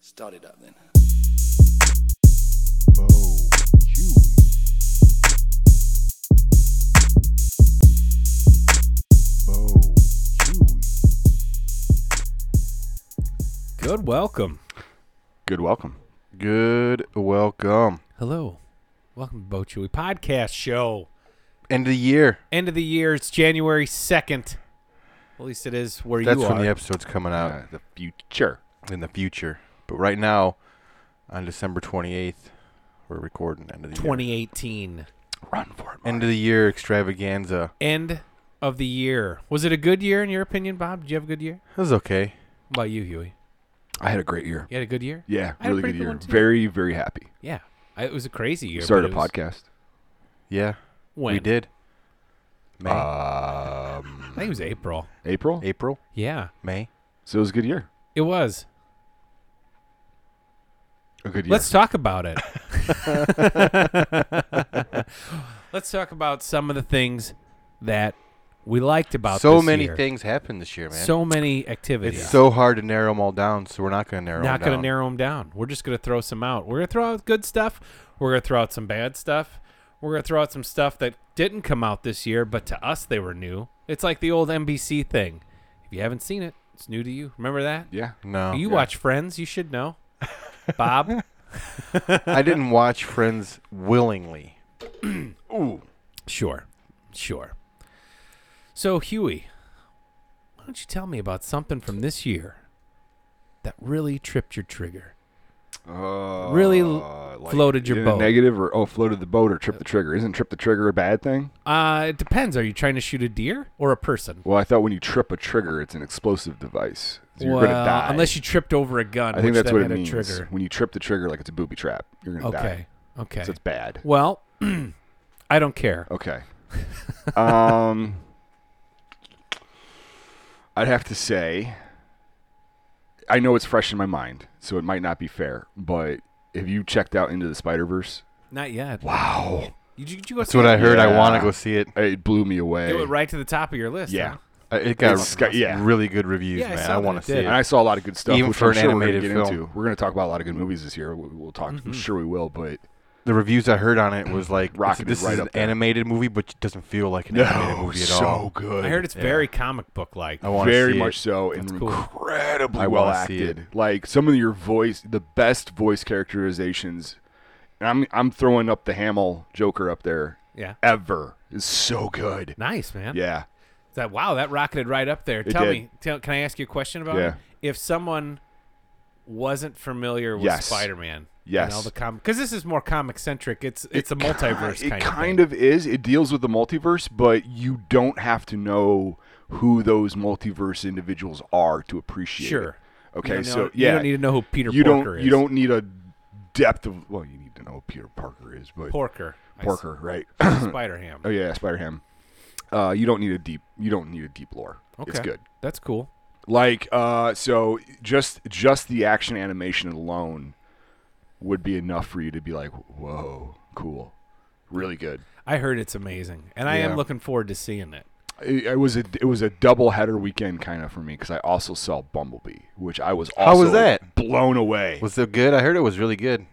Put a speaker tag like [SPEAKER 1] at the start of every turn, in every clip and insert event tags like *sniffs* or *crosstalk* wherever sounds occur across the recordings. [SPEAKER 1] Start it up then.
[SPEAKER 2] Oh, Chewy. Oh, Chewy.
[SPEAKER 3] Good welcome.
[SPEAKER 2] Good welcome. Good welcome.
[SPEAKER 3] Hello. Welcome to Bo Chewy Podcast Show.
[SPEAKER 2] End of the year.
[SPEAKER 3] End of the year. It's January 2nd. At least it is where
[SPEAKER 2] That's
[SPEAKER 3] you
[SPEAKER 2] when
[SPEAKER 3] are.
[SPEAKER 2] the episode's coming out
[SPEAKER 4] Uh, the future.
[SPEAKER 2] in the future. But right now, on December 28th, we're recording end of the
[SPEAKER 3] 2018.
[SPEAKER 4] Run for it.
[SPEAKER 2] year. End of the year extravaganza.
[SPEAKER 3] End of the year. Was it a good year in your opinion, Bob? Did you have a good year?
[SPEAKER 2] It was okay.
[SPEAKER 3] What about you, Huey?
[SPEAKER 4] I had a great year.
[SPEAKER 3] You had a good year?
[SPEAKER 4] Yeah,
[SPEAKER 3] I had a
[SPEAKER 4] really
[SPEAKER 3] pretty good
[SPEAKER 4] good year.
[SPEAKER 3] one, too.
[SPEAKER 4] very, very happy.
[SPEAKER 3] Yeah. I, it was a crazy year.
[SPEAKER 4] We
[SPEAKER 3] but
[SPEAKER 4] started
[SPEAKER 3] it
[SPEAKER 4] a
[SPEAKER 3] was-
[SPEAKER 4] podcast.
[SPEAKER 2] Yeah,
[SPEAKER 3] When? Uh.
[SPEAKER 2] we did. May,
[SPEAKER 3] I think it was April.
[SPEAKER 4] April.
[SPEAKER 2] April,
[SPEAKER 3] Yeah. *laughs*
[SPEAKER 2] May.
[SPEAKER 4] So it was a good year.
[SPEAKER 3] It was.
[SPEAKER 4] A good year.
[SPEAKER 3] Let's talk
[SPEAKER 2] *laughs*
[SPEAKER 3] about it. Let's talk about some of the things that we liked about
[SPEAKER 2] so
[SPEAKER 3] this
[SPEAKER 2] many
[SPEAKER 3] year.
[SPEAKER 2] things happened this year, man.
[SPEAKER 3] So many activities.
[SPEAKER 2] it's so hard to narrow them all down. So we're not going to narrow.
[SPEAKER 3] not
[SPEAKER 2] them
[SPEAKER 3] going
[SPEAKER 2] down.
[SPEAKER 3] to narrow them down. We're just going to throw some out. We're going to throw out good stuff. We're going to throw out some bad stuff. We're going to throw out some stuff that didn't come out this year, but to us they were new. It's like the old NBC thing. If you haven't seen it, it's new to you. Remember that?
[SPEAKER 4] yeah.
[SPEAKER 2] No,
[SPEAKER 3] you watch Friends, you should know. Bob,
[SPEAKER 2] I didn't watch Friends willingly.
[SPEAKER 3] Sure. Sure. So, Huey, why don't you tell me about something from this year that really tripped your trigger?
[SPEAKER 4] Uh,
[SPEAKER 3] Really floated your
[SPEAKER 4] in a
[SPEAKER 3] boat.
[SPEAKER 4] Negative or oh, floated the boat or trip the trigger. Isn't trip the trigger a bad thing?
[SPEAKER 3] uh, it depends. Are you trying to shoot a deer or a person?
[SPEAKER 4] Well, I thought when you trip a trigger, it's an explosive device. So you're gonna die.
[SPEAKER 3] unless you tripped over a gun,
[SPEAKER 4] I
[SPEAKER 3] which
[SPEAKER 4] think that's
[SPEAKER 3] then
[SPEAKER 4] what it
[SPEAKER 3] had
[SPEAKER 4] means.
[SPEAKER 3] a trigger.
[SPEAKER 4] When you trip the trigger, like it's a booby trap, you're gonna die.
[SPEAKER 3] Okay. Okay.
[SPEAKER 4] So it's bad.
[SPEAKER 3] Well, *clears throat* I don't care.
[SPEAKER 2] *laughs*
[SPEAKER 4] Okay. um, I'd have to say, I know it's fresh in my mind, so it might not be fair, but have you checked out Into the Spider Verse?
[SPEAKER 3] Not yet.
[SPEAKER 4] Wow.
[SPEAKER 3] Did you, did you go
[SPEAKER 2] That's what I heard. I
[SPEAKER 4] Yeah.
[SPEAKER 2] want to go see it.
[SPEAKER 4] It blew me away.
[SPEAKER 3] Do it right to the top of your list.
[SPEAKER 4] Yeah.
[SPEAKER 2] Uh,
[SPEAKER 3] huh?
[SPEAKER 2] It got,
[SPEAKER 4] It's got- yeah.
[SPEAKER 2] really good reviews,
[SPEAKER 3] Yeah, I
[SPEAKER 2] man.
[SPEAKER 3] saw
[SPEAKER 2] I
[SPEAKER 3] that
[SPEAKER 2] want
[SPEAKER 3] it
[SPEAKER 2] to see
[SPEAKER 3] did.
[SPEAKER 2] it.
[SPEAKER 4] And I saw a lot of good stuff.
[SPEAKER 2] Even
[SPEAKER 4] which
[SPEAKER 2] for
[SPEAKER 4] I'm
[SPEAKER 2] an
[SPEAKER 4] sure we're gonna
[SPEAKER 2] animated
[SPEAKER 4] get
[SPEAKER 2] film.
[SPEAKER 4] into. We're going to talk about a lot of good movies this year. We'll, we'll talk.
[SPEAKER 3] Mm-hmm.
[SPEAKER 4] I'm sure we will, but
[SPEAKER 2] the reviews I heard on it was like this,
[SPEAKER 4] Rocketed
[SPEAKER 2] this
[SPEAKER 4] right
[SPEAKER 2] is
[SPEAKER 4] up
[SPEAKER 2] an
[SPEAKER 4] there.
[SPEAKER 2] animated movie, but it doesn't feel like an animated movie at
[SPEAKER 4] so
[SPEAKER 2] all.
[SPEAKER 4] good.
[SPEAKER 3] I heard it's very comic book like.
[SPEAKER 2] I want
[SPEAKER 4] very
[SPEAKER 2] see
[SPEAKER 4] much
[SPEAKER 2] It.
[SPEAKER 4] so and
[SPEAKER 3] cool.
[SPEAKER 4] incredibly
[SPEAKER 2] I
[SPEAKER 4] well
[SPEAKER 2] wanna see it.
[SPEAKER 4] acted like some of your voice the best voice characterizations and i'm i'm throwing up the hamill joker up there
[SPEAKER 3] Yeah.
[SPEAKER 4] ever is so good
[SPEAKER 3] Nice, man.
[SPEAKER 4] yeah
[SPEAKER 3] That wow, that rocketed right up there. tell
[SPEAKER 4] did.
[SPEAKER 3] me, tell, can I ask you a question about
[SPEAKER 4] Yeah.
[SPEAKER 3] it? If someone wasn't familiar with
[SPEAKER 4] Yes.
[SPEAKER 3] Spider-Man,
[SPEAKER 4] Yes.
[SPEAKER 3] and all the comic because this is more comic centric. It's it's a
[SPEAKER 4] It ki-
[SPEAKER 3] multiverse
[SPEAKER 4] it
[SPEAKER 3] kind, of,
[SPEAKER 4] kind of is it deals with the multiverse but you don't have to know who those multiverse individuals are to appreciate it.
[SPEAKER 3] Sure.
[SPEAKER 4] okay
[SPEAKER 3] You don't
[SPEAKER 4] so
[SPEAKER 3] know-
[SPEAKER 4] yeah
[SPEAKER 3] you don't need to know who Peter
[SPEAKER 4] you
[SPEAKER 3] Porker
[SPEAKER 4] don't
[SPEAKER 3] is.
[SPEAKER 4] you don't need a depth of well you need to know who peter parker is but
[SPEAKER 3] Porker. I s-
[SPEAKER 4] Porker, right?
[SPEAKER 3] *clears throat* Spider Ham.
[SPEAKER 4] Oh yeah, Spider Ham. Uh, you don't need a deep. You don't need a deep lore.
[SPEAKER 3] Okay,
[SPEAKER 4] It's good.
[SPEAKER 3] That's cool.
[SPEAKER 4] Like uh, so, just just the action animation alone would be enough for you to be like, whoa, cool, really good.
[SPEAKER 3] I heard it's amazing, and I
[SPEAKER 2] Yeah.
[SPEAKER 3] am looking forward to seeing it.
[SPEAKER 4] It, it was a it was a double header weekend kind of for me because I also saw Bumblebee, which I was also
[SPEAKER 2] How was that?
[SPEAKER 4] blown away.
[SPEAKER 2] Was it good? I heard it was really good.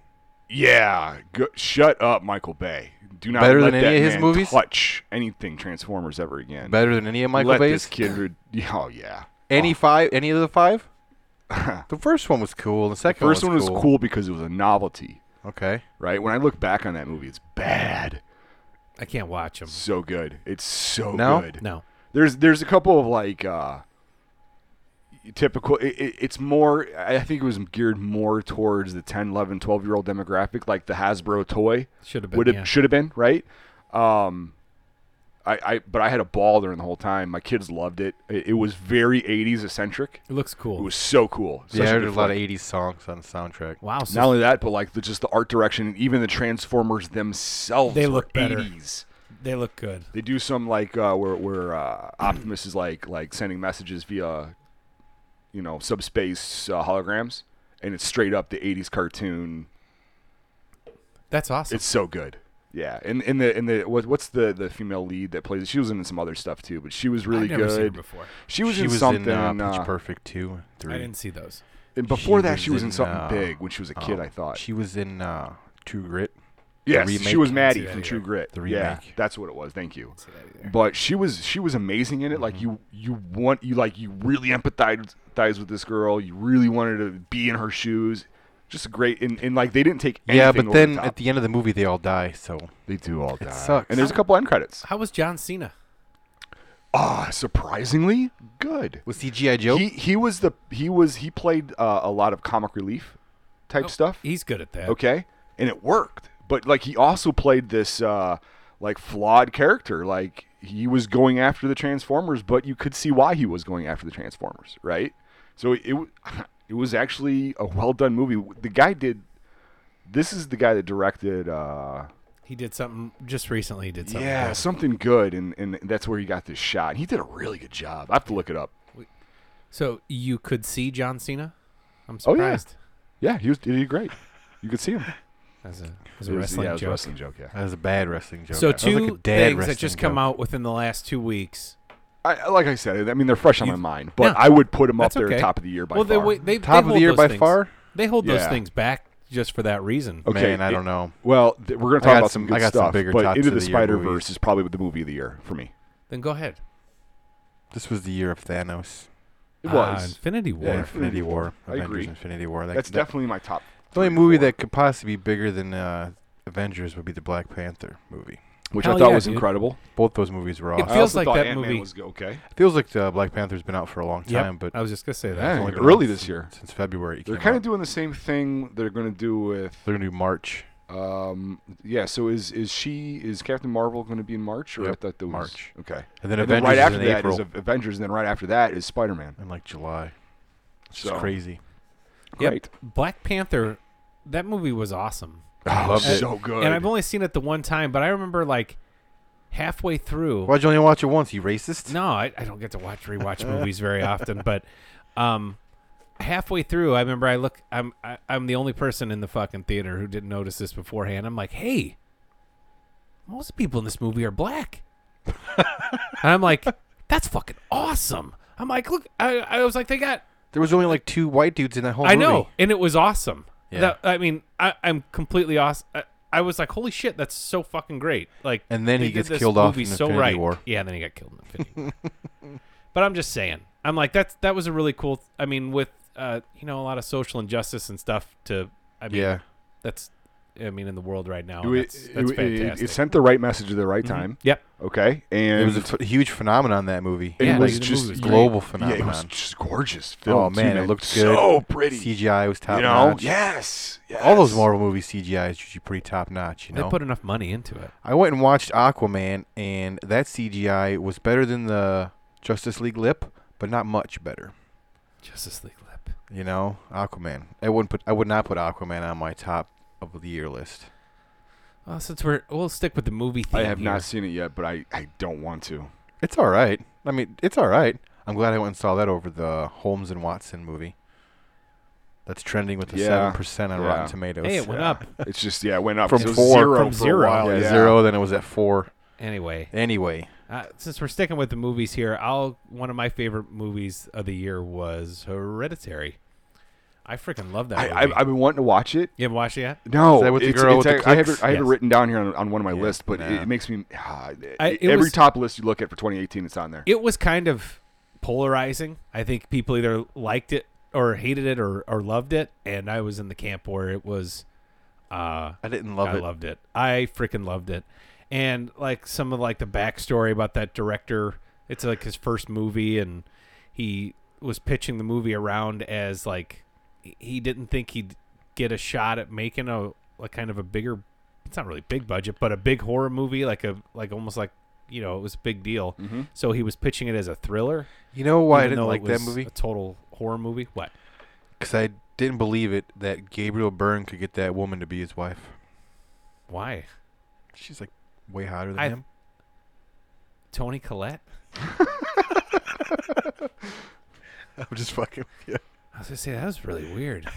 [SPEAKER 4] yeah, go, shut up, Michael Bay. Do not
[SPEAKER 2] Better
[SPEAKER 4] let
[SPEAKER 2] than any
[SPEAKER 4] that
[SPEAKER 2] of his
[SPEAKER 4] man
[SPEAKER 2] movies?
[SPEAKER 4] touch anything Transformers ever again.
[SPEAKER 2] Better than any of Michael
[SPEAKER 4] let
[SPEAKER 2] Bay's.
[SPEAKER 4] this kid. re- *laughs* Oh yeah.
[SPEAKER 2] Any five? Any of the
[SPEAKER 4] *laughs*
[SPEAKER 2] five? the first one was cool. The second
[SPEAKER 4] First one was
[SPEAKER 2] cool.
[SPEAKER 4] cool because it was a novelty,
[SPEAKER 2] Okay.
[SPEAKER 4] right? When I look back on that movie, it's bad.
[SPEAKER 3] I can't watch them.
[SPEAKER 4] So good. It's so
[SPEAKER 2] No?
[SPEAKER 4] good.
[SPEAKER 3] No.
[SPEAKER 4] There's there's a couple of like uh typical it, it, it's more I think it was geared more towards the 10, 11, 12 year old demographic like the Hasbro toy
[SPEAKER 3] Should have been.
[SPEAKER 4] would have
[SPEAKER 3] yeah.
[SPEAKER 4] should have been, right? Um I, I but I had a ball during the whole time. My kids loved it. It, it was very 80s eccentric.
[SPEAKER 3] it looks
[SPEAKER 4] It
[SPEAKER 3] cool.
[SPEAKER 4] was so cool.
[SPEAKER 2] Yeah,
[SPEAKER 4] Such
[SPEAKER 2] I
[SPEAKER 4] a
[SPEAKER 2] heard
[SPEAKER 4] good
[SPEAKER 2] a lot
[SPEAKER 4] flick.
[SPEAKER 2] of '80s songs on the soundtrack.
[SPEAKER 3] wow. So
[SPEAKER 4] Not only that, but like the, just the art direction and even the Transformers themselves.
[SPEAKER 3] They
[SPEAKER 4] were
[SPEAKER 3] look better.
[SPEAKER 4] 80s.
[SPEAKER 3] they look good.
[SPEAKER 4] They do some like uh, where where uh, *clears throat* Optimus is like like sending messages via, you know, subspace uh, holograms, and it's straight up the '80s cartoon.
[SPEAKER 3] That's awesome.
[SPEAKER 4] It's so good. Yeah, and in the in the what, what's the the female lead that plays? it? She was in some other stuff too, but she was really
[SPEAKER 3] I've never
[SPEAKER 4] good.
[SPEAKER 3] seen it before.
[SPEAKER 4] She was
[SPEAKER 2] she
[SPEAKER 4] in
[SPEAKER 2] was
[SPEAKER 4] something.
[SPEAKER 2] in uh, Pitch
[SPEAKER 4] uh,
[SPEAKER 2] Perfect two,
[SPEAKER 3] I
[SPEAKER 2] three.
[SPEAKER 3] didn't see those.
[SPEAKER 4] And before
[SPEAKER 2] She
[SPEAKER 4] that, she was in something
[SPEAKER 2] uh,
[SPEAKER 4] big when she was a kid.
[SPEAKER 2] um,
[SPEAKER 4] I thought.
[SPEAKER 2] She was in uh, Two Grit.
[SPEAKER 4] yes, she
[SPEAKER 2] remake.
[SPEAKER 4] was Maddie
[SPEAKER 3] Yeah,
[SPEAKER 4] from
[SPEAKER 3] yeah.
[SPEAKER 4] True Grit.
[SPEAKER 2] The
[SPEAKER 4] Yeah,
[SPEAKER 2] remake.
[SPEAKER 4] that's what it was. Thank you.
[SPEAKER 3] See that either.
[SPEAKER 4] But she was she was amazing in it. Like
[SPEAKER 2] Mm-hmm.
[SPEAKER 4] you you want you like you really empathize empathize with this girl. You really wanted to be in her shoes. Just great. And, and like they didn't take anything
[SPEAKER 2] yeah, but
[SPEAKER 4] over
[SPEAKER 2] then
[SPEAKER 4] the top.
[SPEAKER 2] at the end of the movie, they all die. So
[SPEAKER 4] they do all that.
[SPEAKER 2] sucks.
[SPEAKER 4] And there's a couple end credits.
[SPEAKER 3] How was John Cena?
[SPEAKER 4] Ah, surprisingly good.
[SPEAKER 2] was he GI Joe?
[SPEAKER 4] He he was the he was he played uh, a lot of comic relief type
[SPEAKER 3] Oh,
[SPEAKER 4] stuff.
[SPEAKER 3] He's good at that.
[SPEAKER 4] okay and it worked but like he also played this uh like flawed character like he was going after the transformers but you could see why he was going after the transformers right so it w- *laughs* it was actually a well done movie the guy did this is the guy that directed uh
[SPEAKER 3] He did something just recently. He did something.
[SPEAKER 4] yeah
[SPEAKER 3] good.
[SPEAKER 4] something good and and that's where he got this shot he did a really good job i have to look it up
[SPEAKER 3] So you could see John Cena. I'm
[SPEAKER 4] Oh, yeah.
[SPEAKER 3] surprised.
[SPEAKER 4] yeah he was he did great you could see him
[SPEAKER 3] As a as
[SPEAKER 4] It
[SPEAKER 3] a
[SPEAKER 4] was-
[SPEAKER 3] wrestling
[SPEAKER 4] yeah, it was a
[SPEAKER 3] joke.
[SPEAKER 4] wrestling joke yeah
[SPEAKER 2] That was a bad wrestling joke.
[SPEAKER 3] So
[SPEAKER 2] That was like
[SPEAKER 3] two
[SPEAKER 2] a dad
[SPEAKER 3] things that just
[SPEAKER 2] wrestling
[SPEAKER 3] come
[SPEAKER 2] joke.
[SPEAKER 3] out within the last two weeks.
[SPEAKER 4] I, I- like i said i mean they're fresh on
[SPEAKER 3] You-
[SPEAKER 4] my mind
[SPEAKER 3] No,
[SPEAKER 4] but i would put him up
[SPEAKER 3] that's
[SPEAKER 4] there
[SPEAKER 3] okay.
[SPEAKER 4] top of the year by
[SPEAKER 3] well, they,
[SPEAKER 4] far.
[SPEAKER 3] wa- they they
[SPEAKER 2] Top of the
[SPEAKER 3] hold
[SPEAKER 2] year
[SPEAKER 3] those
[SPEAKER 2] by
[SPEAKER 3] things-
[SPEAKER 2] far.
[SPEAKER 3] They hold those
[SPEAKER 4] Yeah.
[SPEAKER 3] things back just for that reason.
[SPEAKER 4] Okay,
[SPEAKER 2] Man, I
[SPEAKER 4] it-
[SPEAKER 2] don't know.
[SPEAKER 4] Well, th- we're going to
[SPEAKER 2] I
[SPEAKER 4] talk
[SPEAKER 2] got
[SPEAKER 4] about
[SPEAKER 2] some-
[SPEAKER 4] some
[SPEAKER 2] I
[SPEAKER 4] good
[SPEAKER 2] got some
[SPEAKER 4] stuff,
[SPEAKER 2] bigger
[SPEAKER 4] but
[SPEAKER 2] tops
[SPEAKER 4] Into
[SPEAKER 2] of
[SPEAKER 4] the,
[SPEAKER 2] the year
[SPEAKER 4] Spider
[SPEAKER 2] movies.
[SPEAKER 4] Verse is probably the movie of the year for me.
[SPEAKER 3] Then go ahead.
[SPEAKER 2] This was the year of Thanos.
[SPEAKER 4] It
[SPEAKER 3] Ah,
[SPEAKER 4] was.
[SPEAKER 3] Infinity War.
[SPEAKER 2] Yeah,
[SPEAKER 4] Yeah,
[SPEAKER 2] Infinity War.
[SPEAKER 4] I
[SPEAKER 2] Avengers
[SPEAKER 4] agree.
[SPEAKER 2] Infinity War. That,
[SPEAKER 4] That's
[SPEAKER 2] that-
[SPEAKER 4] definitely my top.
[SPEAKER 2] the only
[SPEAKER 4] three or
[SPEAKER 2] movie
[SPEAKER 4] four,
[SPEAKER 2] that could possibly be bigger than uh, Avengers would be the Black Panther movie.
[SPEAKER 4] which
[SPEAKER 3] Hell
[SPEAKER 4] I thought
[SPEAKER 3] yeah,
[SPEAKER 4] was
[SPEAKER 3] dude.
[SPEAKER 4] incredible.
[SPEAKER 2] Both those movies were
[SPEAKER 3] It
[SPEAKER 2] awesome.
[SPEAKER 4] I
[SPEAKER 3] feels
[SPEAKER 4] also
[SPEAKER 3] like
[SPEAKER 4] thought
[SPEAKER 3] that
[SPEAKER 4] Ant-Man
[SPEAKER 3] movie-
[SPEAKER 4] was go- okay.
[SPEAKER 2] feels like uh, Black Panther's been out for a long
[SPEAKER 3] Yep,
[SPEAKER 2] time, but
[SPEAKER 3] I was just gonna say that.
[SPEAKER 4] Yeah,
[SPEAKER 2] only been
[SPEAKER 4] early
[SPEAKER 2] out
[SPEAKER 4] this year.
[SPEAKER 2] since February. it
[SPEAKER 4] They're
[SPEAKER 2] came
[SPEAKER 4] kind of
[SPEAKER 2] out.
[SPEAKER 4] doing the same thing they're going to do with.
[SPEAKER 2] They're gonna do March.
[SPEAKER 4] Um, yeah, so is is she is Captain Marvel going to be in March or
[SPEAKER 2] Yep,
[SPEAKER 4] I thought that was-
[SPEAKER 2] March.
[SPEAKER 4] Okay,
[SPEAKER 2] And then Avengers
[SPEAKER 4] and then right
[SPEAKER 2] is
[SPEAKER 4] after
[SPEAKER 2] in
[SPEAKER 4] that
[SPEAKER 2] April.
[SPEAKER 4] is Avengers, and then right after that is Spider Man.
[SPEAKER 2] in like July. It's
[SPEAKER 4] So-
[SPEAKER 2] just crazy.
[SPEAKER 3] Yep.
[SPEAKER 4] Great,
[SPEAKER 3] Black Panther. That movie was awesome,
[SPEAKER 2] I
[SPEAKER 4] Oh,
[SPEAKER 2] loved it.
[SPEAKER 4] so good.
[SPEAKER 3] and I've only seen it the one time, but I remember like halfway through.
[SPEAKER 2] Why'd you only watch it once? You racist?
[SPEAKER 3] No, I, I don't get to watch rewatch movies very often, but um, halfway through, I remember I look. I'm I, I'm the only person in the fucking theater who didn't notice this beforehand. I'm like, hey, most people in this movie are black, and I'm like, that's fucking awesome. I'm like, look, I, I was like, they got
[SPEAKER 2] There was only like two white dudes in that whole
[SPEAKER 3] I
[SPEAKER 2] movie.
[SPEAKER 3] know, and it was awesome.
[SPEAKER 2] Yeah.
[SPEAKER 3] That, I mean, I, I'm completely awesome. I, I was like, holy shit, that's so fucking great. Like,
[SPEAKER 2] And then
[SPEAKER 3] they
[SPEAKER 2] he
[SPEAKER 3] did
[SPEAKER 2] gets
[SPEAKER 3] this
[SPEAKER 2] killed off
[SPEAKER 3] movie
[SPEAKER 2] in
[SPEAKER 3] so
[SPEAKER 2] Infinity
[SPEAKER 3] right.
[SPEAKER 2] War.
[SPEAKER 3] Yeah, then he got killed in Infinity War. *laughs* But I'm just saying, I'm like, that's that was a really cool. I mean, with uh, you know, a lot of social injustice and stuff. To I mean,
[SPEAKER 2] Yeah.
[SPEAKER 3] that's I mean, in the world right now,
[SPEAKER 4] It-
[SPEAKER 3] Oh, that's, that's
[SPEAKER 4] it- it-
[SPEAKER 3] fantastic. Mm-hmm.
[SPEAKER 4] It sent the right message at the right time.
[SPEAKER 3] yep,
[SPEAKER 4] Okay, and
[SPEAKER 2] It was a ph- huge phenomenon that movie.
[SPEAKER 4] It
[SPEAKER 3] Yeah,
[SPEAKER 4] was
[SPEAKER 3] like, the
[SPEAKER 4] just
[SPEAKER 3] movie was
[SPEAKER 4] great.
[SPEAKER 2] global
[SPEAKER 4] Yeah, it was
[SPEAKER 2] phenomenon.
[SPEAKER 4] just gorgeous film.
[SPEAKER 2] oh
[SPEAKER 4] too,
[SPEAKER 2] man, it looked good.
[SPEAKER 4] So pretty.
[SPEAKER 2] CGI was top
[SPEAKER 4] you know?
[SPEAKER 2] notch.
[SPEAKER 4] Yes, yes.
[SPEAKER 2] All those Marvel movies CGI is usually pretty top notch. You
[SPEAKER 3] they
[SPEAKER 2] know.
[SPEAKER 3] put enough money into it.
[SPEAKER 2] I went and watched Aquaman, and that CGI was better than the Justice League lip, but not much better.
[SPEAKER 3] Justice League lip.
[SPEAKER 2] You know, Aquaman. I wouldn't put. I would not put Aquaman on my top of the year list.
[SPEAKER 3] Well, since we're we'll stick with the movie theme.
[SPEAKER 4] I have
[SPEAKER 3] here.
[SPEAKER 4] not seen it yet, but I, I don't want to.
[SPEAKER 2] It's all right. I mean, it's all right. I'm glad I went and saw that over the Holmes and Watson movie. That's trending with the
[SPEAKER 4] Yeah,
[SPEAKER 2] seven percent on
[SPEAKER 4] yeah.
[SPEAKER 2] Rotten Tomatoes.
[SPEAKER 3] Hey, it went
[SPEAKER 4] Yeah. *laughs*
[SPEAKER 3] up
[SPEAKER 4] It's just yeah, it went up
[SPEAKER 2] From
[SPEAKER 4] It was
[SPEAKER 2] four-
[SPEAKER 4] zero
[SPEAKER 3] from
[SPEAKER 4] for
[SPEAKER 3] zero.
[SPEAKER 4] A while,
[SPEAKER 2] Yeah,
[SPEAKER 4] yeah.
[SPEAKER 2] zero. Then it was at four.
[SPEAKER 3] anyway.
[SPEAKER 2] Anyway,
[SPEAKER 3] Uh, since we're sticking with the movies here, I'll one of my favorite movies of the year was Hereditary. I freaking love that
[SPEAKER 4] I,
[SPEAKER 3] movie.
[SPEAKER 4] I I've been wanting to watch it.
[SPEAKER 3] you haven't watched it yet?
[SPEAKER 4] No,
[SPEAKER 2] Is that with the
[SPEAKER 4] it's-
[SPEAKER 2] girl
[SPEAKER 4] it's
[SPEAKER 2] with the
[SPEAKER 4] act- I have it,
[SPEAKER 2] clicks?
[SPEAKER 4] I have it
[SPEAKER 3] Yes.
[SPEAKER 4] written down here on, on one of my
[SPEAKER 2] Yeah,
[SPEAKER 4] lists, but it,
[SPEAKER 2] nah.
[SPEAKER 4] it makes me ah, it-
[SPEAKER 3] I- it
[SPEAKER 4] every
[SPEAKER 3] was-
[SPEAKER 4] top list you look at for 2018, it's on there.
[SPEAKER 3] It was kind of polarizing. I think people either liked it or hated it or, or loved it, and I was in the camp where it was. Uh,
[SPEAKER 2] I didn't love
[SPEAKER 3] I
[SPEAKER 2] it.
[SPEAKER 3] loved it. I freaking loved it. And like some of like the backstory about that director, it's like his first movie and he was pitching the movie around as like he- he didn't think he'd get a shot at making a like kind of a bigger it's not really big budget, but a big horror movie like a like almost like you know, it was a big deal.
[SPEAKER 4] Mm-hmm.
[SPEAKER 3] So he was pitching it as a thriller.
[SPEAKER 2] you know why I
[SPEAKER 3] even
[SPEAKER 2] didn't
[SPEAKER 3] though it
[SPEAKER 2] like that
[SPEAKER 3] was
[SPEAKER 2] movie?
[SPEAKER 3] A total horror movie. What?
[SPEAKER 2] Because I didn't believe it that Gabriel Byrne could get that woman to be his wife.
[SPEAKER 3] Why?
[SPEAKER 2] She's like way hotter than
[SPEAKER 3] I-
[SPEAKER 2] him.
[SPEAKER 3] Tony Collette?
[SPEAKER 2] *laughs* I'm just fucking. Yeah.
[SPEAKER 3] I was gonna say that was really weird.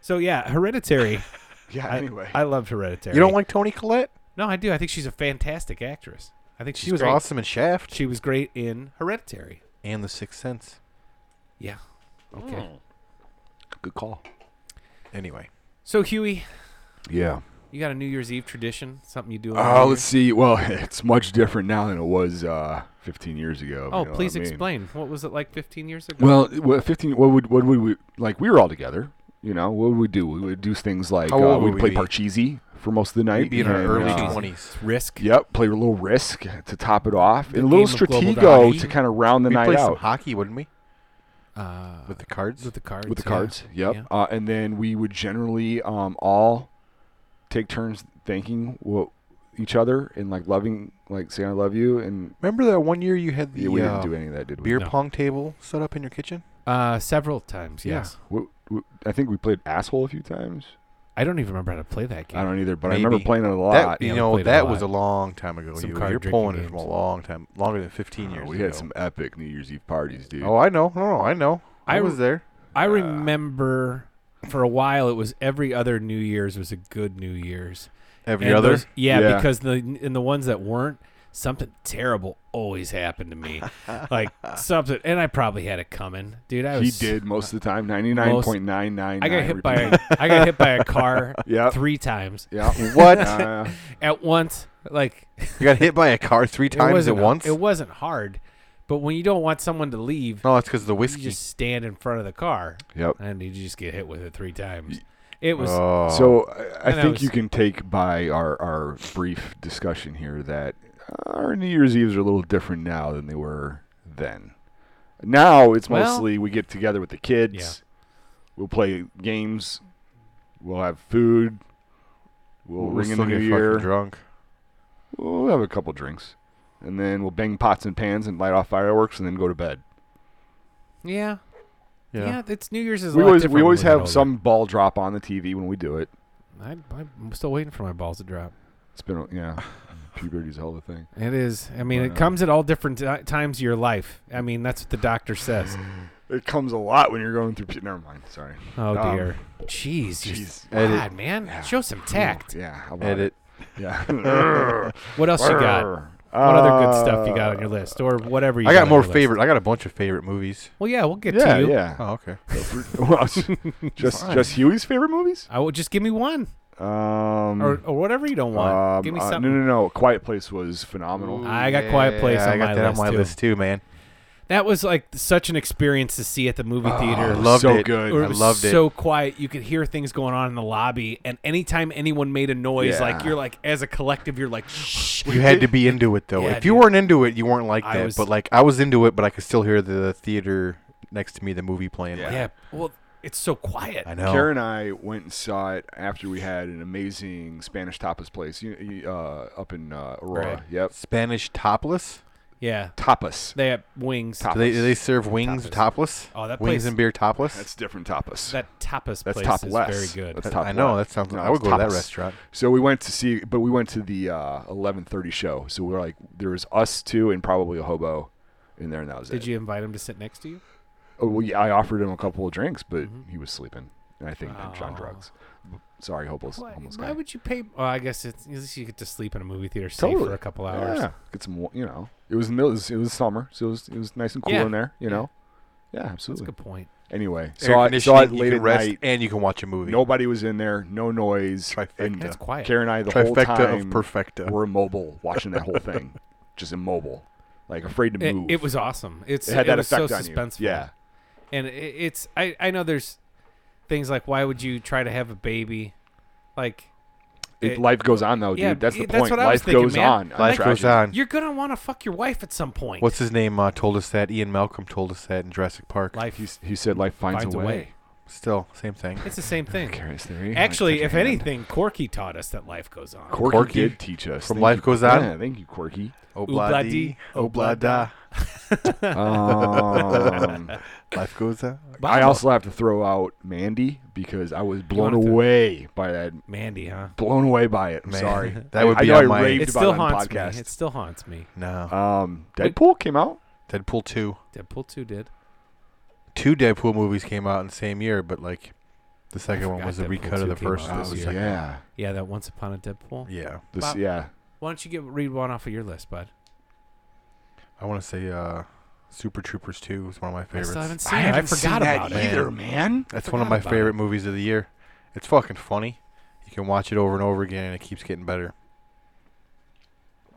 [SPEAKER 3] so yeah,
[SPEAKER 4] *laughs*
[SPEAKER 3] Hereditary.
[SPEAKER 4] Yeah.
[SPEAKER 3] I-
[SPEAKER 4] Anyway,
[SPEAKER 3] I, loved Hereditary.
[SPEAKER 2] You don't like Tony Collette?
[SPEAKER 3] No, I do. I think she's a fantastic actress. I think
[SPEAKER 2] She
[SPEAKER 3] she's
[SPEAKER 2] was
[SPEAKER 3] great.
[SPEAKER 2] awesome in Shaft
[SPEAKER 3] She was great in Hereditary.
[SPEAKER 2] and The Sixth Sense.
[SPEAKER 4] Hmm.
[SPEAKER 3] Yeah. Okay.
[SPEAKER 4] Good call.
[SPEAKER 2] Anyway,
[SPEAKER 3] So Huey,
[SPEAKER 4] Yeah.
[SPEAKER 3] you got a New Year's Eve tradition? Something you do? on
[SPEAKER 4] Uh,
[SPEAKER 3] New
[SPEAKER 4] let's see. Well, *laughs* it's much different now than it was uh, 15 years ago.
[SPEAKER 3] Year? Oh,
[SPEAKER 4] you know what I
[SPEAKER 3] please
[SPEAKER 4] mean?
[SPEAKER 3] explain. What was it like 15 years ago?
[SPEAKER 4] Well, what- 15. What would what would we like? We were all together. You know what would we do? We would do things like
[SPEAKER 2] How
[SPEAKER 4] uh,
[SPEAKER 2] old
[SPEAKER 4] we'd
[SPEAKER 2] would we
[SPEAKER 4] play
[SPEAKER 2] be?
[SPEAKER 4] Parcheesi for most of the night.
[SPEAKER 2] we'd be in our
[SPEAKER 4] and,
[SPEAKER 2] early
[SPEAKER 4] uh,
[SPEAKER 2] twenties.
[SPEAKER 3] Risk.
[SPEAKER 4] Yep, play a little risk to top it off, and a little
[SPEAKER 3] game of Global
[SPEAKER 4] stratego
[SPEAKER 3] Dotty.
[SPEAKER 4] to kind of round the
[SPEAKER 2] We'd
[SPEAKER 4] night
[SPEAKER 2] play some
[SPEAKER 4] out
[SPEAKER 2] hockey, wouldn't we?
[SPEAKER 3] Uh,
[SPEAKER 2] With the cards.
[SPEAKER 3] with the cards.
[SPEAKER 4] with the
[SPEAKER 3] yeah.
[SPEAKER 4] cards. Yep,
[SPEAKER 3] Yeah.
[SPEAKER 4] uh, and then we would generally um, all take turns thanking what, each other and like loving, like saying "I love you," and
[SPEAKER 2] Remember that one year you had the
[SPEAKER 4] yeah, we
[SPEAKER 2] uh,
[SPEAKER 4] didn't do any of that, did we?
[SPEAKER 2] beer
[SPEAKER 3] No.
[SPEAKER 2] pong table set up in your kitchen?
[SPEAKER 3] Uh, several times.
[SPEAKER 4] Yeah.
[SPEAKER 3] Yes.
[SPEAKER 4] W- w- I think we played asshole a few times.
[SPEAKER 3] I don't even remember how to play that game.
[SPEAKER 4] I don't either, but I
[SPEAKER 2] Maybe.
[SPEAKER 4] remember playing it a lot.
[SPEAKER 2] that
[SPEAKER 3] yeah,
[SPEAKER 2] you
[SPEAKER 3] we
[SPEAKER 2] know
[SPEAKER 3] played a
[SPEAKER 2] that
[SPEAKER 3] lot.
[SPEAKER 2] was a long time ago.
[SPEAKER 3] Some
[SPEAKER 2] you,
[SPEAKER 3] card
[SPEAKER 2] you're
[SPEAKER 3] drinking
[SPEAKER 2] pulling it from
[SPEAKER 3] games. Ah,
[SPEAKER 2] a long time, longer than 15 years.
[SPEAKER 4] we
[SPEAKER 2] ago.
[SPEAKER 4] had some epic New Year's Eve parties, dude.
[SPEAKER 2] Oh, I know. No, no, I know. I,
[SPEAKER 3] I
[SPEAKER 2] was there.
[SPEAKER 3] I remember for a while it was every other New Year's was a good New Year's.
[SPEAKER 2] Every
[SPEAKER 3] And
[SPEAKER 2] other.
[SPEAKER 3] those- yeah,
[SPEAKER 4] Yeah.
[SPEAKER 3] because the in the ones that weren't, something terrible always happened to
[SPEAKER 2] *laughs*
[SPEAKER 3] me. like something and I probably had it coming. Dude, I
[SPEAKER 4] he
[SPEAKER 3] was
[SPEAKER 4] did most of the time, ninety nine point nine
[SPEAKER 3] *laughs*
[SPEAKER 4] nine.
[SPEAKER 3] I got hit
[SPEAKER 2] *laughs*
[SPEAKER 3] by a, I got hit by a car
[SPEAKER 4] Yeah.
[SPEAKER 3] three times
[SPEAKER 4] yeah.
[SPEAKER 2] What?
[SPEAKER 4] Uh,
[SPEAKER 3] at once. Like
[SPEAKER 2] *laughs* you got hit by a car three
[SPEAKER 3] it
[SPEAKER 2] times at
[SPEAKER 3] wasn't
[SPEAKER 2] once?
[SPEAKER 3] It wasn't hard, but when you don't want someone to leave,
[SPEAKER 2] no, it's because the Oh, whiskey.
[SPEAKER 3] you just stand in front of the car
[SPEAKER 4] yep.
[SPEAKER 3] and you just get hit with it three times. It was
[SPEAKER 2] Oh.
[SPEAKER 4] So I,
[SPEAKER 3] Um,
[SPEAKER 4] I
[SPEAKER 3] And I
[SPEAKER 4] think
[SPEAKER 3] was-
[SPEAKER 4] you can take by our, our brief discussion here that our New Year's Eves are a little different now than they were then. Now it's
[SPEAKER 3] Well-
[SPEAKER 4] mostly we get together with the kids. We'll play games. We'll have food. We'll,
[SPEAKER 2] We'll
[SPEAKER 4] ring in
[SPEAKER 2] still
[SPEAKER 4] the new
[SPEAKER 2] get fucking
[SPEAKER 4] year.
[SPEAKER 2] drunk.
[SPEAKER 4] We'll have a couple drinks. And then we'll bang pots and pans and light off fireworks and then go to bed.
[SPEAKER 3] yeah.
[SPEAKER 2] Yeah.
[SPEAKER 3] Yeah, it's New Year's is.
[SPEAKER 4] We
[SPEAKER 3] a lot
[SPEAKER 4] always,
[SPEAKER 3] different
[SPEAKER 4] we
[SPEAKER 3] when
[SPEAKER 4] always
[SPEAKER 3] we get
[SPEAKER 4] have
[SPEAKER 3] older.
[SPEAKER 4] some ball drop on the TV when we do it.
[SPEAKER 3] I, I'm still waiting for my balls to drop.
[SPEAKER 4] It's been, a- yeah, puberty's a whole thing.
[SPEAKER 3] It is. I mean,
[SPEAKER 4] I
[SPEAKER 3] it
[SPEAKER 4] know.
[SPEAKER 3] comes at all different ti times of your life. I mean, that's what the doctor says.
[SPEAKER 4] It comes a lot when you're going through. pu- Never mind. Sorry.
[SPEAKER 3] Oh
[SPEAKER 4] Um,
[SPEAKER 3] dear. Jeez. you're-
[SPEAKER 4] Jeez.
[SPEAKER 3] God, man,
[SPEAKER 4] Yeah.
[SPEAKER 3] show some tact.
[SPEAKER 4] Yeah. How about
[SPEAKER 2] Edit.
[SPEAKER 4] it?
[SPEAKER 3] *laughs*
[SPEAKER 4] Yeah.
[SPEAKER 3] What else you got? What other good stuff you
[SPEAKER 4] Uh,
[SPEAKER 3] got on your list, or whatever? you
[SPEAKER 2] I got
[SPEAKER 3] on
[SPEAKER 2] more
[SPEAKER 3] your list?
[SPEAKER 2] favorite. I got a bunch of favorite movies.
[SPEAKER 3] Well, yeah, we'll get
[SPEAKER 4] Yeah,
[SPEAKER 3] to you.
[SPEAKER 4] yeah.
[SPEAKER 2] Oh, okay.
[SPEAKER 4] *laughs* Well,
[SPEAKER 3] *laughs*
[SPEAKER 4] just
[SPEAKER 2] Fine.
[SPEAKER 4] just Huey's favorite movies?
[SPEAKER 3] I will just give me one,
[SPEAKER 4] Um,
[SPEAKER 3] or, or whatever you don't want.
[SPEAKER 4] um,
[SPEAKER 3] give me
[SPEAKER 4] uh,
[SPEAKER 3] something.
[SPEAKER 4] no, no, no. Quiet Place was phenomenal.
[SPEAKER 3] Ooh. I got Quiet Place
[SPEAKER 2] Yeah,
[SPEAKER 3] on
[SPEAKER 2] I got
[SPEAKER 3] my
[SPEAKER 2] that
[SPEAKER 3] list,
[SPEAKER 2] on my
[SPEAKER 3] too.
[SPEAKER 2] list too, man.
[SPEAKER 3] That was like such an experience to see at the movie
[SPEAKER 4] Ah.
[SPEAKER 3] theater.
[SPEAKER 2] I loved
[SPEAKER 4] so
[SPEAKER 2] it.
[SPEAKER 4] good.
[SPEAKER 3] Or
[SPEAKER 2] I
[SPEAKER 3] it was
[SPEAKER 2] loved it.
[SPEAKER 3] so quiet. You could hear things going on in the lobby, and anytime anyone made a noise,
[SPEAKER 4] Yeah.
[SPEAKER 3] like you're like as a collective, you're like, shh.
[SPEAKER 2] You had to be into it though.
[SPEAKER 3] Yeah,
[SPEAKER 2] if you
[SPEAKER 3] dude.
[SPEAKER 2] weren't into it, you weren't like
[SPEAKER 3] I
[SPEAKER 2] that.
[SPEAKER 3] was-
[SPEAKER 2] but like I was into it, but I could still hear the theater next to me, the movie playing.
[SPEAKER 4] Yeah.
[SPEAKER 2] Like,
[SPEAKER 3] Yeah. Well, it's so quiet.
[SPEAKER 2] I know.
[SPEAKER 4] Karen and I went and saw it after we had an amazing Spanish tapas place you, you, uh, up in uh, Aurora.
[SPEAKER 3] Right.
[SPEAKER 4] Yep.
[SPEAKER 2] Spanish topless.
[SPEAKER 3] Yeah.
[SPEAKER 4] Tapas.
[SPEAKER 3] They have wings.
[SPEAKER 4] Top-
[SPEAKER 2] Do they, do they serve wings
[SPEAKER 3] Tapas.
[SPEAKER 2] topless?
[SPEAKER 3] Oh, that
[SPEAKER 2] wings
[SPEAKER 3] place-
[SPEAKER 2] and beer topless.
[SPEAKER 4] That's different tapas.
[SPEAKER 3] That tapas
[SPEAKER 4] That's
[SPEAKER 3] place
[SPEAKER 4] top
[SPEAKER 3] is
[SPEAKER 4] less.
[SPEAKER 3] very good.
[SPEAKER 4] That's top
[SPEAKER 2] I know.
[SPEAKER 4] left.
[SPEAKER 2] That sounds.
[SPEAKER 4] No,
[SPEAKER 2] I would
[SPEAKER 4] it's
[SPEAKER 2] go to that
[SPEAKER 4] tapas.
[SPEAKER 2] restaurant.
[SPEAKER 4] So we went to see, but we went to the uh, eleven thirty show. So we were like, there was us two and probably a hobo in there, and that was
[SPEAKER 3] Did
[SPEAKER 4] it.
[SPEAKER 3] you invite him to sit next to you?
[SPEAKER 4] Oh, well, yeah, I offered him a couple of drinks, but
[SPEAKER 3] Mhm.
[SPEAKER 4] he was sleeping, and I think he on
[SPEAKER 3] Oh.
[SPEAKER 4] drugs. Sorry, hopeless,
[SPEAKER 3] Why,
[SPEAKER 4] homeless
[SPEAKER 3] why
[SPEAKER 4] guy.
[SPEAKER 3] would you pay? Well, I guess it's, at least you get to sleep in a movie theater safe for
[SPEAKER 4] Totally.
[SPEAKER 3] a couple hours.
[SPEAKER 4] Yeah, get some. wa- You know, it was in the middle. It was, it was summer, so it was it was nice and cool
[SPEAKER 3] Yeah.
[SPEAKER 4] in there. You
[SPEAKER 3] Yeah.
[SPEAKER 4] know. Yeah,
[SPEAKER 3] That's a
[SPEAKER 4] absolutely.
[SPEAKER 3] good point.
[SPEAKER 4] Anyway,
[SPEAKER 2] Air
[SPEAKER 4] saw it, saw
[SPEAKER 2] conditioning,
[SPEAKER 4] it
[SPEAKER 2] you
[SPEAKER 4] late
[SPEAKER 2] can
[SPEAKER 4] at
[SPEAKER 2] rest,
[SPEAKER 4] night.
[SPEAKER 2] and you can watch a movie.
[SPEAKER 4] Nobody was in there. No noise. And
[SPEAKER 3] That's
[SPEAKER 2] Trifecta.
[SPEAKER 3] quiet.
[SPEAKER 4] Karen and I the whole
[SPEAKER 2] Trifecta
[SPEAKER 4] time
[SPEAKER 2] of perfecta.
[SPEAKER 4] were immobile watching that whole *laughs* thing, just immobile, like afraid to
[SPEAKER 3] It,
[SPEAKER 4] move.
[SPEAKER 3] it was awesome. It's
[SPEAKER 4] It had that
[SPEAKER 3] was
[SPEAKER 4] effect
[SPEAKER 3] so
[SPEAKER 4] on
[SPEAKER 3] suspenseful.
[SPEAKER 4] you. Yeah,
[SPEAKER 3] and i it's I I know there's things like why would you try to have a baby, like
[SPEAKER 4] it,
[SPEAKER 3] It-
[SPEAKER 4] life goes on though, dude.
[SPEAKER 3] yeah,
[SPEAKER 4] that's the
[SPEAKER 3] it- that's
[SPEAKER 4] point.
[SPEAKER 3] what I was
[SPEAKER 4] life
[SPEAKER 3] thinking,
[SPEAKER 4] goes
[SPEAKER 3] man.
[SPEAKER 4] on.
[SPEAKER 2] Life goes on.
[SPEAKER 3] you're gonna want to fuck your wife at some point.
[SPEAKER 2] What's his name? Uh, told us that. Ian Malcolm told us that in Jurassic Park.
[SPEAKER 3] life?
[SPEAKER 4] He, s- he said life finds,
[SPEAKER 3] Finds
[SPEAKER 4] a
[SPEAKER 3] a
[SPEAKER 4] way.
[SPEAKER 3] way.
[SPEAKER 2] Still, same thing.
[SPEAKER 3] It's the same thing.
[SPEAKER 4] Curious theory.
[SPEAKER 3] Actually,
[SPEAKER 4] Like,
[SPEAKER 3] if
[SPEAKER 4] hand.
[SPEAKER 3] anything, Corky taught us that life goes on.
[SPEAKER 4] Corky,
[SPEAKER 2] Corky
[SPEAKER 4] did teach us
[SPEAKER 2] from
[SPEAKER 4] Thank
[SPEAKER 2] Life
[SPEAKER 4] you-
[SPEAKER 2] Goes On.
[SPEAKER 4] Yeah, thank you,
[SPEAKER 3] *laughs*
[SPEAKER 4] *laughs* Corky.
[SPEAKER 3] Obladi,
[SPEAKER 2] oblada.
[SPEAKER 4] Um,
[SPEAKER 2] Life goes on.
[SPEAKER 4] I also have to throw out Mandy because I was blown
[SPEAKER 3] wanna throw-
[SPEAKER 4] away by that.
[SPEAKER 3] Mandy, huh?
[SPEAKER 4] Blown away by it. I'm
[SPEAKER 2] Man,
[SPEAKER 4] sorry.
[SPEAKER 2] that would
[SPEAKER 4] I,
[SPEAKER 2] be
[SPEAKER 4] I know
[SPEAKER 2] on
[SPEAKER 4] I
[SPEAKER 2] my-
[SPEAKER 4] raved
[SPEAKER 3] It
[SPEAKER 4] about
[SPEAKER 3] still
[SPEAKER 4] it on the
[SPEAKER 3] haunts
[SPEAKER 4] podcast.
[SPEAKER 3] me. It still haunts me.
[SPEAKER 2] No.
[SPEAKER 4] Um,
[SPEAKER 3] Wait.
[SPEAKER 4] Deadpool came out.
[SPEAKER 2] Deadpool two.
[SPEAKER 3] Deadpool two did.
[SPEAKER 2] Two Deadpool movies came out in the same year, but like the second one
[SPEAKER 3] forgot
[SPEAKER 2] was a
[SPEAKER 3] Deadpool
[SPEAKER 2] recut
[SPEAKER 3] 2
[SPEAKER 2] of the
[SPEAKER 3] came
[SPEAKER 2] first.
[SPEAKER 3] out
[SPEAKER 2] one.
[SPEAKER 3] this
[SPEAKER 2] The
[SPEAKER 3] year.
[SPEAKER 2] second-
[SPEAKER 4] Oh, Yeah.
[SPEAKER 3] Yeah, that Once Upon a Deadpool.
[SPEAKER 2] Yeah.
[SPEAKER 4] This.
[SPEAKER 3] Bob-
[SPEAKER 4] Yeah.
[SPEAKER 3] Why don't you get read one off of your list, bud?
[SPEAKER 2] I want to say uh, Super Troopers 2 is one of my
[SPEAKER 3] I
[SPEAKER 2] favorites.
[SPEAKER 3] still haven't seen it. I forgot about it.
[SPEAKER 4] either, man.
[SPEAKER 2] That's one of
[SPEAKER 3] forgot
[SPEAKER 2] my
[SPEAKER 3] about
[SPEAKER 2] favorite movies of the year. It's fucking funny. You can watch it over and over again, and it keeps getting better.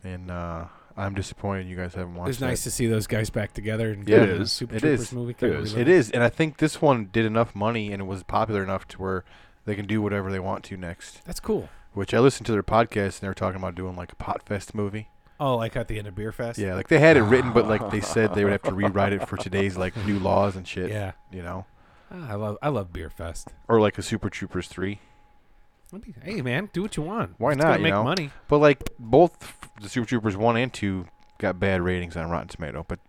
[SPEAKER 2] And uh, I'm disappointed you guys haven't
[SPEAKER 3] It
[SPEAKER 2] watched
[SPEAKER 3] was nice
[SPEAKER 2] it.
[SPEAKER 3] to see those guys back together. And
[SPEAKER 2] Yeah,
[SPEAKER 4] it is.
[SPEAKER 3] Super
[SPEAKER 2] It
[SPEAKER 3] Troopers
[SPEAKER 2] is.
[SPEAKER 3] movie.
[SPEAKER 4] It
[SPEAKER 3] kinda
[SPEAKER 4] is.
[SPEAKER 3] relate.
[SPEAKER 2] It is, and I think this one did enough money and it was popular enough to where they can do whatever they want to next.
[SPEAKER 3] That's cool.
[SPEAKER 2] Which I listened to their podcast, and they were talking about doing like a pot fest movie.
[SPEAKER 3] Oh, like at the end of Beer Fest.
[SPEAKER 2] Yeah, like they had it written, but like they said they would have to rewrite it for today's like new laws and shit.
[SPEAKER 3] Yeah.
[SPEAKER 2] you know,
[SPEAKER 3] Ah, I love I love Beer Fest.
[SPEAKER 2] or like a Super Troopers three.
[SPEAKER 3] Let me- Hey man, do what you want.
[SPEAKER 2] Why
[SPEAKER 3] It's
[SPEAKER 2] not,
[SPEAKER 3] Gonna
[SPEAKER 2] you
[SPEAKER 3] make
[SPEAKER 2] know?
[SPEAKER 3] money.
[SPEAKER 2] But like both f- the Super Troopers one and two got bad ratings on Rotten Tomato, but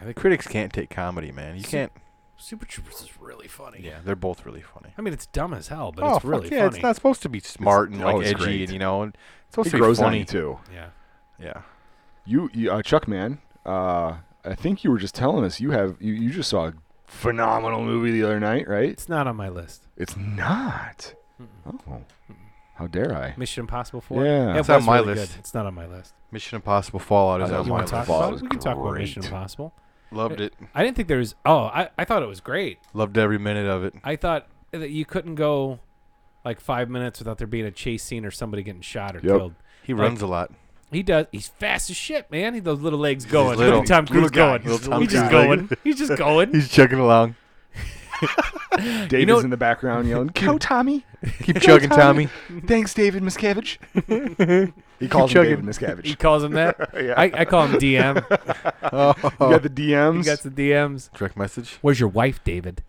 [SPEAKER 3] I think
[SPEAKER 2] critics can't take comedy, man. You
[SPEAKER 3] Su-
[SPEAKER 2] can't.
[SPEAKER 3] Super Troopers is really funny.
[SPEAKER 2] Yeah, they're both really funny.
[SPEAKER 3] I mean, it's dumb as hell, but
[SPEAKER 2] oh,
[SPEAKER 3] it's
[SPEAKER 2] fuck
[SPEAKER 3] really
[SPEAKER 2] yeah,
[SPEAKER 3] funny.
[SPEAKER 2] it's not supposed to be smart and
[SPEAKER 4] oh,
[SPEAKER 2] like
[SPEAKER 4] it's
[SPEAKER 2] edgy
[SPEAKER 4] great.
[SPEAKER 2] and you know, and it's supposed
[SPEAKER 4] It
[SPEAKER 2] to be
[SPEAKER 4] grows on
[SPEAKER 2] funny
[SPEAKER 4] you too.
[SPEAKER 3] yeah.
[SPEAKER 2] Yeah.
[SPEAKER 4] You, you uh, Chuck, man. Uh, I think you were just telling us you have you, you just saw a phenomenal movie the other night, right?
[SPEAKER 3] It's not on my list.
[SPEAKER 4] It's not. Oh, how dare I?
[SPEAKER 3] Mission Impossible 4.
[SPEAKER 4] Yeah.
[SPEAKER 3] It
[SPEAKER 4] It's
[SPEAKER 2] on
[SPEAKER 3] was
[SPEAKER 2] my
[SPEAKER 3] really
[SPEAKER 2] list.
[SPEAKER 3] good. It's not on my list.
[SPEAKER 2] Mission Impossible Fallout is
[SPEAKER 4] I
[SPEAKER 2] on
[SPEAKER 4] don't
[SPEAKER 3] You
[SPEAKER 2] my
[SPEAKER 3] want
[SPEAKER 4] wanna
[SPEAKER 3] to
[SPEAKER 2] list.
[SPEAKER 3] talk
[SPEAKER 4] Fallout
[SPEAKER 3] about it?
[SPEAKER 4] was
[SPEAKER 3] We can talk about Mission
[SPEAKER 4] great.
[SPEAKER 3] Impossible.
[SPEAKER 2] Loved it.
[SPEAKER 3] I didn't think there was. Oh, I, I thought it was great.
[SPEAKER 2] Loved every minute of it.
[SPEAKER 3] I thought that you couldn't go like five minutes without there being a chase scene or somebody getting shot or
[SPEAKER 4] Yep.
[SPEAKER 3] killed.
[SPEAKER 2] He
[SPEAKER 3] Like-
[SPEAKER 2] runs a lot.
[SPEAKER 3] He does. He's fast as shit, man. He, those little legs going.
[SPEAKER 2] little.
[SPEAKER 3] Little, Tom Cruise
[SPEAKER 4] Little guy.
[SPEAKER 3] going.
[SPEAKER 4] Little
[SPEAKER 2] Tom
[SPEAKER 3] he's just
[SPEAKER 2] Cruise.
[SPEAKER 3] going. He's just
[SPEAKER 4] *laughs*
[SPEAKER 3] going.
[SPEAKER 2] He's chugging along.
[SPEAKER 4] David's
[SPEAKER 3] know-
[SPEAKER 4] in the background yelling, "Go, Tommy!"
[SPEAKER 2] *laughs* Keep chugging, Tommy.
[SPEAKER 4] Thanks, David Miscavige. he calls him
[SPEAKER 2] chugging.
[SPEAKER 4] David
[SPEAKER 3] He
[SPEAKER 4] Miscavige.
[SPEAKER 3] calls him that.
[SPEAKER 4] *laughs*
[SPEAKER 3] I, I call him DM.
[SPEAKER 2] oh.
[SPEAKER 4] You got the DMs.
[SPEAKER 3] he gets the DMs.
[SPEAKER 2] Direct message.
[SPEAKER 3] Where's your wife, David?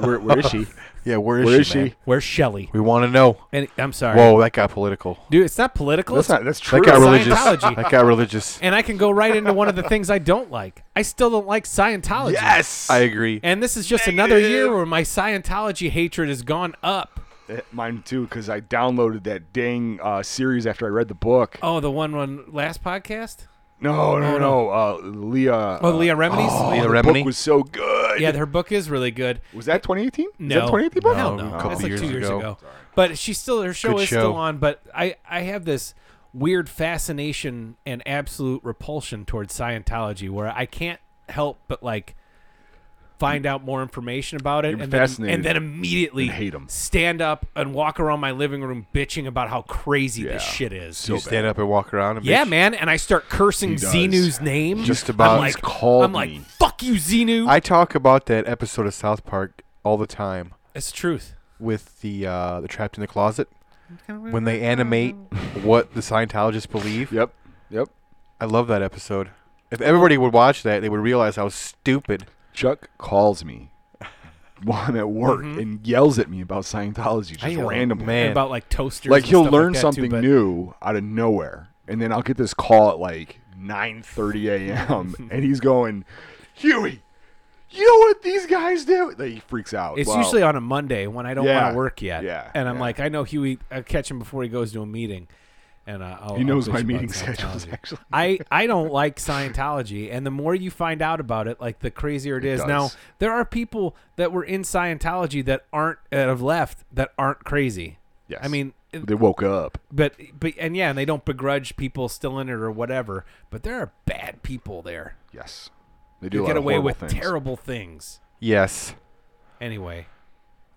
[SPEAKER 4] where, where is she?
[SPEAKER 2] Yeah, where is
[SPEAKER 4] Where is
[SPEAKER 2] she? man?
[SPEAKER 4] she?
[SPEAKER 3] Where's Shelly?
[SPEAKER 2] We want to know.
[SPEAKER 3] And I'm sorry,
[SPEAKER 2] Whoa, that got political.
[SPEAKER 3] dude. It's not political.
[SPEAKER 4] That's
[SPEAKER 3] it's-
[SPEAKER 4] not. That's true.
[SPEAKER 2] That got religious.
[SPEAKER 3] Scientology.
[SPEAKER 2] That got religious.
[SPEAKER 3] and I can go right into one of the things I don't like. I still don't like Scientology.
[SPEAKER 4] Yes.
[SPEAKER 2] I agree.
[SPEAKER 3] And this is just another year
[SPEAKER 4] Negative.
[SPEAKER 3] where my Scientology hatred has gone up.
[SPEAKER 4] Eh, Mine too, because I downloaded that dang uh, series after I read the book.
[SPEAKER 3] Oh, the one one last podcast.
[SPEAKER 4] No, no,
[SPEAKER 3] Oh, no.
[SPEAKER 4] no. Uh, Leah.
[SPEAKER 3] Oh, Leah Remini's.
[SPEAKER 2] Leah
[SPEAKER 4] the
[SPEAKER 2] Remini?
[SPEAKER 4] book was so good.
[SPEAKER 3] Yeah, her book is really good.
[SPEAKER 4] was that 2018?
[SPEAKER 3] No,
[SPEAKER 4] Is that 2018 book?
[SPEAKER 3] Hell
[SPEAKER 2] No,
[SPEAKER 3] no,
[SPEAKER 2] a couple
[SPEAKER 3] that's like
[SPEAKER 2] years
[SPEAKER 3] two years
[SPEAKER 2] ago.
[SPEAKER 3] ago. But she's still her show
[SPEAKER 2] Good
[SPEAKER 3] is
[SPEAKER 2] show.
[SPEAKER 3] still on. But I I have this weird fascination and absolute repulsion towards Scientology, where I can't help but like find out more information about it,
[SPEAKER 4] You're
[SPEAKER 3] and then
[SPEAKER 4] fascinated
[SPEAKER 3] and then immediately
[SPEAKER 4] and hate 'em.
[SPEAKER 3] stand up and walk around my living room bitching about how crazy this
[SPEAKER 4] Yeah.
[SPEAKER 3] shit is.
[SPEAKER 2] you stand up and walk around and
[SPEAKER 3] yeah,
[SPEAKER 2] bitch?
[SPEAKER 3] man, and I start cursing
[SPEAKER 4] He does.
[SPEAKER 3] Xenu's name.
[SPEAKER 2] Just about-
[SPEAKER 3] I'm
[SPEAKER 2] He's
[SPEAKER 3] like,
[SPEAKER 4] called
[SPEAKER 3] I'm like,
[SPEAKER 4] me.
[SPEAKER 3] fuck you, Xenu.
[SPEAKER 2] I talk about that episode of South Park all the time
[SPEAKER 3] it's the truth.
[SPEAKER 2] with the uh, the trapped in the closet when they animate what the Scientologists believe.
[SPEAKER 4] Yep. Yep.
[SPEAKER 2] I love that episode. If everybody would watch that, they would realize how stupid.
[SPEAKER 4] Chuck calls me *laughs* while I'm at work
[SPEAKER 3] Mm-hmm.
[SPEAKER 4] and yells at me about Scientology just
[SPEAKER 3] I yell,
[SPEAKER 4] randomly.
[SPEAKER 2] man.
[SPEAKER 3] And about like toasters.
[SPEAKER 4] Like
[SPEAKER 3] and
[SPEAKER 4] he'll
[SPEAKER 3] stuff
[SPEAKER 4] learn
[SPEAKER 3] like that,
[SPEAKER 4] something
[SPEAKER 3] too, but-
[SPEAKER 4] new out of nowhere, and then I'll get this call at like 9:30
[SPEAKER 3] *laughs*
[SPEAKER 4] a.m. and he's going, Huey, you know what these guys do? Like, he freaks out.
[SPEAKER 3] It's
[SPEAKER 4] Wow.
[SPEAKER 3] usually on a Monday when I don't
[SPEAKER 4] Yeah.
[SPEAKER 3] want to work yet.
[SPEAKER 4] Yeah.
[SPEAKER 3] And I'm
[SPEAKER 4] Yeah.
[SPEAKER 3] like, I know Huey. I catch him before he goes to a meeting, and uh, I'll,
[SPEAKER 4] he knows
[SPEAKER 3] I'll bitch
[SPEAKER 4] my
[SPEAKER 3] about
[SPEAKER 4] meeting schedules *laughs*
[SPEAKER 3] Scientology.
[SPEAKER 4] actually.
[SPEAKER 3] I, I don't like Scientology, and the more you find out about it, like the crazier it
[SPEAKER 4] It
[SPEAKER 3] is.
[SPEAKER 4] does.
[SPEAKER 3] Now there are people that were in Scientology that aren't that have left that aren't crazy.
[SPEAKER 4] Yes.
[SPEAKER 3] I mean,
[SPEAKER 4] They woke up.
[SPEAKER 3] but but and yeah, and they don't begrudge people still in it or whatever. But there are bad people there.
[SPEAKER 4] Yes. They do a
[SPEAKER 3] You
[SPEAKER 4] lot
[SPEAKER 3] get
[SPEAKER 4] of
[SPEAKER 3] away
[SPEAKER 4] horrible
[SPEAKER 3] with
[SPEAKER 4] things.
[SPEAKER 3] terrible things.
[SPEAKER 2] Yes.
[SPEAKER 3] Anyway,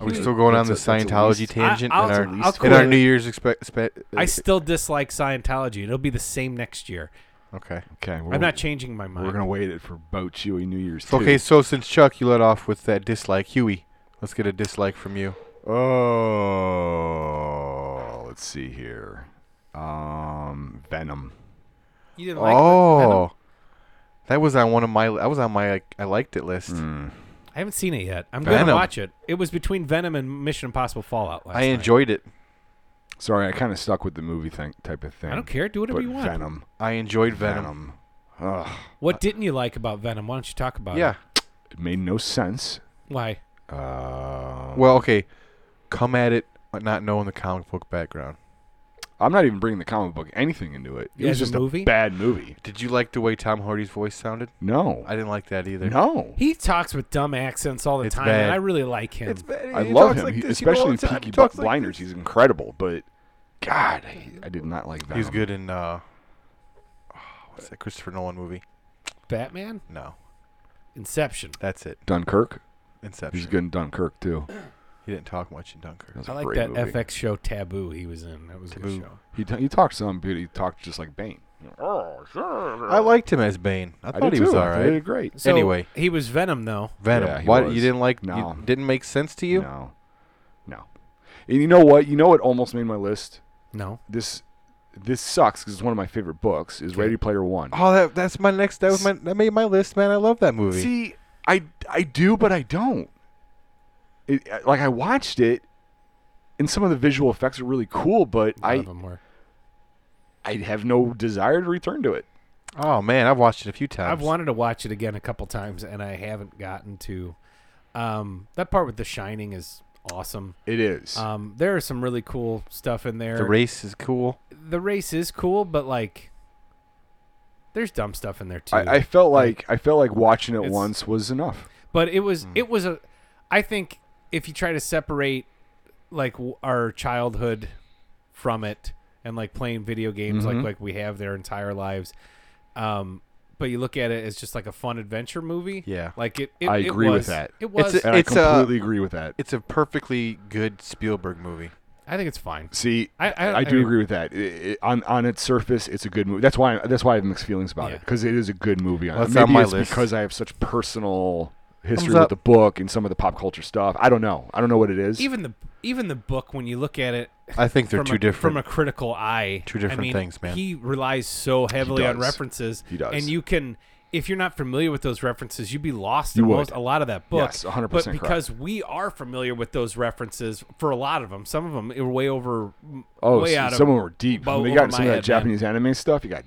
[SPEAKER 2] Are we still going on the
[SPEAKER 4] That's a- that's a
[SPEAKER 2] Scientology
[SPEAKER 4] least-
[SPEAKER 2] tangent in
[SPEAKER 3] I- I'll-
[SPEAKER 2] our,
[SPEAKER 3] I'll
[SPEAKER 2] in
[SPEAKER 3] quit
[SPEAKER 2] our
[SPEAKER 3] it.
[SPEAKER 2] New Year's expect?
[SPEAKER 3] I still dislike Scientology. It'll be the same next year.
[SPEAKER 2] okay.
[SPEAKER 4] Okay, we're,
[SPEAKER 3] I'm not changing my mind.
[SPEAKER 4] we're gonna wait it for Bo Chewy New Year's.
[SPEAKER 2] So, okay, so since Chuck, you let off with that dislike, Huey, let's get a dislike from you.
[SPEAKER 4] too. Oh, let's see here. Um, Venom.
[SPEAKER 3] You didn't like Venom?
[SPEAKER 2] oh, that was on one of my. I was on my. Like, I liked it list.
[SPEAKER 4] Mm, Hmm.
[SPEAKER 3] I haven't seen it yet. I'm
[SPEAKER 2] Venom.
[SPEAKER 3] gonna watch it. It was between Venom and Mission Impossible Fallout last
[SPEAKER 2] I
[SPEAKER 3] night.
[SPEAKER 2] enjoyed it.
[SPEAKER 4] Sorry, I kind of stuck with the movie thing type of thing.
[SPEAKER 3] I don't care. Do whatever
[SPEAKER 4] But
[SPEAKER 3] you want.
[SPEAKER 4] Venom.
[SPEAKER 2] I enjoyed Venom.
[SPEAKER 4] Venom. Ugh,
[SPEAKER 3] What didn't you like about Venom? Why don't you talk about
[SPEAKER 2] Yeah.
[SPEAKER 3] it?
[SPEAKER 4] it made no sense.
[SPEAKER 3] Why?
[SPEAKER 4] Uh,
[SPEAKER 2] Well, okay. Come at it uh, not knowing the comic book background.
[SPEAKER 4] I'm not even bringing the comic book anything into it. It
[SPEAKER 3] Yeah,
[SPEAKER 4] was
[SPEAKER 3] the
[SPEAKER 4] just
[SPEAKER 3] movie?
[SPEAKER 4] a bad movie.
[SPEAKER 2] Did you like the way Tom Hardy's voice sounded?
[SPEAKER 4] No,
[SPEAKER 2] I didn't like that either.
[SPEAKER 4] no.
[SPEAKER 3] He talks with dumb accents all the
[SPEAKER 2] It's
[SPEAKER 3] time,
[SPEAKER 2] bad.
[SPEAKER 3] and I really like him.
[SPEAKER 2] bad.
[SPEAKER 4] I love him, He- especially in Peaky Bl- Blinders. He's incredible, but God, I, I did not like Venom.
[SPEAKER 2] He's good in uh, what's that Christopher Nolan movie?
[SPEAKER 3] Batman?
[SPEAKER 2] No,
[SPEAKER 3] Inception.
[SPEAKER 2] That's it.
[SPEAKER 4] Dunkirk.
[SPEAKER 2] Inception.
[SPEAKER 4] He's good in Dunkirk too.
[SPEAKER 2] He didn't talk much in Dunkirk.
[SPEAKER 4] That's
[SPEAKER 3] I
[SPEAKER 4] a
[SPEAKER 3] like
[SPEAKER 4] great
[SPEAKER 3] that
[SPEAKER 4] movie.
[SPEAKER 3] FX show Taboo he was in. That was a
[SPEAKER 2] Taboo.
[SPEAKER 3] good show.
[SPEAKER 4] He, t- he talked some, but he talked just like Bane. Oh, sure.
[SPEAKER 2] I liked him as Bane. I
[SPEAKER 4] I
[SPEAKER 2] thought
[SPEAKER 4] did
[SPEAKER 2] he was
[SPEAKER 4] too.
[SPEAKER 2] all
[SPEAKER 4] I thought he
[SPEAKER 2] right.
[SPEAKER 4] did great.
[SPEAKER 3] So
[SPEAKER 2] Anyway.
[SPEAKER 3] he was Venom though.
[SPEAKER 2] Venom.
[SPEAKER 4] Yeah, he
[SPEAKER 2] Why
[SPEAKER 4] was.
[SPEAKER 2] you didn't like?
[SPEAKER 4] No.
[SPEAKER 2] You, didn't make sense to you?
[SPEAKER 4] No, no. And you know what? You know what almost made my list.
[SPEAKER 3] No.
[SPEAKER 4] This this sucks because it's one of my favorite books. Is Ready Player One.
[SPEAKER 2] Oh, that, that's my next. That was my. That made my list, man. I love that movie.
[SPEAKER 4] See, I I do, but I don't. It, I- like I watched it, and some of the visual effects are really cool, but
[SPEAKER 3] None
[SPEAKER 4] I
[SPEAKER 3] of them were.
[SPEAKER 4] I have no desire to return to it.
[SPEAKER 2] oh man, I've watched it a few times.
[SPEAKER 3] I've wanted to watch it again a couple times and I haven't gotten to. Um, that part with The Shining is awesome.
[SPEAKER 4] It is.
[SPEAKER 3] Um, there is some really cool stuff in there.
[SPEAKER 2] the race is cool.
[SPEAKER 3] the race is cool, but like, there's dumb stuff in there too.
[SPEAKER 4] I, I felt like I felt like watching it
[SPEAKER 3] It's-
[SPEAKER 4] once was enough.
[SPEAKER 3] but it
[SPEAKER 2] Mm.
[SPEAKER 3] was it was a. I think if you try to separate like w- our childhood from it and like playing video games
[SPEAKER 2] Mm-hmm.
[SPEAKER 3] like like we have their entire lives, um, but you look at it as just like a fun adventure movie.
[SPEAKER 2] Yeah.
[SPEAKER 3] like it. it
[SPEAKER 4] I
[SPEAKER 3] it
[SPEAKER 4] agree with
[SPEAKER 3] was-
[SPEAKER 4] that.
[SPEAKER 3] It
[SPEAKER 2] It's
[SPEAKER 3] was.
[SPEAKER 2] a-
[SPEAKER 4] And
[SPEAKER 2] It's,
[SPEAKER 4] I
[SPEAKER 2] uh,
[SPEAKER 4] completely agree with that.
[SPEAKER 2] It's a perfectly good Spielberg movie.
[SPEAKER 3] I think it's fine.
[SPEAKER 4] See,
[SPEAKER 3] I-
[SPEAKER 4] I,
[SPEAKER 3] I-
[SPEAKER 4] do
[SPEAKER 3] I-
[SPEAKER 4] agree with that. I- I- on on its surface, it's a good movie. That's why that's why I have mixed feelings about
[SPEAKER 3] Yeah.
[SPEAKER 4] it because it is a good movie.
[SPEAKER 2] Well, it's
[SPEAKER 4] Maybe
[SPEAKER 2] on my
[SPEAKER 4] it's
[SPEAKER 2] list.
[SPEAKER 4] because I have such personal history
[SPEAKER 2] Thumbs
[SPEAKER 4] with
[SPEAKER 2] up.
[SPEAKER 4] the book and some of the pop culture stuff. I don't know. I don't know what it is.
[SPEAKER 3] Even the even the book when you look at it
[SPEAKER 2] I think they're
[SPEAKER 3] from
[SPEAKER 2] two
[SPEAKER 3] a,
[SPEAKER 2] different.
[SPEAKER 3] from a critical eye.
[SPEAKER 2] Two different
[SPEAKER 3] I mean,
[SPEAKER 2] things, man.
[SPEAKER 3] He relies so heavily on
[SPEAKER 4] does.
[SPEAKER 3] references.
[SPEAKER 4] He does.
[SPEAKER 3] and you can. If you're not familiar with those references, you'd be lost
[SPEAKER 4] You
[SPEAKER 3] in
[SPEAKER 4] would.
[SPEAKER 3] most, a lot of that book.
[SPEAKER 4] Yes, 100%
[SPEAKER 3] But
[SPEAKER 4] correct.
[SPEAKER 3] because we are familiar with those references for a lot of them, some of them are way over,
[SPEAKER 4] oh,
[SPEAKER 3] way
[SPEAKER 4] so
[SPEAKER 3] out of
[SPEAKER 4] some of them were deep.
[SPEAKER 3] bo-
[SPEAKER 4] When they
[SPEAKER 3] over
[SPEAKER 4] got
[SPEAKER 3] my
[SPEAKER 4] some of that
[SPEAKER 3] head,
[SPEAKER 4] Japanese anime stuff. You got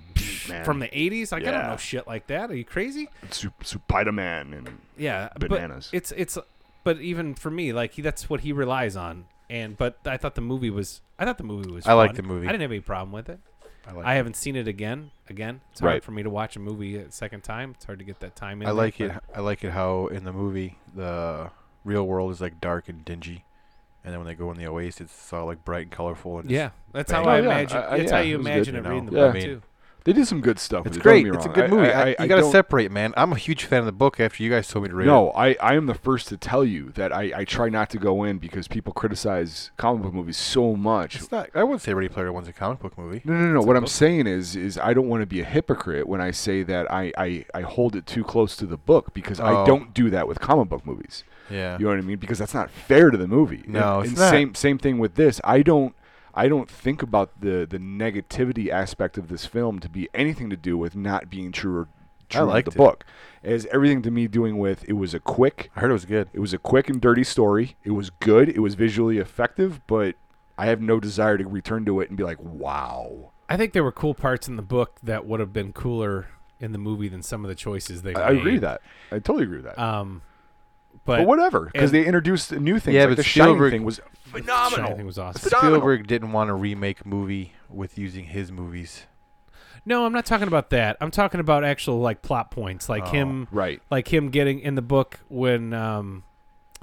[SPEAKER 3] *sniffs*
[SPEAKER 4] deep, man.
[SPEAKER 3] from the '80s. Like I don't
[SPEAKER 4] Yeah.
[SPEAKER 3] know shit like that. Are you crazy?
[SPEAKER 4] Spider Man and
[SPEAKER 3] Yeah,
[SPEAKER 4] Bananas.
[SPEAKER 3] But it's it's, but even for me, like he, that's what he relies on. And but I thought the movie was. I thought the movie was.
[SPEAKER 2] I liked
[SPEAKER 3] fun.
[SPEAKER 2] the movie.
[SPEAKER 3] I didn't have any problem with it.
[SPEAKER 2] I like
[SPEAKER 3] I haven't seen it again. Again, it's hard
[SPEAKER 4] Right.
[SPEAKER 3] for me to watch a movie a second time. It's hard to get that time in.
[SPEAKER 2] I
[SPEAKER 3] there,
[SPEAKER 2] like it.
[SPEAKER 3] but-
[SPEAKER 2] I like it how in the movie the real world is like dark and dingy, and then when they go in the oasis, it's all like bright and colorful. And just-
[SPEAKER 3] Yeah, that's
[SPEAKER 2] Bang.
[SPEAKER 3] how I
[SPEAKER 4] Oh, yeah.
[SPEAKER 3] imagine.
[SPEAKER 4] I- I-
[SPEAKER 3] that's
[SPEAKER 4] yeah,
[SPEAKER 3] how you
[SPEAKER 4] it was good,
[SPEAKER 3] imagine
[SPEAKER 2] you
[SPEAKER 3] it reading the
[SPEAKER 2] know.
[SPEAKER 3] book
[SPEAKER 4] Yeah.
[SPEAKER 3] too.
[SPEAKER 4] they did some good stuff.
[SPEAKER 2] it's
[SPEAKER 4] with it, don't get
[SPEAKER 2] great.
[SPEAKER 4] me
[SPEAKER 2] It's a
[SPEAKER 4] wrong.
[SPEAKER 2] good movie. I, you got to
[SPEAKER 4] don't-
[SPEAKER 2] separate, man. I'm a huge fan of the book. After you guys told me to read it,
[SPEAKER 4] No, I, I am the first to tell you that I, I try not to go in because people criticize comic book movies so much.
[SPEAKER 2] it's not. I wouldn't say Ready Player One's a comic book movie.
[SPEAKER 4] No, no, no. What I'm saying is, is I don't want to be a hypocrite when I say that I, I, I hold it too close to the book because I
[SPEAKER 2] Oh.
[SPEAKER 4] don't do that with comic book movies.
[SPEAKER 2] Yeah,
[SPEAKER 4] You know what I mean? Because that's not fair to the movie.
[SPEAKER 2] No,
[SPEAKER 4] and,
[SPEAKER 2] it's
[SPEAKER 4] and
[SPEAKER 2] not.
[SPEAKER 4] Same same thing with this. I don't I don't think about the the negativity aspect of this film to be anything to do with not being true or true to
[SPEAKER 2] liked
[SPEAKER 4] the
[SPEAKER 2] it.
[SPEAKER 4] book. It has everything to me doing with it was a quick
[SPEAKER 2] I heard it was good.
[SPEAKER 4] it was a quick and dirty story. It was good. It was visually effective, but I have no desire to return to it and be like, "Wow."
[SPEAKER 3] I think there were cool parts in the book that would have been cooler in the movie than some of the choices they.
[SPEAKER 4] I,
[SPEAKER 3] made.
[SPEAKER 4] I agree with that. I totally agree with that.
[SPEAKER 3] Um,
[SPEAKER 4] but,
[SPEAKER 3] but,
[SPEAKER 4] whatever, because
[SPEAKER 3] and-
[SPEAKER 4] they introduced new things.
[SPEAKER 2] Yeah,
[SPEAKER 4] like
[SPEAKER 2] but
[SPEAKER 4] the Shining
[SPEAKER 2] Spielberg-
[SPEAKER 4] thing was
[SPEAKER 3] I
[SPEAKER 4] phenomenal.
[SPEAKER 3] think it was awesome.
[SPEAKER 4] Phenomenal.
[SPEAKER 2] Spielberg didn't want to remake movie with using his movies.
[SPEAKER 3] No, I'm not talking about that. I'm talking about actual like plot points, like
[SPEAKER 2] Oh,
[SPEAKER 3] him,
[SPEAKER 4] Right.
[SPEAKER 3] like him getting in the book when um,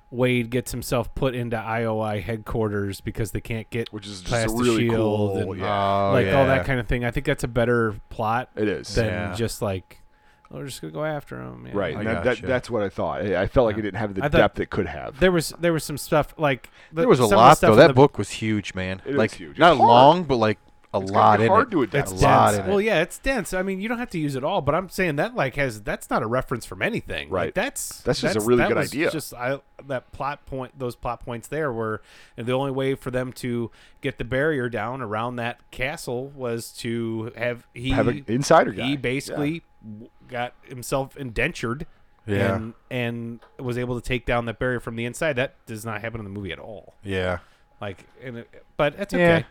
[SPEAKER 3] Wade gets himself put into IOI headquarters because they can't get
[SPEAKER 4] Which is just
[SPEAKER 3] past
[SPEAKER 4] a
[SPEAKER 3] the
[SPEAKER 4] really
[SPEAKER 3] shield
[SPEAKER 4] cool.
[SPEAKER 3] and-
[SPEAKER 4] yeah.
[SPEAKER 2] Oh,
[SPEAKER 3] like
[SPEAKER 2] yeah.
[SPEAKER 3] all that kind of thing. I think that's a better plot
[SPEAKER 4] It is.
[SPEAKER 3] than
[SPEAKER 2] Yeah.
[SPEAKER 3] just like oh, we're just gonna go after him. yeah.
[SPEAKER 4] Right.
[SPEAKER 2] I
[SPEAKER 4] that, that-
[SPEAKER 2] gotcha.
[SPEAKER 4] that's what I thought. I, I felt like
[SPEAKER 3] Yeah.
[SPEAKER 4] it didn't have the
[SPEAKER 3] I thought-
[SPEAKER 4] depth it could have.
[SPEAKER 3] There was there was some stuff like the-
[SPEAKER 2] There was a
[SPEAKER 3] some of the
[SPEAKER 2] lot
[SPEAKER 3] stuff
[SPEAKER 2] though.
[SPEAKER 3] in
[SPEAKER 2] That
[SPEAKER 3] the-
[SPEAKER 2] book was huge, man.
[SPEAKER 4] It is
[SPEAKER 2] like
[SPEAKER 4] huge. It's
[SPEAKER 2] not
[SPEAKER 4] hard.
[SPEAKER 2] long, but like a
[SPEAKER 4] It's gonna
[SPEAKER 2] lot
[SPEAKER 4] be
[SPEAKER 2] in
[SPEAKER 4] hard
[SPEAKER 2] it.
[SPEAKER 4] to adapt.
[SPEAKER 3] It's
[SPEAKER 2] a
[SPEAKER 3] dense.
[SPEAKER 2] lot in it.
[SPEAKER 3] Well, yeah, it's dense. I mean, you don't have to use it all, but I'm saying that like has that's not a reference from anything. Like,
[SPEAKER 4] Right.
[SPEAKER 3] that's
[SPEAKER 4] That's just a really
[SPEAKER 3] that
[SPEAKER 4] good
[SPEAKER 3] was
[SPEAKER 4] idea.
[SPEAKER 3] Just I, that plot point, those plot points there were the only way for them to get the barrier down around that castle was to have he
[SPEAKER 4] Have an insider guy.
[SPEAKER 3] he E, basically w got himself indentured.
[SPEAKER 2] Yeah.
[SPEAKER 3] And, and was able to take down that barrier from the inside. That does not happen in the movie at all.
[SPEAKER 2] yeah.
[SPEAKER 3] Like, and it, but that's okay.
[SPEAKER 2] Yeah.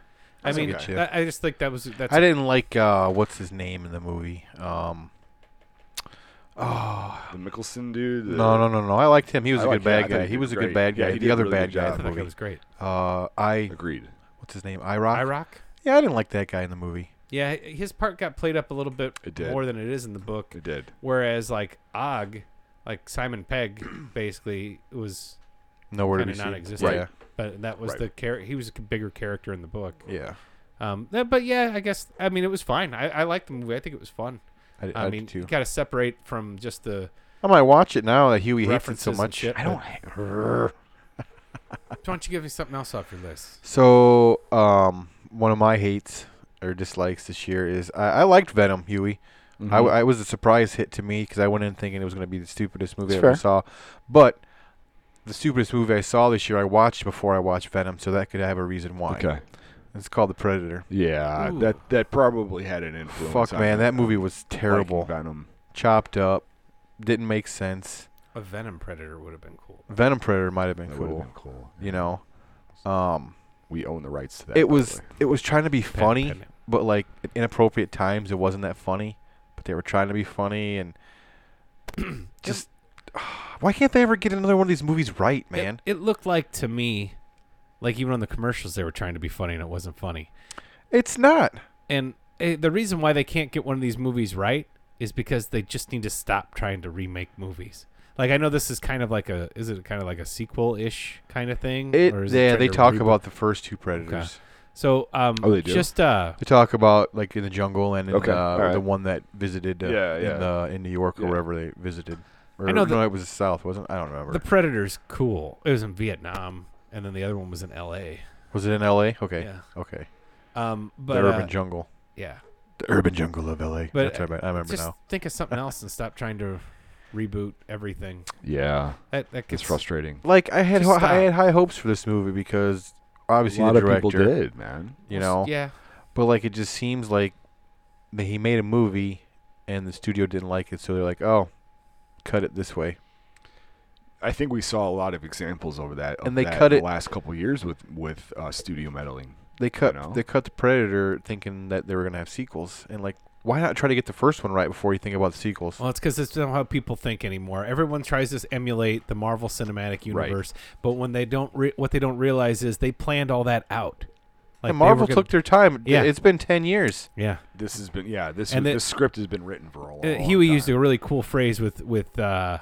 [SPEAKER 3] I mean,
[SPEAKER 2] okay.
[SPEAKER 3] that- I just think that was that's
[SPEAKER 2] I didn't like uh, what's his name in the movie. Um,
[SPEAKER 4] The Mickelson dude. the-
[SPEAKER 2] no, no, no, no. I liked him. He was
[SPEAKER 4] I
[SPEAKER 2] a
[SPEAKER 4] liked
[SPEAKER 2] good
[SPEAKER 4] him. I
[SPEAKER 2] bad
[SPEAKER 4] thought
[SPEAKER 2] guy.
[SPEAKER 4] he
[SPEAKER 2] He
[SPEAKER 4] did
[SPEAKER 2] was a
[SPEAKER 4] great.
[SPEAKER 2] good bad
[SPEAKER 4] Yeah,
[SPEAKER 2] guy.
[SPEAKER 4] he did
[SPEAKER 2] the
[SPEAKER 4] a
[SPEAKER 2] other
[SPEAKER 4] really
[SPEAKER 2] bad
[SPEAKER 4] good
[SPEAKER 2] guy
[SPEAKER 4] job.
[SPEAKER 2] in the
[SPEAKER 3] I thought it
[SPEAKER 2] movie.
[SPEAKER 3] was great.
[SPEAKER 2] Uh, I
[SPEAKER 4] Agreed.
[SPEAKER 2] what's his name? Irock.
[SPEAKER 3] IROC?
[SPEAKER 2] Yeah, I didn't like that guy in the movie.
[SPEAKER 3] Yeah, h- his part got played up a little bit
[SPEAKER 4] It did.
[SPEAKER 3] more than it is in the book.
[SPEAKER 4] It did.
[SPEAKER 3] Whereas like Og, like Simon Pegg, *clears throat* basically was
[SPEAKER 2] Nowhere
[SPEAKER 3] kind
[SPEAKER 2] to
[SPEAKER 3] of
[SPEAKER 2] be seen.
[SPEAKER 3] non-existent.
[SPEAKER 2] Yeah,
[SPEAKER 3] But that was
[SPEAKER 4] Right.
[SPEAKER 3] the character. He was a bigger character in the book.
[SPEAKER 2] yeah.
[SPEAKER 3] Um, that- but yeah, I guess I mean it was fine. I, I liked the movie. I think it was fun.
[SPEAKER 2] I, did
[SPEAKER 3] I, mean,
[SPEAKER 2] too.
[SPEAKER 3] you got to separate from just the
[SPEAKER 2] I might watch it now that Huey hates it
[SPEAKER 3] References
[SPEAKER 2] so
[SPEAKER 3] and
[SPEAKER 2] much.
[SPEAKER 3] shit,
[SPEAKER 2] I don't. Hate...
[SPEAKER 3] Why don't you give me something else off your list?
[SPEAKER 2] So, um, one of my hates or dislikes this year is I, I liked Venom, Huey.
[SPEAKER 3] Mm-hmm.
[SPEAKER 2] I, I was a surprise hit to me because I went in thinking it was going to be the stupidest movie
[SPEAKER 4] It's
[SPEAKER 2] I
[SPEAKER 4] fair.
[SPEAKER 2] ever saw. But the stupidest movie I saw this year, I watched before I watched Venom, so that could have a reason why.
[SPEAKER 4] Okay.
[SPEAKER 2] It's called The Predator.
[SPEAKER 4] Yeah,
[SPEAKER 3] Ooh.
[SPEAKER 4] that that probably had an influence.
[SPEAKER 2] Fuck,
[SPEAKER 4] on
[SPEAKER 2] man,
[SPEAKER 4] me.
[SPEAKER 2] that movie was
[SPEAKER 4] Like
[SPEAKER 2] terrible.
[SPEAKER 4] Venom.
[SPEAKER 2] Chopped up, didn't make sense.
[SPEAKER 3] A Venom Predator would have been cool.
[SPEAKER 2] Venom Predator might have been
[SPEAKER 4] That would have
[SPEAKER 2] cool,
[SPEAKER 4] been cool.
[SPEAKER 2] you know. Um,
[SPEAKER 4] We own the rights to that. by
[SPEAKER 2] it
[SPEAKER 4] the
[SPEAKER 2] was
[SPEAKER 4] way.
[SPEAKER 2] it was trying to be
[SPEAKER 3] Pen-
[SPEAKER 2] funny.
[SPEAKER 3] pen it.
[SPEAKER 2] but like at inappropriate times it wasn't that funny but they were trying to be funny and *clears throat* just *sighs* why can't they ever get another one of these movies right
[SPEAKER 3] It-
[SPEAKER 2] man
[SPEAKER 3] It, looked like to me, like even on the commercials, they were trying to be funny and it wasn't funny.
[SPEAKER 2] it's not
[SPEAKER 3] And eh, the reason why they can't get one of these movies right is because they just need to stop trying to remake movies. Like I know this is kind of like a is it kind of like a sequel ish kind of thing?
[SPEAKER 2] it
[SPEAKER 3] Mm. is
[SPEAKER 2] yeah
[SPEAKER 3] trying
[SPEAKER 2] they
[SPEAKER 3] to
[SPEAKER 2] talk
[SPEAKER 3] reboot-
[SPEAKER 2] about the first two predators
[SPEAKER 3] so um
[SPEAKER 4] Oh, they do?
[SPEAKER 3] just uh
[SPEAKER 2] they talk about like in the jungle and in,
[SPEAKER 4] Okay,
[SPEAKER 2] uh,
[SPEAKER 4] alright.
[SPEAKER 2] the one that visited uh,
[SPEAKER 4] Yeah,
[SPEAKER 2] in
[SPEAKER 4] yeah.
[SPEAKER 2] uh, in New York or
[SPEAKER 4] Yeah.
[SPEAKER 2] wherever they visited or,
[SPEAKER 3] I know
[SPEAKER 2] no
[SPEAKER 3] that-
[SPEAKER 2] it was the south wasn't I don't remember
[SPEAKER 3] the Predator's cool. It was in Vietnam and then the other one was in L.A.
[SPEAKER 2] was it in L.A. Okay
[SPEAKER 3] Yeah.
[SPEAKER 2] okay
[SPEAKER 3] Um, but
[SPEAKER 2] the urban
[SPEAKER 3] uh,
[SPEAKER 2] jungle
[SPEAKER 3] yeah.
[SPEAKER 2] the urban jungle of L.A.
[SPEAKER 3] But,
[SPEAKER 2] That's what I, meant. I remember
[SPEAKER 3] Just
[SPEAKER 2] now
[SPEAKER 3] think of something else and stop trying to reboot everything.
[SPEAKER 4] yeah,
[SPEAKER 3] That that
[SPEAKER 4] it's
[SPEAKER 3] gets
[SPEAKER 4] frustrating.
[SPEAKER 2] like I had
[SPEAKER 3] Just
[SPEAKER 2] I
[SPEAKER 3] stop.
[SPEAKER 2] had high hopes for this movie because obviously
[SPEAKER 4] a lot
[SPEAKER 2] the
[SPEAKER 4] of
[SPEAKER 2] director
[SPEAKER 4] people did, man.
[SPEAKER 2] you know
[SPEAKER 3] Yeah.
[SPEAKER 2] but like it just seems like that he made a movie and the studio didn't like it so they're like oh cut it this way
[SPEAKER 4] I think we saw a lot of examples over that. of
[SPEAKER 2] And they
[SPEAKER 4] that
[SPEAKER 2] cut
[SPEAKER 4] in
[SPEAKER 2] it-
[SPEAKER 4] the last couple years with with uh, studio meddling.
[SPEAKER 2] they cut
[SPEAKER 4] know?
[SPEAKER 2] they cut the predator thinking that they were going to have sequels and like why not try to get the first one right before you think about the sequels
[SPEAKER 3] Well, it's because it's not how people think anymore. Everyone tries to emulate the Marvel Cinematic Universe, but when they don't, re- what they don't realize is they planned all that out. Like
[SPEAKER 2] and
[SPEAKER 3] they were
[SPEAKER 2] marvel
[SPEAKER 3] gonna-
[SPEAKER 2] took their time
[SPEAKER 3] Yeah.
[SPEAKER 2] yeah. it's been 10 years
[SPEAKER 3] yeah.
[SPEAKER 4] This has been yeah. This
[SPEAKER 3] And
[SPEAKER 4] was-
[SPEAKER 3] it-
[SPEAKER 4] this script has been written for a long.
[SPEAKER 3] Uh, Huey used a really cool phrase with with uh,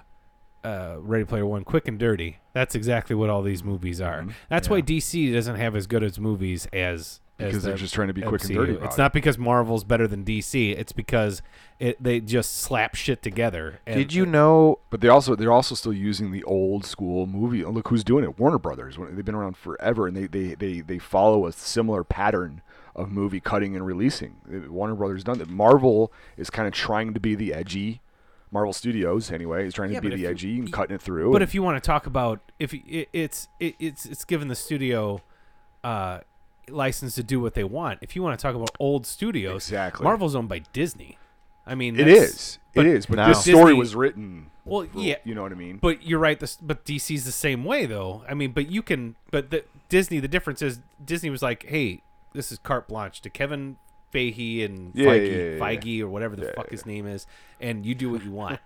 [SPEAKER 3] uh, Ready Player One, quick and dirty. That's exactly what all these movies are.
[SPEAKER 4] Mhm.
[SPEAKER 3] That's why
[SPEAKER 2] Yeah.
[SPEAKER 3] DC doesn't have as good as movies as as
[SPEAKER 4] because they're
[SPEAKER 3] the
[SPEAKER 4] just trying to be quick and dirty.
[SPEAKER 3] MCU.
[SPEAKER 4] about
[SPEAKER 3] It's
[SPEAKER 4] it.
[SPEAKER 3] not because Marvel's better than DC. It's because it, they just slap shit together. and-
[SPEAKER 2] did you know
[SPEAKER 4] But they also they're also still using the old school movie. oh, Look who's doing it. Warner Brothers. When- They've been around forever, and they they they, they follow a similar pattern of movie cutting and releasing. Uh, Warner Brothers done that. Marvel is kind of trying to be the edgy. Marvel Studios, anyway, is trying
[SPEAKER 3] Yeah,
[SPEAKER 4] to be
[SPEAKER 3] but
[SPEAKER 4] the
[SPEAKER 3] if you-
[SPEAKER 4] edgy and cutting it through.
[SPEAKER 3] But
[SPEAKER 4] and-
[SPEAKER 3] if you want to talk about if y- it, it's it, it's it's given the studio uh license to do what they want. If you want to talk about old studios,
[SPEAKER 4] Exactly.
[SPEAKER 3] Marvel's owned by Disney. I mean,
[SPEAKER 4] it
[SPEAKER 3] that's-
[SPEAKER 4] is,
[SPEAKER 3] but-
[SPEAKER 4] it is. But
[SPEAKER 2] No.
[SPEAKER 4] this story
[SPEAKER 3] Disney-
[SPEAKER 4] was written.
[SPEAKER 3] Well,
[SPEAKER 4] for-
[SPEAKER 3] yeah,
[SPEAKER 4] you know what I mean.
[SPEAKER 3] but you're right. This, but DC's the same way, though. I mean, but you can, but the Disney. The difference is Disney was like, "Hey, this is carte blanche to Kevin Feige and
[SPEAKER 4] Yeah,
[SPEAKER 3] Feige,
[SPEAKER 4] yeah, yeah, yeah.
[SPEAKER 3] Feige or whatever the fuck his name is, and you do what you
[SPEAKER 4] *laughs*
[SPEAKER 3] want."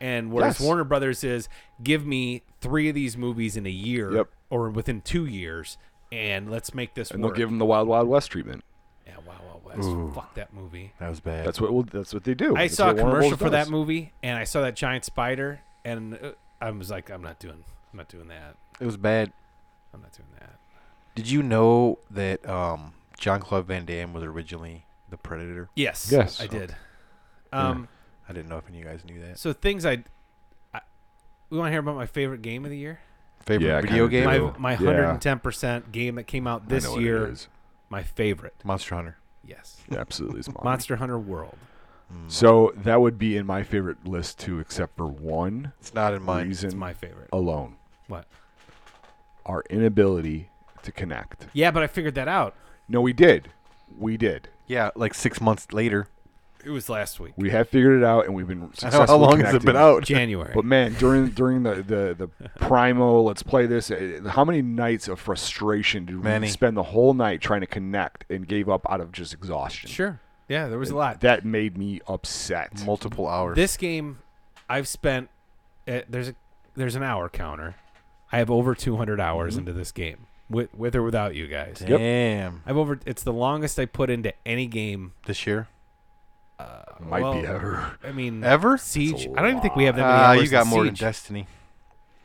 [SPEAKER 3] and whereas
[SPEAKER 4] Yes.
[SPEAKER 3] Warner Brothers is, "Give me three of these movies in a year
[SPEAKER 4] Yep.
[SPEAKER 3] or within two years, and let's make this
[SPEAKER 4] and they'll
[SPEAKER 3] work."
[SPEAKER 4] give them the Wild Wild West treatment.
[SPEAKER 3] yeah, wow, wow, West.
[SPEAKER 2] Ooh.
[SPEAKER 3] Fuck that movie.
[SPEAKER 2] that was bad
[SPEAKER 4] That's what we'll, that's what they do.
[SPEAKER 3] I
[SPEAKER 4] That's
[SPEAKER 3] saw a
[SPEAKER 4] what Warner
[SPEAKER 3] commercial
[SPEAKER 4] Bros.
[SPEAKER 3] for that
[SPEAKER 4] does.
[SPEAKER 3] movie, and I saw that giant spider, and uh, I was like, "I'm not doing, I'm not doing that."
[SPEAKER 2] it was bad
[SPEAKER 3] I'm not doing that.
[SPEAKER 2] did you know that um john claude van damme was originally the predator
[SPEAKER 3] Yes.
[SPEAKER 4] Yes.
[SPEAKER 3] I
[SPEAKER 4] Okay.
[SPEAKER 3] did. Um,
[SPEAKER 2] i didn't know if any of you guys knew that
[SPEAKER 3] So things I, I we want to hear about my favorite game of the year.
[SPEAKER 2] favorite
[SPEAKER 4] Yeah, I
[SPEAKER 2] video
[SPEAKER 4] kinda do.
[SPEAKER 2] game
[SPEAKER 3] My
[SPEAKER 4] Ew.
[SPEAKER 3] my
[SPEAKER 4] Yeah.
[SPEAKER 3] 110% game that came out
[SPEAKER 4] I
[SPEAKER 3] this
[SPEAKER 4] know what it
[SPEAKER 3] year.
[SPEAKER 4] is.
[SPEAKER 3] My favorite.
[SPEAKER 2] monster hunter
[SPEAKER 3] Yes.
[SPEAKER 4] It absolutely, is mine.
[SPEAKER 3] Monster Hunter World.
[SPEAKER 4] So that would be in my favorite list too, except for one
[SPEAKER 2] It's not in mine.
[SPEAKER 4] reason
[SPEAKER 3] It's my favorite.
[SPEAKER 4] alone:
[SPEAKER 3] What?
[SPEAKER 4] our inability to connect.
[SPEAKER 3] Yeah, but I figured that out.
[SPEAKER 4] No, we did, we did.
[SPEAKER 2] Yeah, like six months later.
[SPEAKER 3] It was last week,
[SPEAKER 4] We have figured it out, and we've been.
[SPEAKER 2] I don't know *laughs* how long has it been out?
[SPEAKER 3] January.
[SPEAKER 4] But man, during during the the, the primo, let's play this. uh, How many nights of frustration did
[SPEAKER 2] Many.
[SPEAKER 4] we spend the whole night trying to connect and gave up out of just exhaustion?
[SPEAKER 3] sure. Yeah, there was a lot.
[SPEAKER 4] That made me
[SPEAKER 2] *laughs*
[SPEAKER 4] upset.
[SPEAKER 2] Multiple hours.
[SPEAKER 3] This game, I've spent. Uh, there's a there's an hour counter. I have over 200 hours
[SPEAKER 4] Mm-hmm.
[SPEAKER 3] into this game, with with or without you guys.
[SPEAKER 2] Damn.
[SPEAKER 3] I've over. It's the longest I put into any game. uh,
[SPEAKER 2] This year.
[SPEAKER 4] Might be
[SPEAKER 3] well,
[SPEAKER 4] ever.
[SPEAKER 3] I mean,
[SPEAKER 2] Ever?
[SPEAKER 3] Siege.
[SPEAKER 4] That's a
[SPEAKER 3] I don't even think we have that many
[SPEAKER 2] Ah,
[SPEAKER 3] hours
[SPEAKER 2] you got
[SPEAKER 3] in
[SPEAKER 2] more than
[SPEAKER 3] Siege.
[SPEAKER 2] Destiny.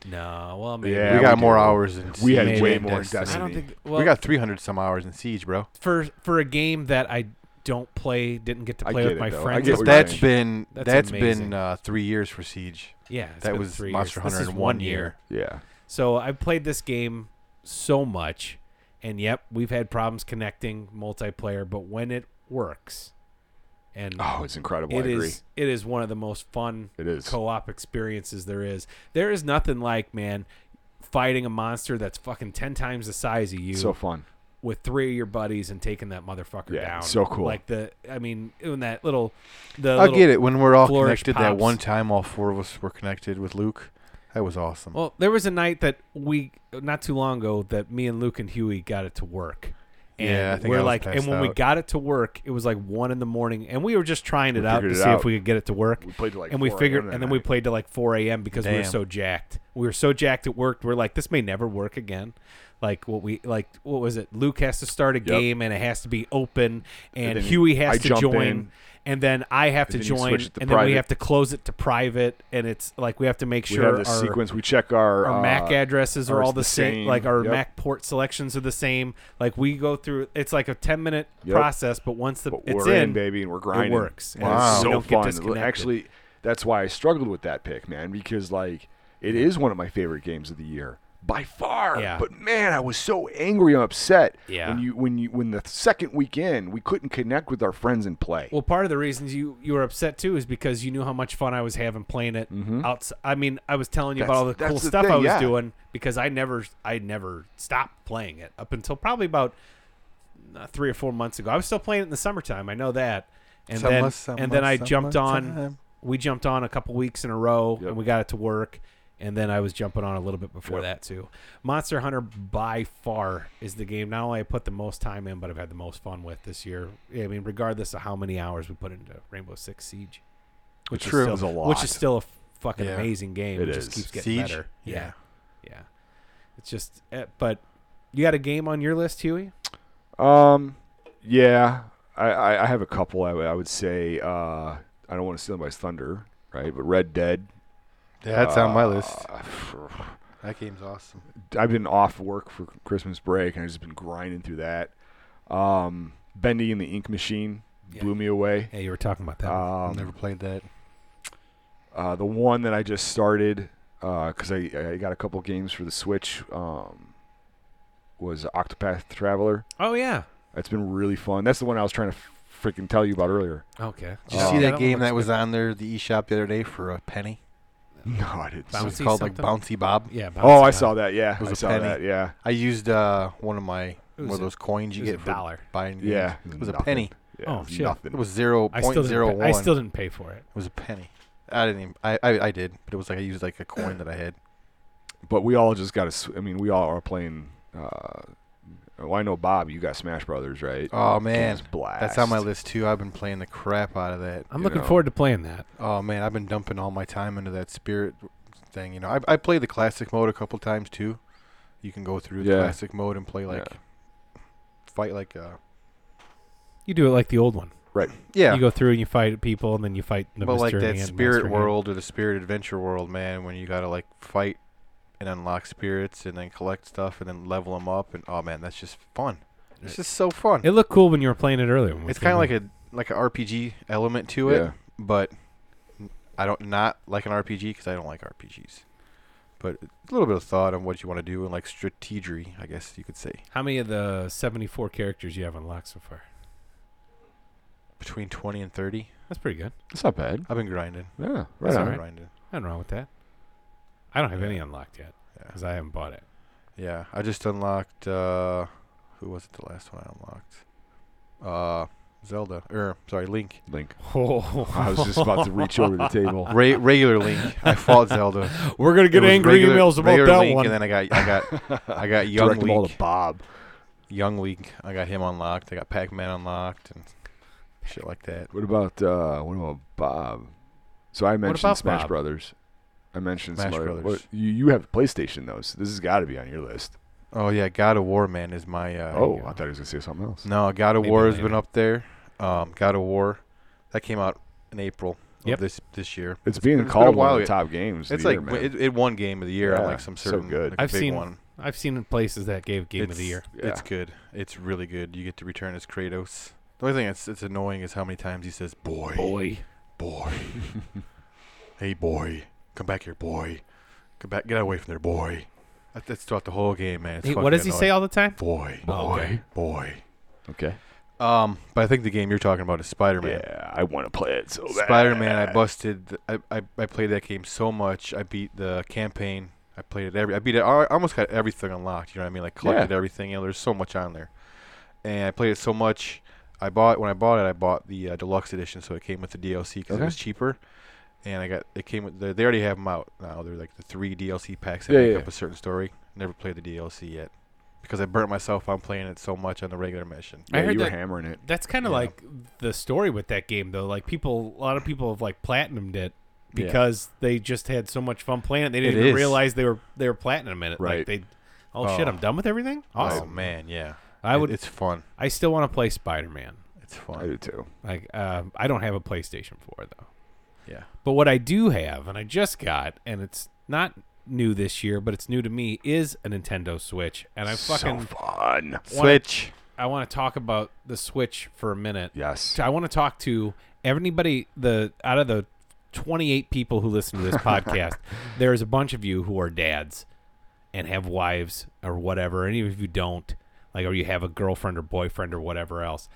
[SPEAKER 3] No, well, maybe.
[SPEAKER 4] Yeah,
[SPEAKER 2] we got
[SPEAKER 4] we
[SPEAKER 2] more
[SPEAKER 4] do.
[SPEAKER 2] hours in.
[SPEAKER 4] We had
[SPEAKER 2] Siege
[SPEAKER 4] way
[SPEAKER 2] than
[SPEAKER 4] more in
[SPEAKER 3] I
[SPEAKER 4] Destiny.
[SPEAKER 3] don't think. Well,
[SPEAKER 2] we got 300 some hours in Siege, bro.
[SPEAKER 3] for for a game that I don't play, didn't get to
[SPEAKER 4] I
[SPEAKER 3] play
[SPEAKER 4] get
[SPEAKER 3] with
[SPEAKER 4] it,
[SPEAKER 3] my
[SPEAKER 4] though. I
[SPEAKER 3] friends.
[SPEAKER 4] get
[SPEAKER 3] as
[SPEAKER 4] what you're
[SPEAKER 3] much.
[SPEAKER 2] That's
[SPEAKER 4] saying.
[SPEAKER 2] been
[SPEAKER 3] That's
[SPEAKER 2] that's
[SPEAKER 3] amazing.
[SPEAKER 2] been uh, three years for Siege.
[SPEAKER 3] yeah, it's
[SPEAKER 2] that
[SPEAKER 3] been
[SPEAKER 2] was
[SPEAKER 3] three
[SPEAKER 2] Monster
[SPEAKER 3] years. This
[SPEAKER 2] Hunter
[SPEAKER 3] is
[SPEAKER 2] in
[SPEAKER 3] one
[SPEAKER 2] one
[SPEAKER 3] year.
[SPEAKER 2] year.
[SPEAKER 4] Yeah.
[SPEAKER 3] So I played this game so much, and yep, we've had problems connecting multiplayer, but when it works, and
[SPEAKER 4] Oh, it's incredible.
[SPEAKER 3] it
[SPEAKER 4] I agree.
[SPEAKER 3] is it is one of the most fun
[SPEAKER 4] It is.
[SPEAKER 3] co-op experiences there is. There is nothing like man fighting a monster that's fucking ten times the size of you
[SPEAKER 4] so fun.
[SPEAKER 3] with three of your buddies and taking that motherfucker
[SPEAKER 4] Yeah,
[SPEAKER 3] down.
[SPEAKER 4] so cool.
[SPEAKER 3] Like the, I mean, in that little, the
[SPEAKER 2] I
[SPEAKER 3] little,
[SPEAKER 2] get it. When we're all
[SPEAKER 3] flourish
[SPEAKER 2] connected, that
[SPEAKER 3] pops.
[SPEAKER 2] one time all four of us were connected with Luke, that was awesome.
[SPEAKER 3] Well, there was a night that we not too long ago that me and Luke and Huey got it to work. And
[SPEAKER 2] Yeah, I think
[SPEAKER 3] we're
[SPEAKER 2] I was
[SPEAKER 3] like, and
[SPEAKER 2] passed
[SPEAKER 3] when we
[SPEAKER 2] out.
[SPEAKER 3] got it to work, it was like one in the morning, and we were just trying it
[SPEAKER 4] We
[SPEAKER 3] out to
[SPEAKER 4] figured it
[SPEAKER 3] see if
[SPEAKER 4] out.
[SPEAKER 3] we could get it to work.
[SPEAKER 4] We played to like
[SPEAKER 3] and we
[SPEAKER 4] 4
[SPEAKER 3] figured,
[SPEAKER 4] a.m.
[SPEAKER 3] and
[SPEAKER 4] that
[SPEAKER 3] then we
[SPEAKER 4] night.
[SPEAKER 3] played to like 4 a.m. because we were
[SPEAKER 2] Damn.
[SPEAKER 3] so jacked. We were so jacked it worked. We're like, this may never work again. Like what we like, what was it? Luke has to start a game, and it has to be open, and,
[SPEAKER 4] then
[SPEAKER 3] Huey has
[SPEAKER 4] I
[SPEAKER 3] to
[SPEAKER 4] jump
[SPEAKER 3] join.
[SPEAKER 4] in.
[SPEAKER 3] And then I have to
[SPEAKER 4] then you
[SPEAKER 3] join,
[SPEAKER 4] switch it to
[SPEAKER 3] and then we
[SPEAKER 4] private.
[SPEAKER 3] have to close it to private, and it's like we have to make
[SPEAKER 4] We
[SPEAKER 3] sure
[SPEAKER 4] have this
[SPEAKER 3] our-
[SPEAKER 4] sequence. We check our
[SPEAKER 3] our
[SPEAKER 4] uh,
[SPEAKER 3] Mac addresses are
[SPEAKER 4] ours
[SPEAKER 3] all
[SPEAKER 4] the
[SPEAKER 3] the same.
[SPEAKER 4] same.
[SPEAKER 3] Like our
[SPEAKER 4] Yep.
[SPEAKER 3] Mac port selections are the same. Like we go through. It's like a ten minute
[SPEAKER 4] Yep.
[SPEAKER 3] process, but once the
[SPEAKER 4] But
[SPEAKER 3] it's
[SPEAKER 4] we're in,
[SPEAKER 3] in,
[SPEAKER 4] baby, and we're grinding.
[SPEAKER 3] works.
[SPEAKER 4] And
[SPEAKER 2] Wow.
[SPEAKER 4] It's
[SPEAKER 3] We
[SPEAKER 4] so
[SPEAKER 3] don't get
[SPEAKER 4] fun.
[SPEAKER 3] disconnected.
[SPEAKER 4] Actually, that's why I struggled with that pick, man, because like it is one of my favorite games of the year by far.
[SPEAKER 3] Yeah.
[SPEAKER 4] But man, I was so angry and upset
[SPEAKER 3] Yeah.
[SPEAKER 4] when you when you when the second weekend we couldn't connect with our friends and play.
[SPEAKER 3] Well, part of the reasons you you were upset too is because you knew how much fun I was having playing it outside. I mean, I was telling you about
[SPEAKER 4] Mm-hmm. That's-
[SPEAKER 3] all the
[SPEAKER 4] that's
[SPEAKER 3] cool
[SPEAKER 4] the
[SPEAKER 3] stuff I
[SPEAKER 4] thing,
[SPEAKER 3] was
[SPEAKER 4] yeah.
[SPEAKER 3] doing because I never I never stopped playing it up until probably about uh, three or four months ago. I was still playing it in the summertime. I know that. And
[SPEAKER 2] Summer,
[SPEAKER 3] then
[SPEAKER 2] summer,
[SPEAKER 3] and then I jumped on.
[SPEAKER 2] summertime.
[SPEAKER 3] We jumped on a couple weeks in a row,
[SPEAKER 4] Yep.
[SPEAKER 3] and we got it to work. And then I was jumping on a little bit before
[SPEAKER 4] Yep.
[SPEAKER 3] that too. Monster Hunter by far is the game not only I put the most time in, but I've had the most fun with this year. I mean, regardless of how many hours we put into Rainbow Six Siege, which
[SPEAKER 4] True.
[SPEAKER 3] is
[SPEAKER 4] It was
[SPEAKER 3] still
[SPEAKER 4] a lot.
[SPEAKER 3] which is still a f- fucking
[SPEAKER 2] Yeah.
[SPEAKER 3] amazing game.
[SPEAKER 4] It
[SPEAKER 3] It, just
[SPEAKER 4] is.
[SPEAKER 3] keeps getting
[SPEAKER 2] Siege?
[SPEAKER 3] better.
[SPEAKER 2] Yeah.
[SPEAKER 3] Yeah, yeah. It's just, eh, but you got a game on your list, Huey?
[SPEAKER 4] Um, yeah, I, I, I have a couple. I, would- I would say uh, I don't want to steal anybody's thunder, right? But Red Dead.
[SPEAKER 2] Yeah, that's on my
[SPEAKER 4] uh,
[SPEAKER 2] list. That game's awesome.
[SPEAKER 4] I've been off work for Christmas break, and I've just been grinding through that. Um, Bendy and the Ink Machine blew me away.
[SPEAKER 3] Yeah, you were talking about that.
[SPEAKER 4] Um,
[SPEAKER 2] Never played that.
[SPEAKER 4] Uh, the one that I just started because I, I got a couple games for the Switch um, was Octopath Traveler.
[SPEAKER 3] oh yeah.
[SPEAKER 4] That's been really fun. That's the one I was trying to freaking tell you about earlier.
[SPEAKER 3] Okay.
[SPEAKER 2] Did you
[SPEAKER 4] Uh,
[SPEAKER 2] see
[SPEAKER 3] Yeah,
[SPEAKER 2] that
[SPEAKER 3] one
[SPEAKER 2] game that
[SPEAKER 3] looks
[SPEAKER 2] was on there, the eShop the other day for a penny?
[SPEAKER 4] *laughs* No, I didn't.
[SPEAKER 3] Bouncy
[SPEAKER 2] It was called like Bouncy Bob.
[SPEAKER 3] good. Yeah.
[SPEAKER 4] Oh, I
[SPEAKER 3] Bouncy
[SPEAKER 4] saw that. Yeah,
[SPEAKER 2] It was
[SPEAKER 4] I
[SPEAKER 2] a
[SPEAKER 4] saw
[SPEAKER 2] penny.
[SPEAKER 4] that. Yeah,
[SPEAKER 2] I used uh, one of my
[SPEAKER 3] It
[SPEAKER 2] one
[SPEAKER 3] was
[SPEAKER 2] of
[SPEAKER 3] a-
[SPEAKER 2] those coins you
[SPEAKER 3] it was
[SPEAKER 2] get
[SPEAKER 3] a
[SPEAKER 2] for
[SPEAKER 3] dollar.
[SPEAKER 2] buying games.
[SPEAKER 4] yeah.
[SPEAKER 2] It was a
[SPEAKER 4] nothing.
[SPEAKER 2] penny.
[SPEAKER 4] Yeah,
[SPEAKER 3] Oh,
[SPEAKER 4] it was
[SPEAKER 3] shit.
[SPEAKER 4] Nothing.
[SPEAKER 2] It was zero
[SPEAKER 3] I still,
[SPEAKER 2] point
[SPEAKER 3] didn't
[SPEAKER 2] zero
[SPEAKER 3] pay-
[SPEAKER 2] one.
[SPEAKER 3] I still didn't pay for it.
[SPEAKER 2] It was a penny. I didn't. Even, I, I I did, but it was like I used like a coin that I
[SPEAKER 4] *clears throat*
[SPEAKER 2] had.
[SPEAKER 4] but we all just got to. I mean, we all are playing. Uh, well, I know Bob. You got Smash Brothers, right?
[SPEAKER 2] Oh man,
[SPEAKER 4] Game's blast.
[SPEAKER 2] that's on my list too. I've been playing the crap out of that.
[SPEAKER 3] I'm
[SPEAKER 4] you
[SPEAKER 3] looking
[SPEAKER 4] know.
[SPEAKER 3] forward to playing that.
[SPEAKER 2] Oh man, I've been dumping all my time into that spirit thing. You know, I I played the classic mode a couple times too. You can go through
[SPEAKER 4] Yeah.
[SPEAKER 2] the classic mode and play like fight like uh
[SPEAKER 3] You do it like the old one.
[SPEAKER 2] yeah,
[SPEAKER 3] You go through and you fight people, and then you fight the
[SPEAKER 2] but
[SPEAKER 3] Mr.
[SPEAKER 2] like
[SPEAKER 3] in the
[SPEAKER 2] that
[SPEAKER 3] end, Master
[SPEAKER 2] spirit
[SPEAKER 3] in the end.
[SPEAKER 2] world or the spirit adventure world, man. When you gotta like fight and unlock spirits and then collect stuff and then level them up and oh man, that's just fun. It's just so fun.
[SPEAKER 3] It looked cool when you were playing it earlier.
[SPEAKER 2] it's kind of like a like an RPG element to it,
[SPEAKER 4] Yeah.
[SPEAKER 2] but I don't not like an RPG because I don't like RPGs. But a little bit of thought on what you want to do and like strategery, I guess you could say,
[SPEAKER 3] how many of the 74 characters you have unlocked so far?
[SPEAKER 2] between twenty and thirty.
[SPEAKER 3] That's pretty good.
[SPEAKER 4] It's not bad.
[SPEAKER 2] I've been grinding.
[SPEAKER 4] Yeah, right
[SPEAKER 2] I've
[SPEAKER 3] That's
[SPEAKER 4] on.
[SPEAKER 2] been
[SPEAKER 3] alright.
[SPEAKER 2] grinding.
[SPEAKER 3] Nothing wrong with that. I don't have any unlocked yet
[SPEAKER 2] Yeah.
[SPEAKER 3] because I haven't bought it.
[SPEAKER 2] Yeah, I just unlocked. uh Who was it? The last one I unlocked. Uh, Zelda or sorry, Link.
[SPEAKER 4] Link.
[SPEAKER 3] Oh,
[SPEAKER 4] I was just about to reach over the table.
[SPEAKER 2] Ra- regular Link. I fought Zelda.
[SPEAKER 3] *laughs* We're gonna get
[SPEAKER 2] It was
[SPEAKER 3] angry
[SPEAKER 2] regular-
[SPEAKER 3] emails about
[SPEAKER 2] regular
[SPEAKER 3] that
[SPEAKER 2] Link,
[SPEAKER 3] one.
[SPEAKER 2] And then I got, I got, I got *laughs* young
[SPEAKER 4] Direct them all
[SPEAKER 2] Link.
[SPEAKER 4] to Bob.
[SPEAKER 2] Young League, I got him unlocked. I got Pac Man unlocked and shit like that.
[SPEAKER 4] What about uh, what about Bob? So I mentioned
[SPEAKER 3] about
[SPEAKER 4] Smash
[SPEAKER 3] Bob?
[SPEAKER 4] Brothers. I mentioned
[SPEAKER 2] Smash
[SPEAKER 4] some other-
[SPEAKER 2] Brothers.
[SPEAKER 4] what- you you have PlayStation though, so this has got to be on your list.
[SPEAKER 2] Oh yeah, God of War man is my. Uh,
[SPEAKER 4] oh, I thought he was gonna say something else.
[SPEAKER 2] No, God of
[SPEAKER 3] Maybe
[SPEAKER 2] War has
[SPEAKER 3] later.
[SPEAKER 2] been up there. Um, God of War, that came out in April
[SPEAKER 3] Yep.
[SPEAKER 2] of this this year.
[SPEAKER 4] It's being
[SPEAKER 2] it's been a
[SPEAKER 4] called one
[SPEAKER 2] while
[SPEAKER 4] of the
[SPEAKER 2] yet.
[SPEAKER 4] top games. of
[SPEAKER 2] It's
[SPEAKER 4] the
[SPEAKER 2] like
[SPEAKER 4] year, man.
[SPEAKER 2] it, it won Game of the Year on
[SPEAKER 4] Yeah,
[SPEAKER 2] like some
[SPEAKER 4] so
[SPEAKER 2] certain.
[SPEAKER 4] good.
[SPEAKER 2] like,
[SPEAKER 3] I've
[SPEAKER 2] big
[SPEAKER 3] seen
[SPEAKER 2] one.
[SPEAKER 3] I've seen in places that gave Game of
[SPEAKER 2] It's-
[SPEAKER 3] the Year.
[SPEAKER 4] Yeah.
[SPEAKER 2] It's good. It's really good. You get to return as Kratos. The only thing that's, that's annoying is how many times he says, boy,
[SPEAKER 1] Boy.
[SPEAKER 2] boy. *laughs* hey, boy. Come back here, boy. Come back. Get away from there, boy. That, that's throughout the whole game, man. It's
[SPEAKER 3] Hey,
[SPEAKER 2] fucking
[SPEAKER 3] what does he say
[SPEAKER 2] annoying.
[SPEAKER 3] all the time?
[SPEAKER 2] Boy,
[SPEAKER 3] Oh,
[SPEAKER 2] boy,
[SPEAKER 3] okay.
[SPEAKER 2] boy.
[SPEAKER 1] Okay.
[SPEAKER 2] Um, but I think the game you're talking about is Spider-Man.
[SPEAKER 4] Yeah, I want to play it so bad.
[SPEAKER 2] Spider-Man. I busted. th- I, I I played that game so much. I beat the campaign. I played it every. I beat it. I almost got everything unlocked. You know what I mean? Like collected everything. You know, there's so much on there, and I played it so much. I bought when I bought it. I bought the uh, deluxe edition, so it came with the DLC because
[SPEAKER 4] Okay.
[SPEAKER 2] it was cheaper. And I got it came with. The, they already have them out now. They're like the three DLC packs that
[SPEAKER 4] Yeah,
[SPEAKER 2] make
[SPEAKER 4] yeah.
[SPEAKER 2] up a certain story. Never played the DLC yet because I burnt myself on playing it so much on the regular mission.
[SPEAKER 3] I
[SPEAKER 4] Yeah,
[SPEAKER 3] heard
[SPEAKER 4] you were
[SPEAKER 3] that-
[SPEAKER 4] hammering it.
[SPEAKER 3] That's kind of
[SPEAKER 2] Yeah.
[SPEAKER 3] like the story with that game, though. Like people, a lot of people have like platinumed it
[SPEAKER 1] Yeah.
[SPEAKER 3] because they just had so much fun playing it. They
[SPEAKER 2] It
[SPEAKER 3] didn't even
[SPEAKER 2] is.
[SPEAKER 3] realize they were they were platinum in it. Like
[SPEAKER 4] Right.
[SPEAKER 3] they, oh, shit,
[SPEAKER 2] Oh.
[SPEAKER 3] I'm done with everything. Awesome.
[SPEAKER 2] Oh man, yeah.
[SPEAKER 3] I
[SPEAKER 2] It-
[SPEAKER 3] would.
[SPEAKER 2] It's fun.
[SPEAKER 3] I still want to play Spider Man.
[SPEAKER 2] It's
[SPEAKER 4] I
[SPEAKER 2] fun.
[SPEAKER 4] do too.
[SPEAKER 3] Like um, I don't have a PlayStation 4 though.
[SPEAKER 2] Yeah.
[SPEAKER 3] But what I do have, and I just got, and it's not new this year, but it's new to me, is a Nintendo Switch. And I fucking
[SPEAKER 4] so fun.
[SPEAKER 2] Switch.
[SPEAKER 3] I want to talk about the Switch for a minute.
[SPEAKER 4] Yes.
[SPEAKER 3] I want to talk to everybody the out of the 28 people who listen to this podcast. There's a bunch of you who are dads and have wives or whatever. Any of you don't, like, or you have a girlfriend or boyfriend or whatever else.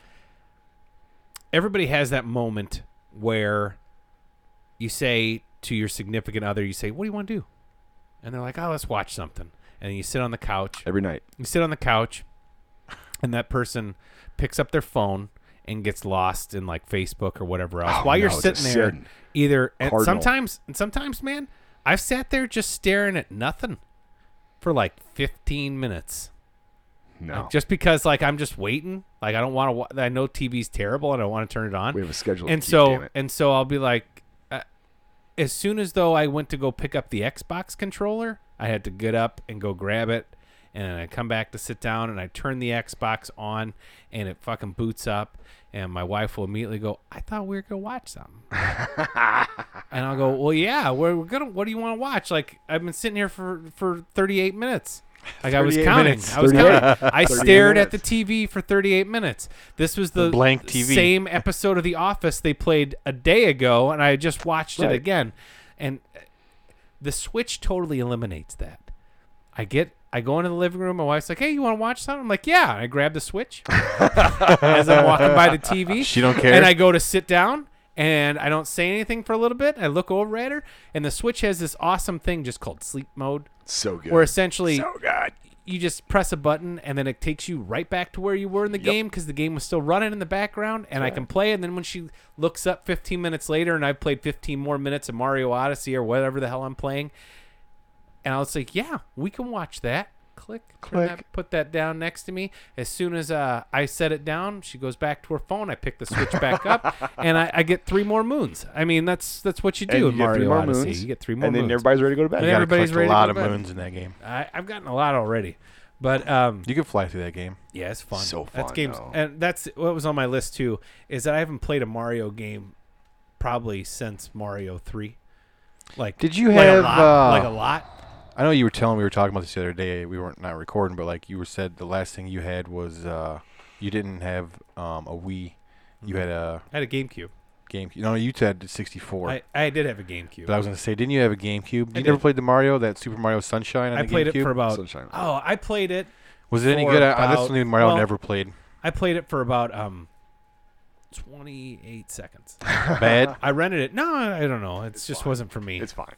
[SPEAKER 3] Everybody has that moment where you say to your significant other, you say, "What do you want to do?" And they're like, "Oh, let's watch something." And you sit on the couch
[SPEAKER 4] Every night.
[SPEAKER 3] you sit on the couch, and that person picks up their phone and gets lost in like Facebook or whatever else.
[SPEAKER 4] Oh,
[SPEAKER 3] While you're
[SPEAKER 4] no, it's a
[SPEAKER 3] sitting there,
[SPEAKER 4] sin.
[SPEAKER 3] either and
[SPEAKER 4] Cardinal.
[SPEAKER 3] sometimes and sometimes, man, I've sat there just staring at nothing for like 15 minutes,
[SPEAKER 4] No.
[SPEAKER 3] just because like I'm just waiting. Like I don't want to. Wa- I know TV's terrible, and I want to turn it on
[SPEAKER 4] we have a schedule. to
[SPEAKER 3] and
[SPEAKER 4] keep,
[SPEAKER 3] so
[SPEAKER 4] damn it.
[SPEAKER 3] and so I'll be like, uh, as soon as though I went to go pick up the Xbox controller, I had to get up and go grab it, and I come back to sit down and I turn the Xbox on, and it fucking boots up, and my wife will immediately go, "I thought we were gonna watch
[SPEAKER 4] *laughs*
[SPEAKER 3] something," and I'll go, "Well, yeah, we're, we're gonna. What do you want to watch? Like I've been sitting here for for 38 minutes." Like I was
[SPEAKER 2] 38
[SPEAKER 3] counting.
[SPEAKER 2] minutes.
[SPEAKER 3] I was
[SPEAKER 4] 38.
[SPEAKER 3] counting. I
[SPEAKER 4] 38
[SPEAKER 3] stared at the
[SPEAKER 4] minutes.
[SPEAKER 3] TV for 38 minutes. This was the
[SPEAKER 2] Blank TV.
[SPEAKER 3] same same episode of The Office they played a day ago, and I just watched it
[SPEAKER 4] Right.
[SPEAKER 3] again. And uh, the Switch totally eliminates that. I get, I go into the living room. My wife's like, "Hey, you want to watch something?" I'm like, "Yeah." And I grab the Switch as I'm walking by the TV.
[SPEAKER 2] She
[SPEAKER 3] *laughs*
[SPEAKER 2] don't care.
[SPEAKER 3] And I go to sit down, and I don't say anything for a little bit. I look over at her, and the Switch has this awesome thing just called sleep mode,
[SPEAKER 4] so good.
[SPEAKER 3] where essentially
[SPEAKER 4] so good.
[SPEAKER 3] you just press a button and then it takes you right back to where you were in the game because the game was still running in the background and I can play. And then when she looks up 15 minutes later and I've played 15 more minutes of Mario Odyssey or whatever the hell I'm playing, and I was like, yeah, we can watch that. Click, turn
[SPEAKER 2] Click.
[SPEAKER 3] That, put that down next to me. As soon as uh, I set it down, she goes back to her phone. I pick the switch back up,
[SPEAKER 4] *laughs*
[SPEAKER 3] and I, I get three more moons. I mean, that's that's what you do in
[SPEAKER 4] And you get
[SPEAKER 3] Mario
[SPEAKER 4] three more
[SPEAKER 3] Odyssey.
[SPEAKER 4] moons,
[SPEAKER 3] You get three more
[SPEAKER 4] and
[SPEAKER 3] moons.
[SPEAKER 4] then everybody's ready to go to bed.
[SPEAKER 3] Yeah. Everybody's
[SPEAKER 2] Gotta collect
[SPEAKER 3] ready
[SPEAKER 2] a
[SPEAKER 3] to
[SPEAKER 2] lot
[SPEAKER 3] go
[SPEAKER 2] of
[SPEAKER 3] to bed.
[SPEAKER 2] moons in that game.
[SPEAKER 3] I, I've gotten a lot already, but um,
[SPEAKER 2] You could fly through that game.
[SPEAKER 3] Yeah, it's fun.
[SPEAKER 4] So
[SPEAKER 3] That's
[SPEAKER 4] fun,
[SPEAKER 3] games,
[SPEAKER 4] though.
[SPEAKER 3] and that's what was on my list too. Is that I haven't played a Mario game probably since Mario Three. Like,
[SPEAKER 2] Did you
[SPEAKER 3] like a
[SPEAKER 2] have,
[SPEAKER 3] lot,
[SPEAKER 2] uh,
[SPEAKER 3] like a lot?
[SPEAKER 2] I know you were telling we were talking about this the other day. We weren't not recording, but like you were said, the last thing you had was uh, you didn't have um, a Wii. You had a
[SPEAKER 3] I had a GameCube.
[SPEAKER 2] GameCube. No, you had the 64.
[SPEAKER 3] I, I did have a GameCube.
[SPEAKER 2] but I was gonna say, didn't you have a GameCube? You
[SPEAKER 3] did.
[SPEAKER 2] never played the Mario, that Super Mario Sunshine. On
[SPEAKER 3] I
[SPEAKER 2] the
[SPEAKER 3] played
[SPEAKER 2] GameCube?
[SPEAKER 3] it for about.
[SPEAKER 4] Sunshine.
[SPEAKER 3] Oh, I played it.
[SPEAKER 2] Was it any
[SPEAKER 3] for
[SPEAKER 2] good? I, I- that's
[SPEAKER 3] about-
[SPEAKER 2] something Mario
[SPEAKER 3] well-
[SPEAKER 2] never
[SPEAKER 3] *laughs*
[SPEAKER 2] played.
[SPEAKER 3] I played it for about um, twenty eight seconds.
[SPEAKER 2] Bad.
[SPEAKER 3] I rented it. No, I don't know. It just wasn't for me.
[SPEAKER 4] It's fine.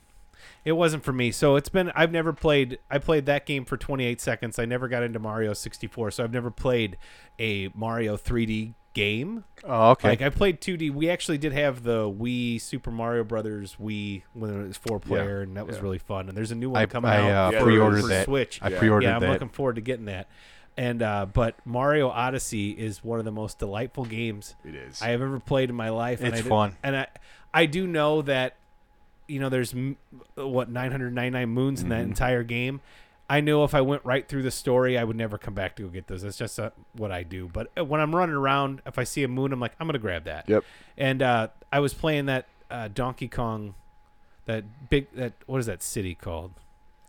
[SPEAKER 3] It wasn't for me. So it's been I've never played I played that game for 28 seconds. I never got into Mario 64, so I've never played a Mario 3D game.
[SPEAKER 2] oh, okay.
[SPEAKER 3] Like I played 2D. We actually did have the Wii Super Mario Brothers Wii when it was four player and that was
[SPEAKER 4] yeah.
[SPEAKER 3] really fun. And there's a new one
[SPEAKER 2] I,
[SPEAKER 3] coming
[SPEAKER 2] I,
[SPEAKER 3] out
[SPEAKER 2] uh,
[SPEAKER 4] for-
[SPEAKER 2] pre-ordered
[SPEAKER 3] for
[SPEAKER 2] that.
[SPEAKER 3] Switch.
[SPEAKER 2] I
[SPEAKER 4] Yeah.
[SPEAKER 2] pre-ordered
[SPEAKER 3] yeah, I'm
[SPEAKER 2] that.
[SPEAKER 3] looking forward to getting that. And uh but Mario Odyssey is one of the most delightful games
[SPEAKER 4] It is.
[SPEAKER 3] I have ever played in my life. and
[SPEAKER 2] It's
[SPEAKER 3] I did-
[SPEAKER 2] fun.
[SPEAKER 3] and I I do know that you know there's m- what 999 moons in
[SPEAKER 2] Mm-hmm.
[SPEAKER 3] that entire game. I know if I went right through the story, I would never come back to go get those. That's just uh, what I do. But uh, when I'm running around, if I see a moon, I'm like, I'm gonna grab that.
[SPEAKER 4] Yep.
[SPEAKER 3] And uh, I was playing that uh, Donkey Kong, that big that what is that city called?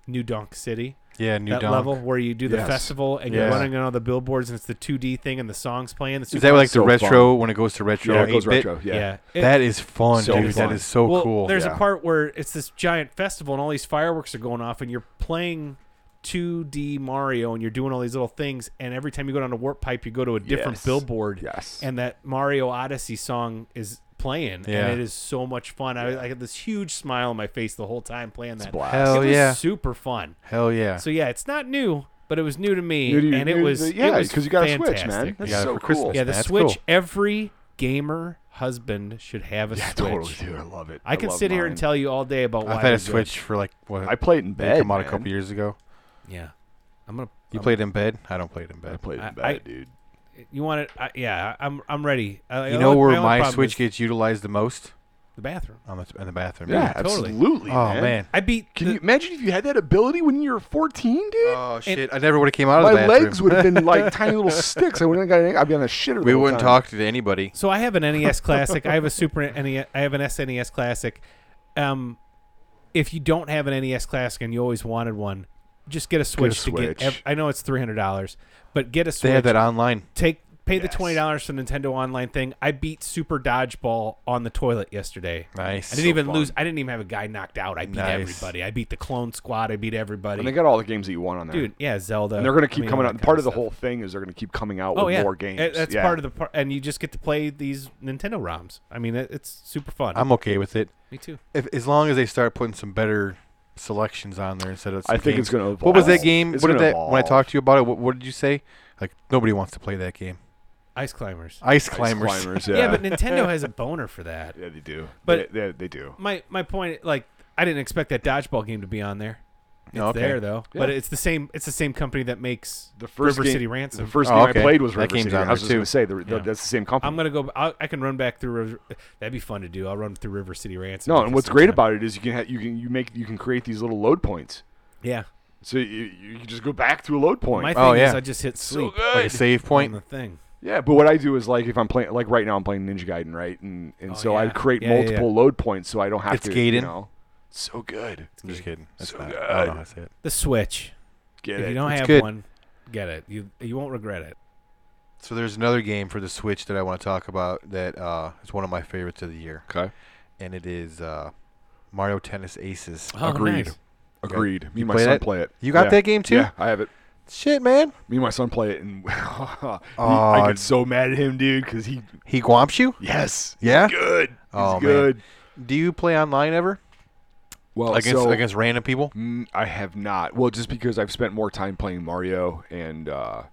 [SPEAKER 3] New Donk City.
[SPEAKER 2] Yeah, New
[SPEAKER 3] that
[SPEAKER 2] Donk.
[SPEAKER 3] level where you do the
[SPEAKER 4] Yes.
[SPEAKER 3] festival and
[SPEAKER 2] Yeah.
[SPEAKER 3] you're running on all the billboards and it's the 2D thing and the songs playing. The
[SPEAKER 2] Is that like the
[SPEAKER 4] So
[SPEAKER 2] retro when it goes to retro?
[SPEAKER 4] Yeah, it goes
[SPEAKER 2] 8-bit?
[SPEAKER 4] retro. Yeah.
[SPEAKER 3] It-
[SPEAKER 2] that is fun,
[SPEAKER 4] So
[SPEAKER 2] dude.
[SPEAKER 4] fun.
[SPEAKER 2] That is so
[SPEAKER 3] well,
[SPEAKER 2] cool.
[SPEAKER 3] There's
[SPEAKER 4] Yeah.
[SPEAKER 3] a part where it's this giant festival and all these fireworks are going off and you're playing 2D Mario and you're doing all these little things and every time you go down a warp pipe you go to a different
[SPEAKER 4] Yes.
[SPEAKER 3] billboard
[SPEAKER 4] Yes.
[SPEAKER 3] and that Mario Odyssey song is playing
[SPEAKER 2] Yeah.
[SPEAKER 3] and it is so much fun. I, I had this huge smile on my face the whole time playing that.
[SPEAKER 4] blast.
[SPEAKER 3] It
[SPEAKER 2] Hell
[SPEAKER 3] was
[SPEAKER 2] yeah.
[SPEAKER 3] super fun.
[SPEAKER 2] Hell yeah.
[SPEAKER 3] So yeah, it's not new, but it was new to me,
[SPEAKER 4] New to you-
[SPEAKER 3] and it
[SPEAKER 4] new-
[SPEAKER 3] was
[SPEAKER 4] yeah,
[SPEAKER 3] because
[SPEAKER 4] you got a Switch, man. That's
[SPEAKER 2] You got it
[SPEAKER 4] so
[SPEAKER 2] for
[SPEAKER 4] cool.
[SPEAKER 2] Christmas.
[SPEAKER 3] Yeah, the
[SPEAKER 2] That's
[SPEAKER 3] Switch.
[SPEAKER 2] cool.
[SPEAKER 3] Every gamer husband should have a
[SPEAKER 4] Yeah,
[SPEAKER 3] Switch.
[SPEAKER 4] totally, dude. I love it.
[SPEAKER 3] I can
[SPEAKER 4] love
[SPEAKER 3] sit here and
[SPEAKER 4] mine.
[SPEAKER 3] tell you all day about why
[SPEAKER 2] I've had
[SPEAKER 3] they're
[SPEAKER 2] a Switch for like what?
[SPEAKER 4] I played in
[SPEAKER 2] they
[SPEAKER 4] bed.
[SPEAKER 2] come out a
[SPEAKER 4] man.
[SPEAKER 2] couple years ago.
[SPEAKER 3] Good. Yeah, I'm gonna.
[SPEAKER 2] You
[SPEAKER 3] I'm-
[SPEAKER 2] played in bed? I don't play it in
[SPEAKER 4] I
[SPEAKER 2] bed.
[SPEAKER 4] played in
[SPEAKER 3] I-
[SPEAKER 4] bed,
[SPEAKER 3] I-
[SPEAKER 4] dude.
[SPEAKER 3] You want it? I, yeah, I'm. I'm ready. I,
[SPEAKER 2] You know where
[SPEAKER 3] only
[SPEAKER 2] my
[SPEAKER 3] problem
[SPEAKER 2] Switch
[SPEAKER 3] is
[SPEAKER 2] gets utilized the most?
[SPEAKER 3] the bathroom.
[SPEAKER 2] On the, in the bathroom.
[SPEAKER 4] Yeah,
[SPEAKER 2] dude.
[SPEAKER 3] totally.
[SPEAKER 4] absolutely.
[SPEAKER 2] Oh man.
[SPEAKER 3] I beat.
[SPEAKER 4] Can
[SPEAKER 3] the-
[SPEAKER 4] you imagine if you had that ability when you were 14, dude?
[SPEAKER 2] Oh shit! I never would have came out of
[SPEAKER 4] My
[SPEAKER 2] the bathroom.
[SPEAKER 4] legs would have
[SPEAKER 2] *laughs*
[SPEAKER 4] been like tiny little sticks. I wouldn't have got any. I'd be on a shitter. the
[SPEAKER 2] we
[SPEAKER 4] whole
[SPEAKER 2] wouldn't
[SPEAKER 4] time.
[SPEAKER 2] talk to anybody.
[SPEAKER 3] So I have an NES Classic. I have a Super *laughs* NES. I have an SNES Classic. Um, if you don't have an NES Classic and you always wanted one, just get a Switch. To
[SPEAKER 4] Switch.
[SPEAKER 3] get, ev- I know it's three hundred dollars, but get a Switch.
[SPEAKER 2] They had that online.
[SPEAKER 3] Take pay
[SPEAKER 4] Yes.
[SPEAKER 3] the twenty dollars for Nintendo Online thing. I beat Super Dodgeball on the toilet yesterday.
[SPEAKER 2] Nice.
[SPEAKER 3] I didn't even
[SPEAKER 4] fun.
[SPEAKER 3] lose. I didn't even have a guy knocked out. I beat
[SPEAKER 2] Nice.
[SPEAKER 3] everybody. I beat the Clone Squad. I beat everybody.
[SPEAKER 4] And they got all the games that you want on there.
[SPEAKER 3] Dude, yeah, Zelda.
[SPEAKER 4] And they're going
[SPEAKER 3] I
[SPEAKER 4] to keep
[SPEAKER 3] mean,
[SPEAKER 4] coming
[SPEAKER 3] all
[SPEAKER 4] out.
[SPEAKER 3] that
[SPEAKER 4] Part
[SPEAKER 3] kinda
[SPEAKER 4] of the
[SPEAKER 3] stuff.
[SPEAKER 4] whole thing is they're going to keep coming out
[SPEAKER 3] Oh
[SPEAKER 4] with
[SPEAKER 3] yeah,
[SPEAKER 4] more
[SPEAKER 3] It-
[SPEAKER 4] games.
[SPEAKER 3] That's part of the part, and you just get to play these Nintendo ROMs. I mean, it, it's super fun.
[SPEAKER 2] I'm okay with it.
[SPEAKER 3] Me too.
[SPEAKER 2] If, as long as they start putting some better selections on there instead of.
[SPEAKER 4] I
[SPEAKER 2] some
[SPEAKER 4] think it's
[SPEAKER 2] games.
[SPEAKER 4] going to.
[SPEAKER 2] What was that game?
[SPEAKER 4] It's
[SPEAKER 2] What did
[SPEAKER 4] gonna
[SPEAKER 2] that? When I
[SPEAKER 4] evolve.
[SPEAKER 2] talked to you about it, what, what did you say? Like nobody wants to play that game.
[SPEAKER 3] Ice climbers.
[SPEAKER 2] Ice
[SPEAKER 4] Ice
[SPEAKER 2] climbers.
[SPEAKER 4] climbers,
[SPEAKER 3] Yeah,
[SPEAKER 4] yeah.
[SPEAKER 3] but
[SPEAKER 4] *laughs*
[SPEAKER 3] Nintendo has a boner for that.
[SPEAKER 4] yeah, they do.
[SPEAKER 3] But-
[SPEAKER 4] But they, they, they do.
[SPEAKER 3] My my point, like, I didn't expect that dodgeball game to be on there.
[SPEAKER 2] *laughs*
[SPEAKER 3] It's
[SPEAKER 2] No, okay.
[SPEAKER 3] there though, but
[SPEAKER 4] Yeah.
[SPEAKER 3] it's the same. It's the same company that makes
[SPEAKER 4] The first
[SPEAKER 3] River
[SPEAKER 4] game-
[SPEAKER 3] City Ransom.
[SPEAKER 4] The first
[SPEAKER 2] Oh,
[SPEAKER 4] game
[SPEAKER 2] okay.
[SPEAKER 4] I played was
[SPEAKER 2] That
[SPEAKER 4] River
[SPEAKER 2] game's
[SPEAKER 4] City.
[SPEAKER 2] on
[SPEAKER 4] I was
[SPEAKER 2] there,
[SPEAKER 4] just going
[SPEAKER 2] too.
[SPEAKER 4] to say the, the,
[SPEAKER 3] Yeah.
[SPEAKER 4] that's the same company.
[SPEAKER 3] I'm gonna go. I'll, I can run back through. River, that'd be fun to do. I'll run through River City Ransom.
[SPEAKER 4] no, and what's great
[SPEAKER 3] sometime.
[SPEAKER 4] about it is you can ha- you can you make you can create these little load points.
[SPEAKER 3] yeah,
[SPEAKER 4] So you, you can just go back to a load point.
[SPEAKER 3] my thing
[SPEAKER 2] Oh,
[SPEAKER 3] is
[SPEAKER 2] yeah.
[SPEAKER 3] I just hit sleep
[SPEAKER 2] Like a save point.
[SPEAKER 3] on the thing.
[SPEAKER 4] yeah, but what I do is like if I'm playing like right now I'm playing Ninja Gaiden, right? And and
[SPEAKER 3] Oh,
[SPEAKER 4] so I
[SPEAKER 3] yeah.
[SPEAKER 4] create
[SPEAKER 3] Yeah, yeah,
[SPEAKER 4] multiple load points so I don't have
[SPEAKER 2] It's
[SPEAKER 4] to you
[SPEAKER 2] Gaiden.
[SPEAKER 4] know. So good.
[SPEAKER 2] I'm just kidding. That's
[SPEAKER 4] So
[SPEAKER 2] not, I don't know
[SPEAKER 4] good.
[SPEAKER 2] how to say it.
[SPEAKER 3] The Switch.
[SPEAKER 4] Get
[SPEAKER 3] if
[SPEAKER 4] it.
[SPEAKER 3] you don't
[SPEAKER 2] It's
[SPEAKER 3] have
[SPEAKER 2] good.
[SPEAKER 3] one, get it. You you won't regret it.
[SPEAKER 2] So there's another game for the Switch that I want to talk about that uh, is one of my favorites of the year,
[SPEAKER 4] okay.
[SPEAKER 2] and it is uh, Mario Tennis Aces.
[SPEAKER 4] Agreed. Agreed. Me and my
[SPEAKER 2] play
[SPEAKER 4] son
[SPEAKER 2] that?
[SPEAKER 4] play it.
[SPEAKER 2] You got
[SPEAKER 4] Yeah.
[SPEAKER 2] that game too?
[SPEAKER 4] Yeah, I have it.
[SPEAKER 2] Shit, man.
[SPEAKER 4] Me and my son play it, and *laughs* he- I
[SPEAKER 2] Aw.
[SPEAKER 4] get so mad at him, dude, because he
[SPEAKER 2] He guamps you?
[SPEAKER 4] yes,
[SPEAKER 2] Yeah?
[SPEAKER 4] good, he's
[SPEAKER 2] Oh, man.
[SPEAKER 4] good.
[SPEAKER 2] Do you play online ever
[SPEAKER 4] Well,
[SPEAKER 2] against
[SPEAKER 4] Oh, so-
[SPEAKER 2] against random people?
[SPEAKER 4] Mm, I have not. Well, just because I've spent more time playing Mario and uh,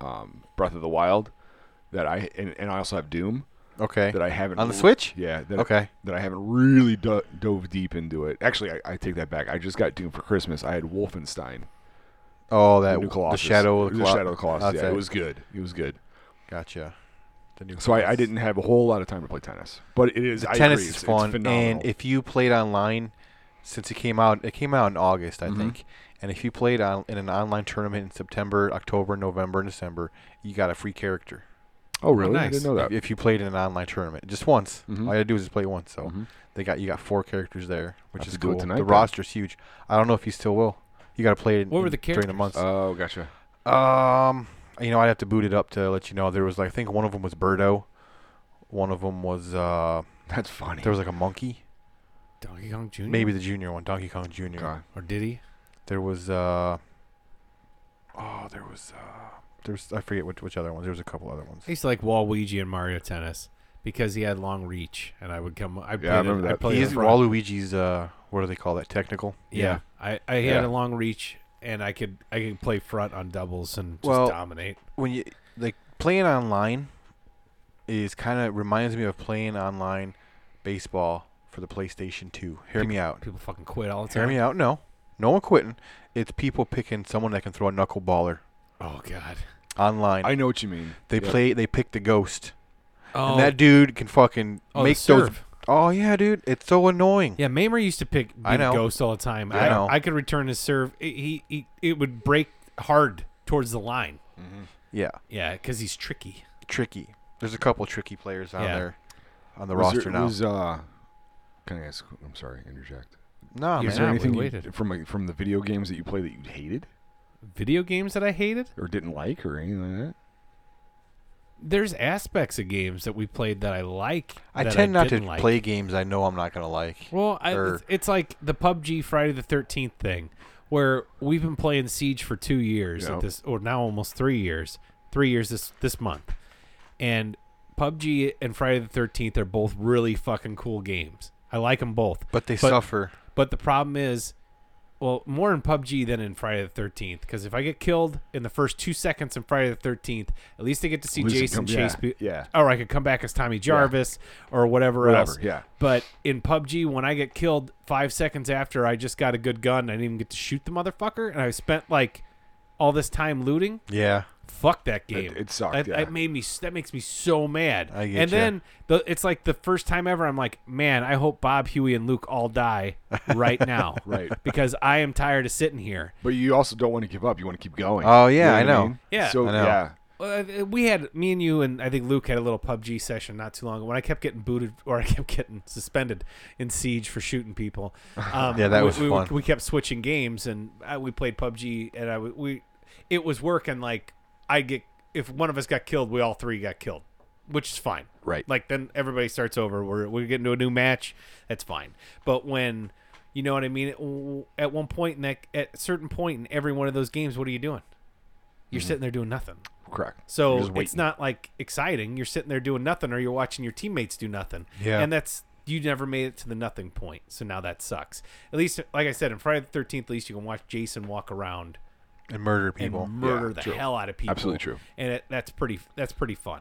[SPEAKER 4] um, Breath of the Wild, that I and, and I also have Doom
[SPEAKER 2] Okay.
[SPEAKER 4] that I haven't
[SPEAKER 2] On the
[SPEAKER 4] re-
[SPEAKER 2] Switch?
[SPEAKER 4] Yeah. That,
[SPEAKER 2] Okay.
[SPEAKER 4] That I haven't really do- dove deep into it. Actually, I, I take that back. I just got Doom for Christmas. I had Wolfenstein,
[SPEAKER 2] Oh, that
[SPEAKER 4] the new
[SPEAKER 2] the
[SPEAKER 4] Colossus,
[SPEAKER 2] shadow of the,
[SPEAKER 4] the
[SPEAKER 2] Colo-
[SPEAKER 4] Shadow of the Colossus. Yeah,
[SPEAKER 2] outside.
[SPEAKER 4] it was good. It was good.
[SPEAKER 2] Gotcha. The new
[SPEAKER 4] So I, I
[SPEAKER 2] Colossus.
[SPEAKER 4] didn't have a whole lot of time to play tennis, but it is I
[SPEAKER 2] tennis
[SPEAKER 4] agree,
[SPEAKER 2] is
[SPEAKER 4] it's- it's
[SPEAKER 2] fun,
[SPEAKER 4] phenomenal.
[SPEAKER 2] and if you played online, since it came out, it came out in August, I
[SPEAKER 4] Mm-hmm.
[SPEAKER 2] think. And if you played on in an online tournament in September, October, November, and December, you got a free character.
[SPEAKER 4] oh really? I
[SPEAKER 3] nice.
[SPEAKER 4] didn't know that.
[SPEAKER 2] If, if you played in an online tournament, just once,
[SPEAKER 4] Mhm.
[SPEAKER 2] all you had to do was just play once. So
[SPEAKER 4] Mhm.
[SPEAKER 2] they got you got four characters there, which
[SPEAKER 4] Have
[SPEAKER 2] is
[SPEAKER 4] to do it
[SPEAKER 2] cool.
[SPEAKER 4] tonight,
[SPEAKER 2] the
[SPEAKER 4] then.
[SPEAKER 2] roster's huge. I don't know if you still will. You got to play it.
[SPEAKER 3] What
[SPEAKER 2] in,
[SPEAKER 3] were the
[SPEAKER 2] during the
[SPEAKER 3] characters?
[SPEAKER 2] months?
[SPEAKER 4] Oh, gotcha.
[SPEAKER 2] Um, you know, I'd have to boot it up to let you know. There was like I think one of them was Birdo, one of them was uh,
[SPEAKER 4] That's funny.
[SPEAKER 2] there was like a monkey,
[SPEAKER 3] Donkey Kong Jr.
[SPEAKER 2] maybe the junior one, Donkey Kong Jr.
[SPEAKER 4] Okay.
[SPEAKER 3] or did he?
[SPEAKER 2] There was uh, oh, there was uh, there's I forget which which other ones. There was a couple other ones.
[SPEAKER 3] I used to like Waluigi and Mario Tennis because he had long reach, and I would come. I played it-
[SPEAKER 4] remember
[SPEAKER 3] I
[SPEAKER 4] that.
[SPEAKER 3] played it
[SPEAKER 2] He's
[SPEAKER 3] in front.
[SPEAKER 2] Waluigi's uh, what do they call that? Technical.
[SPEAKER 3] Yeah,
[SPEAKER 4] Yeah.
[SPEAKER 3] I, I had
[SPEAKER 4] Yeah.
[SPEAKER 3] a long reach, and I could I could play front on doubles and just
[SPEAKER 2] Well-
[SPEAKER 3] dominate.
[SPEAKER 2] when you like playing online is kind of reminds me of playing online baseball for the PlayStation 2. Hear me out.
[SPEAKER 3] People fucking quit all the
[SPEAKER 2] Hear
[SPEAKER 3] time.
[SPEAKER 2] me out. No, no one quitting. It's people picking someone that can throw a knuckleballer
[SPEAKER 3] Oh god.
[SPEAKER 2] online.
[SPEAKER 4] I know what you mean.
[SPEAKER 2] they
[SPEAKER 4] Yeah.
[SPEAKER 2] play. They pick the ghost,
[SPEAKER 3] Oh,
[SPEAKER 2] and that dude can fucking
[SPEAKER 3] oh, the
[SPEAKER 2] make those.
[SPEAKER 3] serve.
[SPEAKER 2] Oh yeah, dude. It's so annoying.
[SPEAKER 3] Yeah, Mamer used to pick
[SPEAKER 2] I
[SPEAKER 3] beat
[SPEAKER 2] know.
[SPEAKER 3] Ghost all the time.
[SPEAKER 2] I know.
[SPEAKER 3] I could return his serve. I- He, he it would break hard towards the line.
[SPEAKER 2] Yeah.
[SPEAKER 3] Yeah, because he's tricky.
[SPEAKER 2] Tricky. There's a couple tricky players on
[SPEAKER 3] Yeah.
[SPEAKER 2] there, on the
[SPEAKER 4] Was
[SPEAKER 2] roster
[SPEAKER 4] there-
[SPEAKER 2] now.
[SPEAKER 4] Was, uh, can I ask? I'm sorry, interject.
[SPEAKER 2] No,
[SPEAKER 3] Is
[SPEAKER 2] man.
[SPEAKER 4] Is
[SPEAKER 3] Yeah,
[SPEAKER 4] there
[SPEAKER 3] we
[SPEAKER 4] anything you-
[SPEAKER 3] waited.
[SPEAKER 4] from like, from the video games that you play that you hated
[SPEAKER 3] Video games that I hated?
[SPEAKER 4] or didn't like or anything like
[SPEAKER 3] There's aspects of games that we played that I like.
[SPEAKER 2] I
[SPEAKER 3] that
[SPEAKER 2] tend not to
[SPEAKER 3] didn't like.
[SPEAKER 2] play games I know I'm not gonna like.
[SPEAKER 3] Well, I,
[SPEAKER 2] Or-
[SPEAKER 3] it's- it's like the PUBG Friday the Thirteenth thing, where we've been playing Siege for two years
[SPEAKER 4] Yep.
[SPEAKER 3] at this, or now almost three years, three years this this month, and PUBG and Friday the Thirteenth are both really fucking cool games. I like them both,
[SPEAKER 2] But they suffer.
[SPEAKER 3] but the problem is, well, more in PUBG than in Friday the Thirteenth. Because if I get killed in the first two seconds in Friday the Thirteenth, at least I get to see
[SPEAKER 4] At least it
[SPEAKER 3] Jason
[SPEAKER 4] comes-
[SPEAKER 3] chase.
[SPEAKER 4] yeah,
[SPEAKER 3] pe-
[SPEAKER 4] yeah.
[SPEAKER 3] Or I could come back as Tommy Jarvis or whatever,
[SPEAKER 4] Whatever,
[SPEAKER 3] else.
[SPEAKER 4] yeah.
[SPEAKER 3] But in PUBG, when I get killed five seconds after I just got a good gun, I didn't even get to shoot the motherfucker, and I spent like all this time looting.
[SPEAKER 2] Yeah.
[SPEAKER 3] Fuck that game.
[SPEAKER 4] it sucked,
[SPEAKER 3] That,
[SPEAKER 4] yeah.
[SPEAKER 3] that made me. s- That makes me so mad.
[SPEAKER 2] I get
[SPEAKER 3] and
[SPEAKER 2] ya.
[SPEAKER 3] then the, it's like the first time ever. I'm like, man, I hope Bob, Huey, and Luke all die right now,
[SPEAKER 4] *laughs* Right.
[SPEAKER 3] Because I am tired of sitting here.
[SPEAKER 4] But you also don't want to give up. You want to keep going.
[SPEAKER 2] Oh, yeah,
[SPEAKER 4] You
[SPEAKER 2] I know.
[SPEAKER 4] mean?
[SPEAKER 3] Yeah.
[SPEAKER 4] So
[SPEAKER 2] I know.
[SPEAKER 4] yeah,
[SPEAKER 3] Uh, we had me and you and I think Luke had a little PUBG session not too long ago. When I kept getting booted *laughs* or I kept getting suspended in Siege for shooting
[SPEAKER 2] *laughs*
[SPEAKER 3] people. Um,
[SPEAKER 2] Yeah, that
[SPEAKER 3] we-
[SPEAKER 2] was
[SPEAKER 3] we,
[SPEAKER 2] fun.
[SPEAKER 3] We, kept switching games and uh we played PUBG and I w- we it was working. Like I get if one of us got killed, we all three got killed, which is fine.
[SPEAKER 4] Right.
[SPEAKER 3] Like then everybody starts over. We're we get into a new match. That's fine. But when you know what I mean, at- at one point in that at a certain point in every one of those games, what are you doing? You're
[SPEAKER 2] Mm-hmm.
[SPEAKER 3] sitting there doing nothing.
[SPEAKER 4] correct. You're
[SPEAKER 3] So
[SPEAKER 4] just
[SPEAKER 3] it's
[SPEAKER 4] waiting.
[SPEAKER 3] not like exciting. You're sitting there doing nothing, or you're watching your teammates do nothing.
[SPEAKER 2] Yeah.
[SPEAKER 3] And that's you never made it to the nothing point. So now that sucks. At least, like I said, in Friday the Thirteenth, at least you can watch Jason walk around
[SPEAKER 2] And murder
[SPEAKER 3] and
[SPEAKER 2] people.
[SPEAKER 3] murder
[SPEAKER 4] Yeah,
[SPEAKER 3] the
[SPEAKER 4] true.
[SPEAKER 3] hell out of people.
[SPEAKER 4] Absolutely true.
[SPEAKER 3] And it, that's pretty. That's pretty fun.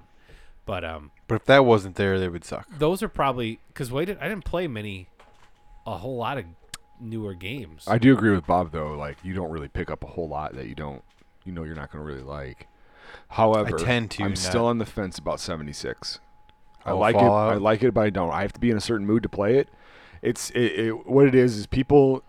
[SPEAKER 3] But um,
[SPEAKER 2] But if that wasn't there, they would suck.
[SPEAKER 3] those are probably because wait, I didn't play many, a whole lot of newer games.
[SPEAKER 4] I do agree with Bob though. Like you don't really pick up a whole lot that you don't, you know, you're not going to really like. However,
[SPEAKER 2] tend to
[SPEAKER 4] I'm
[SPEAKER 2] not.
[SPEAKER 4] still on the fence about 76. I
[SPEAKER 2] Oh,
[SPEAKER 4] like
[SPEAKER 2] Fallout?
[SPEAKER 4] it. I like it, but I don't. I have to be in a certain mood to play it. It's it, it, what it is. Is people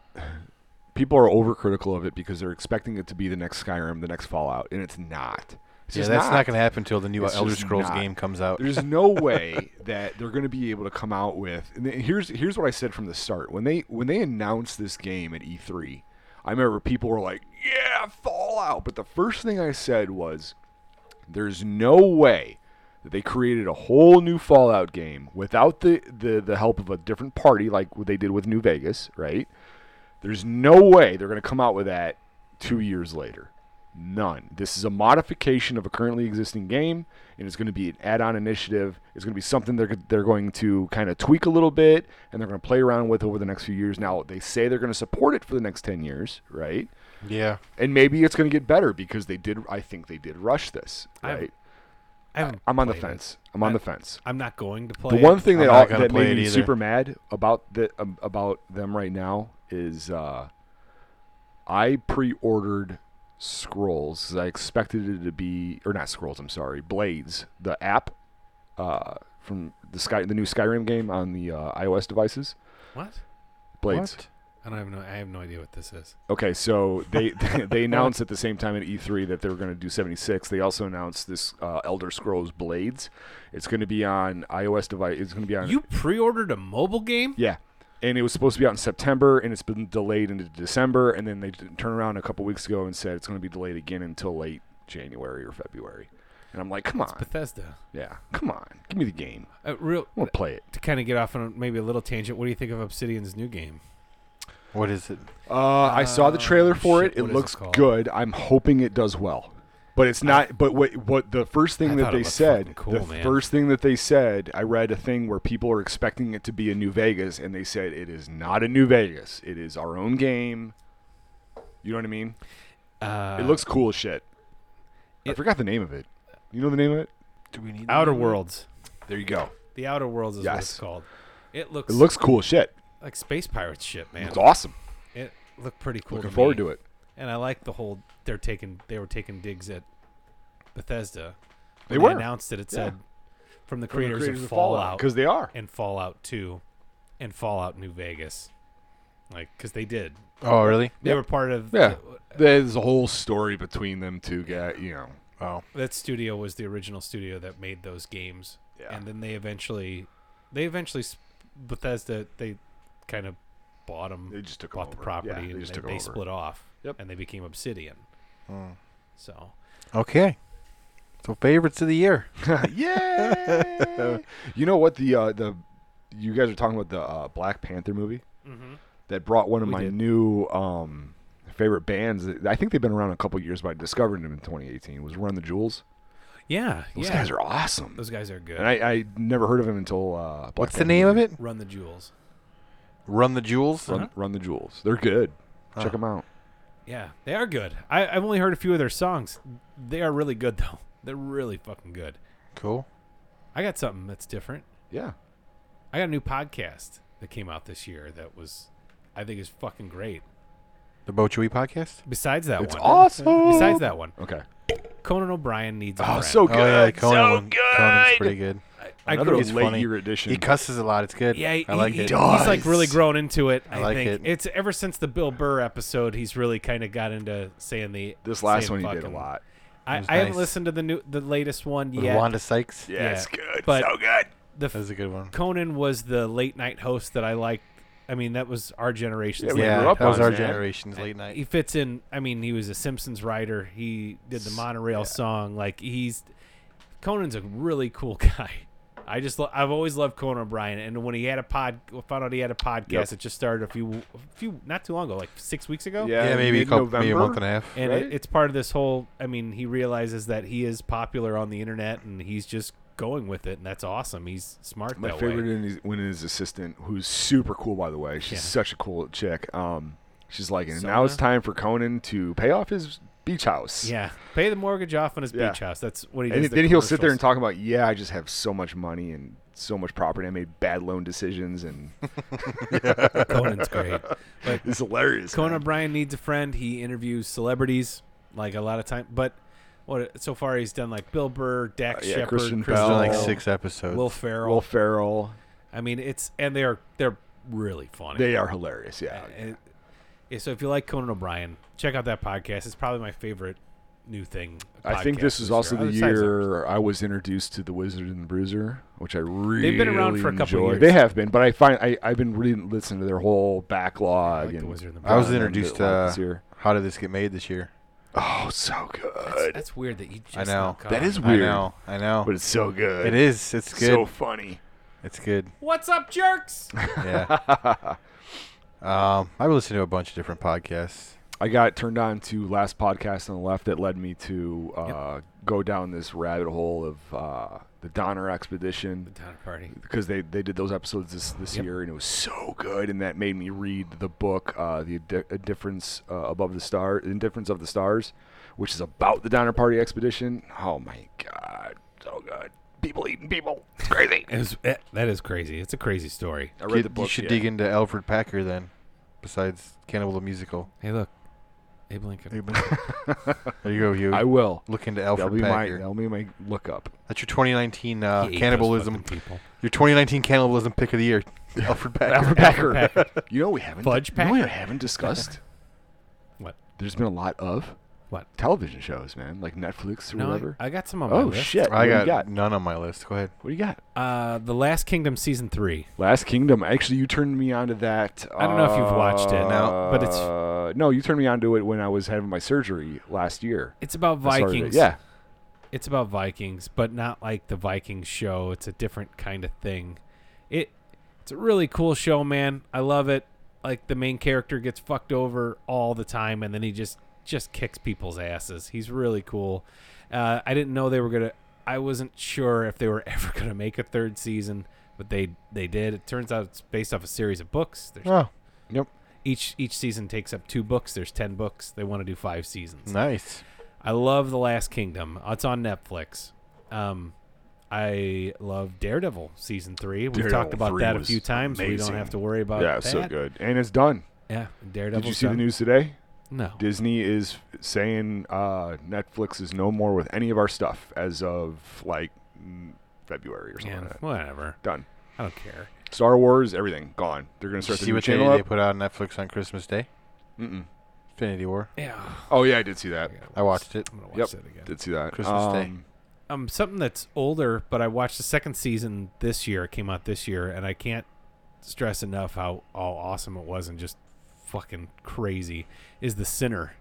[SPEAKER 4] people are overcritical of it because they're expecting it to be the next Skyrim, the next Fallout, and it's not. It's
[SPEAKER 2] yeah,
[SPEAKER 4] just
[SPEAKER 2] that's not, going to happen until the new
[SPEAKER 4] It's
[SPEAKER 2] Elder
[SPEAKER 4] just
[SPEAKER 2] Scrolls
[SPEAKER 4] not.
[SPEAKER 2] game comes out.
[SPEAKER 4] There's no way that they're going to be able to come out with. And th- here's here's what I said from the start when they when they announced this game at E3. I remember people were like, "Yeah, Fallout," but the first thing I said was, "There's no way that they created a whole new Fallout game without the the, the help of a different party, like what they did with New Vegas, right?" There's no way they're going to come out with that two years later. None. This is a modification of a currently existing game, and it's going to be an add-on initiative. It's going to be something they're they're going to kind of tweak a little bit, and they're going to play around with over the next few years. Now they say they're going to support it for the next ten years, right?
[SPEAKER 2] yeah.
[SPEAKER 4] And maybe it's going to get better because they did. I think they did rush this.
[SPEAKER 3] I haven't
[SPEAKER 4] Right.
[SPEAKER 3] I haven't
[SPEAKER 4] I'm on the
[SPEAKER 3] played it.
[SPEAKER 4] fence. I'm on the fence.
[SPEAKER 3] I'm not going to play. it.
[SPEAKER 4] The one thing
[SPEAKER 2] I'm
[SPEAKER 4] that
[SPEAKER 2] not
[SPEAKER 4] all,
[SPEAKER 2] gonna
[SPEAKER 4] that
[SPEAKER 2] play
[SPEAKER 4] made
[SPEAKER 2] it
[SPEAKER 4] me
[SPEAKER 2] either.
[SPEAKER 4] super mad about the um, about them right now is uh, I pre-ordered Scrolls 'cause I expected it to be or not Scrolls. I'm sorry, Blades, the app uh, from the Sky, the new Skyrim game on the uh, iOS devices.
[SPEAKER 3] What?
[SPEAKER 4] Blades.
[SPEAKER 3] I don't have no. I have no idea what this is.
[SPEAKER 4] Okay, so
[SPEAKER 2] *laughs*
[SPEAKER 4] they *laughs* they announced at the same time at E3 that they were going to do 76. They also announced this uh, Elder Scrolls Blades. It's going to be on iOS device. It's going to be on
[SPEAKER 3] You pre-ordered a mobile game?
[SPEAKER 4] Yeah. And it was supposed to be out in September, and it's been delayed into December. And then they d- turned around a couple weeks ago and said it's going to be delayed again until late January or February. And I'm like, come on.
[SPEAKER 3] Bethesda.
[SPEAKER 4] Yeah, come on. Give me the game.
[SPEAKER 3] Uh, real
[SPEAKER 4] I want to play it.
[SPEAKER 3] to kind of get off on a- maybe a little tangent. What do you think of Obsidian's new game?
[SPEAKER 2] What is it?
[SPEAKER 4] Uh, I saw the trailer for
[SPEAKER 3] shit,
[SPEAKER 4] it. It
[SPEAKER 3] what is it
[SPEAKER 4] looks
[SPEAKER 3] called?
[SPEAKER 4] good. I'm hoping it does well. But it's not. but what? What the first thing
[SPEAKER 3] I
[SPEAKER 4] that
[SPEAKER 3] thought it
[SPEAKER 4] they
[SPEAKER 3] looked
[SPEAKER 4] said?
[SPEAKER 3] fucking cool,
[SPEAKER 4] the
[SPEAKER 3] man.
[SPEAKER 4] first thing that they said. I read a thing where people are expecting it to be a New Vegas, and they said it is not a New Vegas. It is our own game. You know what I mean?
[SPEAKER 3] Uh,
[SPEAKER 4] It looks cool as shit. I
[SPEAKER 3] it-
[SPEAKER 4] forgot the name of it. You know the name of it?
[SPEAKER 2] Do we need
[SPEAKER 3] Outer Worlds.
[SPEAKER 4] There you go.
[SPEAKER 3] The Outer Worlds is what it's
[SPEAKER 4] Yes.
[SPEAKER 3] called. It looks,
[SPEAKER 4] It looks cool as shit.
[SPEAKER 3] like space pirate shit, man.
[SPEAKER 4] It's awesome.
[SPEAKER 3] It looked pretty cool.
[SPEAKER 4] Looking forward to it.
[SPEAKER 3] And I like the whole they're taking they were taking digs at Bethesda.
[SPEAKER 4] They
[SPEAKER 3] When
[SPEAKER 4] were.
[SPEAKER 3] announced it. It
[SPEAKER 4] Yeah.
[SPEAKER 3] said from the creators, of Fallout,
[SPEAKER 4] because they are.
[SPEAKER 3] and Fallout Two, and Fallout New Vegas, like because they did.
[SPEAKER 2] Oh, really?
[SPEAKER 3] They
[SPEAKER 4] Yep.
[SPEAKER 3] were part of
[SPEAKER 4] Yeah. There's a whole story between them two guys. You know.
[SPEAKER 2] Oh.
[SPEAKER 3] that studio was the original studio that made those games
[SPEAKER 4] Yeah.
[SPEAKER 3] and then they eventually they eventually s- bethesda they kind of bought them.
[SPEAKER 4] They just took 'em
[SPEAKER 3] bought the
[SPEAKER 4] over.
[SPEAKER 3] property
[SPEAKER 4] Yeah, they
[SPEAKER 3] and they,
[SPEAKER 4] just took 'em
[SPEAKER 3] they
[SPEAKER 4] over.
[SPEAKER 3] split off.
[SPEAKER 4] Yep.
[SPEAKER 3] And they became Obsidian. So
[SPEAKER 2] Okay. So favorites of the year.
[SPEAKER 4] *laughs* yeah. you know what the uh, the you guys are talking about the uh, Black Panther movie that brought one of
[SPEAKER 3] Mm-hmm. We
[SPEAKER 4] my
[SPEAKER 3] did.
[SPEAKER 4] new um, favorite bands. that- I think they've been around a couple years, but I discovered them in 2018. Was Run the Jewels.
[SPEAKER 3] yeah,
[SPEAKER 4] Those
[SPEAKER 3] yeah,
[SPEAKER 4] guys are awesome.
[SPEAKER 3] those guys are good.
[SPEAKER 4] And I, I never heard of them until uh, Black
[SPEAKER 2] What's the
[SPEAKER 4] Panther
[SPEAKER 2] name of
[SPEAKER 4] movie. Uh-huh.
[SPEAKER 2] it?
[SPEAKER 3] Run the jewels.
[SPEAKER 2] Run the Jewels.
[SPEAKER 4] Run,
[SPEAKER 3] Huh?
[SPEAKER 4] Run the Jewels. They're good. Check 'em Check
[SPEAKER 2] Huh.
[SPEAKER 4] them out.
[SPEAKER 3] Yeah, they are good. I, I've only heard a few of their songs. They are really good though. *laughs* They're really fucking good.
[SPEAKER 2] Cool.
[SPEAKER 3] I got something that's different.
[SPEAKER 4] Yeah.
[SPEAKER 3] I got a new podcast that came out this year that was, I think, is fucking great.
[SPEAKER 2] The Bo Chewy podcast.
[SPEAKER 3] Besides that
[SPEAKER 4] It's
[SPEAKER 3] one,
[SPEAKER 4] awesome.
[SPEAKER 3] besides that one,
[SPEAKER 4] Okay.
[SPEAKER 3] Conan O'Brien needs. A
[SPEAKER 4] Oh,
[SPEAKER 3] friend.
[SPEAKER 4] so good.
[SPEAKER 2] Oh yeah, Conan.
[SPEAKER 4] so
[SPEAKER 2] one.
[SPEAKER 4] good.
[SPEAKER 2] Conan's pretty good.
[SPEAKER 3] I
[SPEAKER 4] Another
[SPEAKER 3] grew
[SPEAKER 2] he's
[SPEAKER 4] late
[SPEAKER 2] funny.
[SPEAKER 4] year edition.
[SPEAKER 2] He cusses a lot. It's good.
[SPEAKER 3] Yeah, he,
[SPEAKER 2] I like
[SPEAKER 3] he-
[SPEAKER 2] it.
[SPEAKER 3] he's like really
[SPEAKER 4] does.
[SPEAKER 3] grown into it. I,
[SPEAKER 2] like
[SPEAKER 3] think
[SPEAKER 2] it.
[SPEAKER 3] it's ever since the Bill Burr episode, he's really kind of got into saying the
[SPEAKER 4] this last
[SPEAKER 3] same
[SPEAKER 4] one he did a
[SPEAKER 3] fucking-
[SPEAKER 4] lot.
[SPEAKER 3] I,
[SPEAKER 2] was
[SPEAKER 3] I haven't
[SPEAKER 2] nice.
[SPEAKER 3] listened to the new, the latest one
[SPEAKER 2] With
[SPEAKER 3] yet.
[SPEAKER 2] Wanda Sykes.
[SPEAKER 4] Yeah,
[SPEAKER 3] Yeah,
[SPEAKER 4] it's good.
[SPEAKER 3] but-
[SPEAKER 4] so good.
[SPEAKER 3] The
[SPEAKER 2] That was
[SPEAKER 3] f-
[SPEAKER 2] a good one.
[SPEAKER 3] Conan was the late night host that I liked. I mean, that was our generation's
[SPEAKER 4] Yeah, we
[SPEAKER 3] late
[SPEAKER 2] Yeah,
[SPEAKER 4] grew
[SPEAKER 3] night
[SPEAKER 4] up
[SPEAKER 2] that was
[SPEAKER 4] on
[SPEAKER 2] our
[SPEAKER 4] that.
[SPEAKER 2] generation's late
[SPEAKER 3] He
[SPEAKER 2] night.
[SPEAKER 3] fits in. I mean, he was a Simpsons writer. He did the monorail song. Like he's Conan's a really cool *laughs* guy. I just lo- I've always loved Conan O'Brien, and when he had a pod, found out he had a podcast.
[SPEAKER 4] Yep.
[SPEAKER 3] It just started a few, a few not too long ago, like six weeks ago.
[SPEAKER 4] Yeah,
[SPEAKER 2] Yeah, maybe a couple, maybe a month and a half.
[SPEAKER 3] and
[SPEAKER 4] right?
[SPEAKER 3] it, it's part of this whole. I mean, he realizes that he is popular on the internet, and he's just going with it, and that's awesome. He's smart
[SPEAKER 4] My
[SPEAKER 3] that
[SPEAKER 4] favorite
[SPEAKER 3] way.
[SPEAKER 4] in his, when his assistant, who's super cool by the way, she's
[SPEAKER 3] Yeah.
[SPEAKER 4] such a cool chick. Um, she's like, and now it's
[SPEAKER 3] Sona?
[SPEAKER 4] time for Conan to pay off his beach house.
[SPEAKER 3] Yeah, pay the mortgage off on his
[SPEAKER 4] Yeah.
[SPEAKER 3] beach house. That's what he does.
[SPEAKER 4] And
[SPEAKER 3] the
[SPEAKER 4] then he'll sit there
[SPEAKER 3] commercials.
[SPEAKER 4] and talk about, yeah, I just have so much money and so much property. I made bad loan decisions, and *laughs*
[SPEAKER 3] Conan's great. But
[SPEAKER 4] it's hilarious.
[SPEAKER 3] Conan
[SPEAKER 4] man.
[SPEAKER 3] O'Brien needs a friend. He interviews celebrities like a lot of time, but what so far he's done like Bill Burr, Dax
[SPEAKER 4] Uh, yeah,
[SPEAKER 3] Shepard,
[SPEAKER 4] Christian
[SPEAKER 2] It's
[SPEAKER 3] Kristen
[SPEAKER 2] done like
[SPEAKER 4] Bell.
[SPEAKER 2] six episodes.
[SPEAKER 3] Will Ferrell.
[SPEAKER 4] Will Ferrell,
[SPEAKER 3] I mean, it's and they are they're really funny.
[SPEAKER 4] they are hilarious. Yeah,
[SPEAKER 3] And- yeah, so if you like Conan O'Brien, check out that podcast. It's probably my favorite new thing.
[SPEAKER 4] I think
[SPEAKER 3] podcast
[SPEAKER 4] this is
[SPEAKER 3] year.
[SPEAKER 4] also the
[SPEAKER 3] Other sides are-
[SPEAKER 4] year I was introduced to the Wizard and the Bruiser, which I really
[SPEAKER 3] been around for a couple
[SPEAKER 4] enjoy.
[SPEAKER 3] years.
[SPEAKER 4] They have been, but I find I I've been really listening to their whole
[SPEAKER 3] I
[SPEAKER 4] backlog.
[SPEAKER 3] like the
[SPEAKER 4] and
[SPEAKER 3] Wizard and the
[SPEAKER 2] I was
[SPEAKER 4] found them
[SPEAKER 2] introduced
[SPEAKER 4] that, like,
[SPEAKER 2] to uh,
[SPEAKER 4] this year.
[SPEAKER 2] How Did This Get Made this year?
[SPEAKER 4] Oh, so good.
[SPEAKER 3] That's weird that you just
[SPEAKER 2] I know.
[SPEAKER 3] not caught
[SPEAKER 4] That
[SPEAKER 3] on.
[SPEAKER 4] is weird.
[SPEAKER 2] I know. I know.
[SPEAKER 4] but it's so good.
[SPEAKER 2] It is. It's good.
[SPEAKER 4] so funny.
[SPEAKER 2] it's good.
[SPEAKER 3] What's up, jerks? *laughs*
[SPEAKER 4] *laughs*
[SPEAKER 2] Yeah. um, I've listened to a bunch of different podcasts.
[SPEAKER 4] I got turned on to last podcast on the left that led me to uh, go down this rabbit hole of uh, the Donner Expedition
[SPEAKER 3] Down party.
[SPEAKER 4] because they, they did those episodes this this
[SPEAKER 3] Yep.
[SPEAKER 4] year and it was so good and that made me read the book uh, the Di- A difference uh, above the star indifference of the stars which is about the Donner Party expedition oh my god so good people eating people it's crazy
[SPEAKER 3] It was, eh, that is crazy. It's a crazy story.
[SPEAKER 4] I read
[SPEAKER 2] Get-
[SPEAKER 4] the book
[SPEAKER 2] You should
[SPEAKER 4] yeah. *laughs*
[SPEAKER 2] dig into Alfred Packer then, besides Cannibal the Musical.
[SPEAKER 3] Hey, look, Abe Lincoln.
[SPEAKER 4] *laughs*
[SPEAKER 2] there you go, Hugh.
[SPEAKER 4] I will
[SPEAKER 2] Look into
[SPEAKER 4] that'll be
[SPEAKER 2] Alfred
[SPEAKER 4] my
[SPEAKER 2] Packer.
[SPEAKER 4] that'll be my look up
[SPEAKER 2] That's your 2019 uh,
[SPEAKER 3] He ate those
[SPEAKER 2] cannibalism.
[SPEAKER 3] fucking people.
[SPEAKER 2] Your 2019 cannibalism pick of the year, *laughs* Alfred Packer.
[SPEAKER 4] Packer.
[SPEAKER 3] Packer.
[SPEAKER 4] you know we haven't
[SPEAKER 3] Fudge
[SPEAKER 4] you know we
[SPEAKER 3] Packer?
[SPEAKER 4] haven't
[SPEAKER 2] *laughs*
[SPEAKER 4] discussed
[SPEAKER 3] What?
[SPEAKER 4] there's been a lot of
[SPEAKER 3] What?
[SPEAKER 4] television shows man like Netflix or
[SPEAKER 3] No, I-
[SPEAKER 4] whatever
[SPEAKER 3] I, got some on my
[SPEAKER 4] oh
[SPEAKER 3] list.
[SPEAKER 4] shit
[SPEAKER 2] I
[SPEAKER 4] what
[SPEAKER 2] got,
[SPEAKER 4] do you got
[SPEAKER 2] none on my list. Go ahead.
[SPEAKER 4] what do you got
[SPEAKER 3] Uh, the Last Kingdom season three.
[SPEAKER 4] Last Kingdom. Actually, you turned me onto that.
[SPEAKER 3] I don't know if you've watched it.
[SPEAKER 2] No.
[SPEAKER 3] But it's-
[SPEAKER 4] uh, no. You turned me onto it when I was having my surgery last year.
[SPEAKER 3] It's about
[SPEAKER 4] I started it.
[SPEAKER 3] Vikings.
[SPEAKER 4] Yeah.
[SPEAKER 3] it's about Vikings, but not like the Vikings show. It's a different kind of thing. It it's a really cool show, man. I love it. Like the main character gets fucked over all the time, and then he just just kicks people's asses. He's really cool. Uh, I didn't know they were gonna. I wasn't sure if they were *laughs* ever gonna make a third season, but they they did. It turns out it's based off a series of books. There's
[SPEAKER 2] Oh,
[SPEAKER 3] each each season takes up two books. There's ten books. They want to do five seasons.
[SPEAKER 2] nice.
[SPEAKER 3] I love The Last Kingdom. It's on Netflix. Um, I love Daredevil season three. We've
[SPEAKER 4] Daredevil
[SPEAKER 3] talked about
[SPEAKER 4] 3
[SPEAKER 3] that a
[SPEAKER 4] was
[SPEAKER 3] few times. We
[SPEAKER 4] amazing.
[SPEAKER 3] don't have to worry about
[SPEAKER 4] Yeah.
[SPEAKER 3] that.
[SPEAKER 4] So good. And it's done.
[SPEAKER 3] Yeah, Daredevil.
[SPEAKER 4] Did you see the news today?
[SPEAKER 3] No.
[SPEAKER 4] Disney is saying uh, Netflix is no more with any of our stuff as of like mm, February or something.
[SPEAKER 3] Yeah,
[SPEAKER 4] like that.
[SPEAKER 3] whatever.
[SPEAKER 4] Done.
[SPEAKER 3] I don't care.
[SPEAKER 4] Star Wars, everything gone. They're gonna
[SPEAKER 2] Did you
[SPEAKER 4] start the
[SPEAKER 2] see
[SPEAKER 4] new
[SPEAKER 2] what they,
[SPEAKER 4] channel
[SPEAKER 2] they
[SPEAKER 4] up.
[SPEAKER 2] put out on Netflix on Christmas Day?
[SPEAKER 4] Mm-mm.
[SPEAKER 2] Infinity War.
[SPEAKER 3] *sighs* Yeah.
[SPEAKER 4] Oh yeah, I did see that.
[SPEAKER 2] I watched it.
[SPEAKER 3] I'm gonna watch
[SPEAKER 4] Yep.
[SPEAKER 3] that again.
[SPEAKER 4] Did see that.
[SPEAKER 2] Christmas Day.
[SPEAKER 4] Um,
[SPEAKER 3] Um, something that's older, but I watched the second season this year. It came out this year, and I can't stress enough how all awesome it was and just fucking crazy is The Sinner.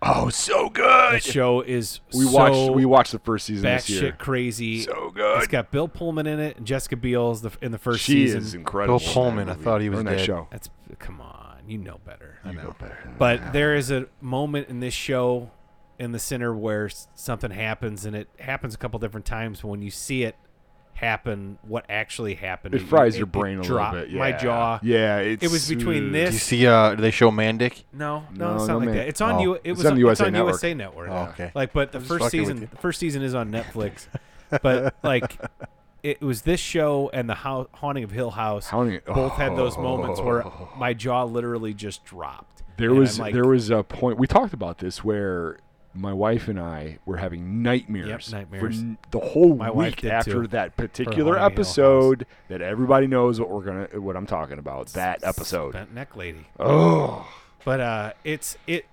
[SPEAKER 4] Oh, so good.
[SPEAKER 3] That show is
[SPEAKER 4] We
[SPEAKER 3] so
[SPEAKER 4] watched we watched the first season this year.
[SPEAKER 3] batshit crazy.
[SPEAKER 4] So
[SPEAKER 3] It's
[SPEAKER 4] good.
[SPEAKER 3] got Bill Pullman in it and Jessica Biel's the, in the first
[SPEAKER 4] She
[SPEAKER 3] season.
[SPEAKER 4] is incredible.
[SPEAKER 2] Bill Pullman, I thought he was
[SPEAKER 4] in that
[SPEAKER 2] dead.
[SPEAKER 4] show.
[SPEAKER 3] That's come on, you know better.
[SPEAKER 4] You know better than
[SPEAKER 3] But there is a moment in this show in the center where s- something happens, and it happens a couple different times. But when you see it happen, what actually happened?
[SPEAKER 4] that. it fries your
[SPEAKER 3] it
[SPEAKER 4] brain a
[SPEAKER 3] dropped
[SPEAKER 4] little bit. Yeah.
[SPEAKER 3] My jaw.
[SPEAKER 4] Yeah, it's,
[SPEAKER 3] It was between
[SPEAKER 4] uh,
[SPEAKER 2] Do you
[SPEAKER 3] this.
[SPEAKER 2] see? Uh, do they show Mandic?
[SPEAKER 3] No, no,
[SPEAKER 4] No,
[SPEAKER 3] it's
[SPEAKER 4] no,
[SPEAKER 3] not like
[SPEAKER 4] man.
[SPEAKER 3] that. It's on
[SPEAKER 2] Oh.
[SPEAKER 3] you. It
[SPEAKER 4] It's
[SPEAKER 3] was
[SPEAKER 4] on
[SPEAKER 3] on
[SPEAKER 4] USA
[SPEAKER 3] it's on
[SPEAKER 4] Network.
[SPEAKER 3] USA Network.
[SPEAKER 2] Oh, okay.
[SPEAKER 3] Like, but the
[SPEAKER 2] just
[SPEAKER 3] first
[SPEAKER 2] fucking with
[SPEAKER 3] season,
[SPEAKER 2] you.
[SPEAKER 3] the first season is on
[SPEAKER 4] *laughs*
[SPEAKER 3] Netflix. but like, it was this show and the Hau- haunting of Hill House.
[SPEAKER 4] Haunting-
[SPEAKER 3] both had those moments where
[SPEAKER 4] Oh.
[SPEAKER 3] my jaw literally just dropped.
[SPEAKER 4] There
[SPEAKER 3] And
[SPEAKER 4] was
[SPEAKER 3] I'm like,
[SPEAKER 4] there was a point we talked about this where my wife and I were having nightmares, for
[SPEAKER 3] nightmares.
[SPEAKER 4] n- the whole
[SPEAKER 3] My wife
[SPEAKER 4] week
[SPEAKER 3] did
[SPEAKER 4] after
[SPEAKER 3] too,
[SPEAKER 4] that
[SPEAKER 3] Haunting
[SPEAKER 4] particular
[SPEAKER 3] Hill House.
[SPEAKER 4] episode. That everybody knows what we're gonna what I'm talking about. That episode.
[SPEAKER 3] Bent neck lady.
[SPEAKER 4] Oh,
[SPEAKER 3] But uh, it's it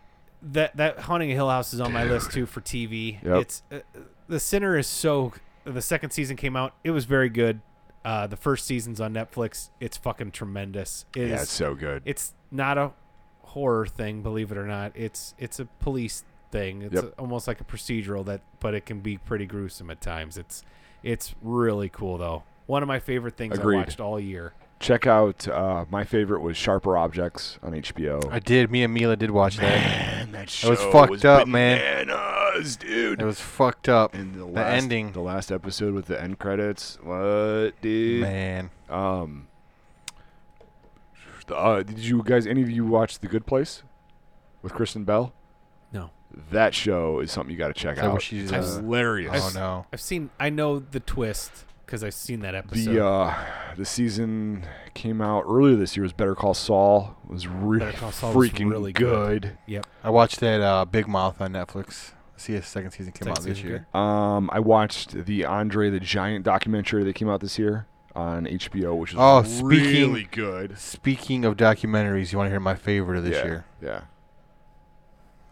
[SPEAKER 3] that that haunting of Hill House is on my list too for TV.
[SPEAKER 4] Yep.
[SPEAKER 3] It's uh, the Sinner is so. The second season came out. It was very good. Uh, the first season's on Netflix. It's fucking tremendous. It
[SPEAKER 4] yeah,
[SPEAKER 3] is-
[SPEAKER 4] it's so good.
[SPEAKER 3] it's not a horror thing, believe it or not. It's it's a police thing. It's
[SPEAKER 4] Yep.
[SPEAKER 3] a- almost like a procedural that, but it can be pretty gruesome at times. It's it's really cool though. One of my favorite things
[SPEAKER 4] Agreed.
[SPEAKER 3] I watched all year.
[SPEAKER 4] Check out uh, my favorite was Sharper Objects on HBO.
[SPEAKER 2] I did. Me and Mila did watch that.
[SPEAKER 4] Man, that
[SPEAKER 2] It was fucked up, man.
[SPEAKER 4] bananas, dude.
[SPEAKER 2] It was fucked up.
[SPEAKER 4] and the,
[SPEAKER 2] the
[SPEAKER 4] last,
[SPEAKER 2] ending.
[SPEAKER 4] the last episode with the end credits. What, dude?
[SPEAKER 2] Man,
[SPEAKER 4] Um, the- uh, did you guys? Any of you watch The Good Place with Kristen Bell?
[SPEAKER 3] No.
[SPEAKER 4] That show is something you got to check
[SPEAKER 2] Is that
[SPEAKER 4] out.
[SPEAKER 2] where she's, uh,
[SPEAKER 4] it's hilarious.
[SPEAKER 2] oh no.
[SPEAKER 3] I've seen I know the twist because I've seen that episode.
[SPEAKER 4] The uh, the season came out earlier this year. Was Better Call Saul It was really
[SPEAKER 3] Better Call Saul was
[SPEAKER 4] freaking
[SPEAKER 3] really good.
[SPEAKER 4] good.
[SPEAKER 3] yep.
[SPEAKER 2] I watched that uh, Big Mouth on Netflix. See, his second season came
[SPEAKER 3] Second
[SPEAKER 2] out this
[SPEAKER 3] season
[SPEAKER 2] year.
[SPEAKER 4] Um, I watched the Andre the Giant documentary that came out this year on HBO, which is
[SPEAKER 2] Oh, speaking-
[SPEAKER 4] really good.
[SPEAKER 2] Speaking of documentaries, you want to hear my favorite of this
[SPEAKER 4] yeah,
[SPEAKER 2] year?
[SPEAKER 4] yeah.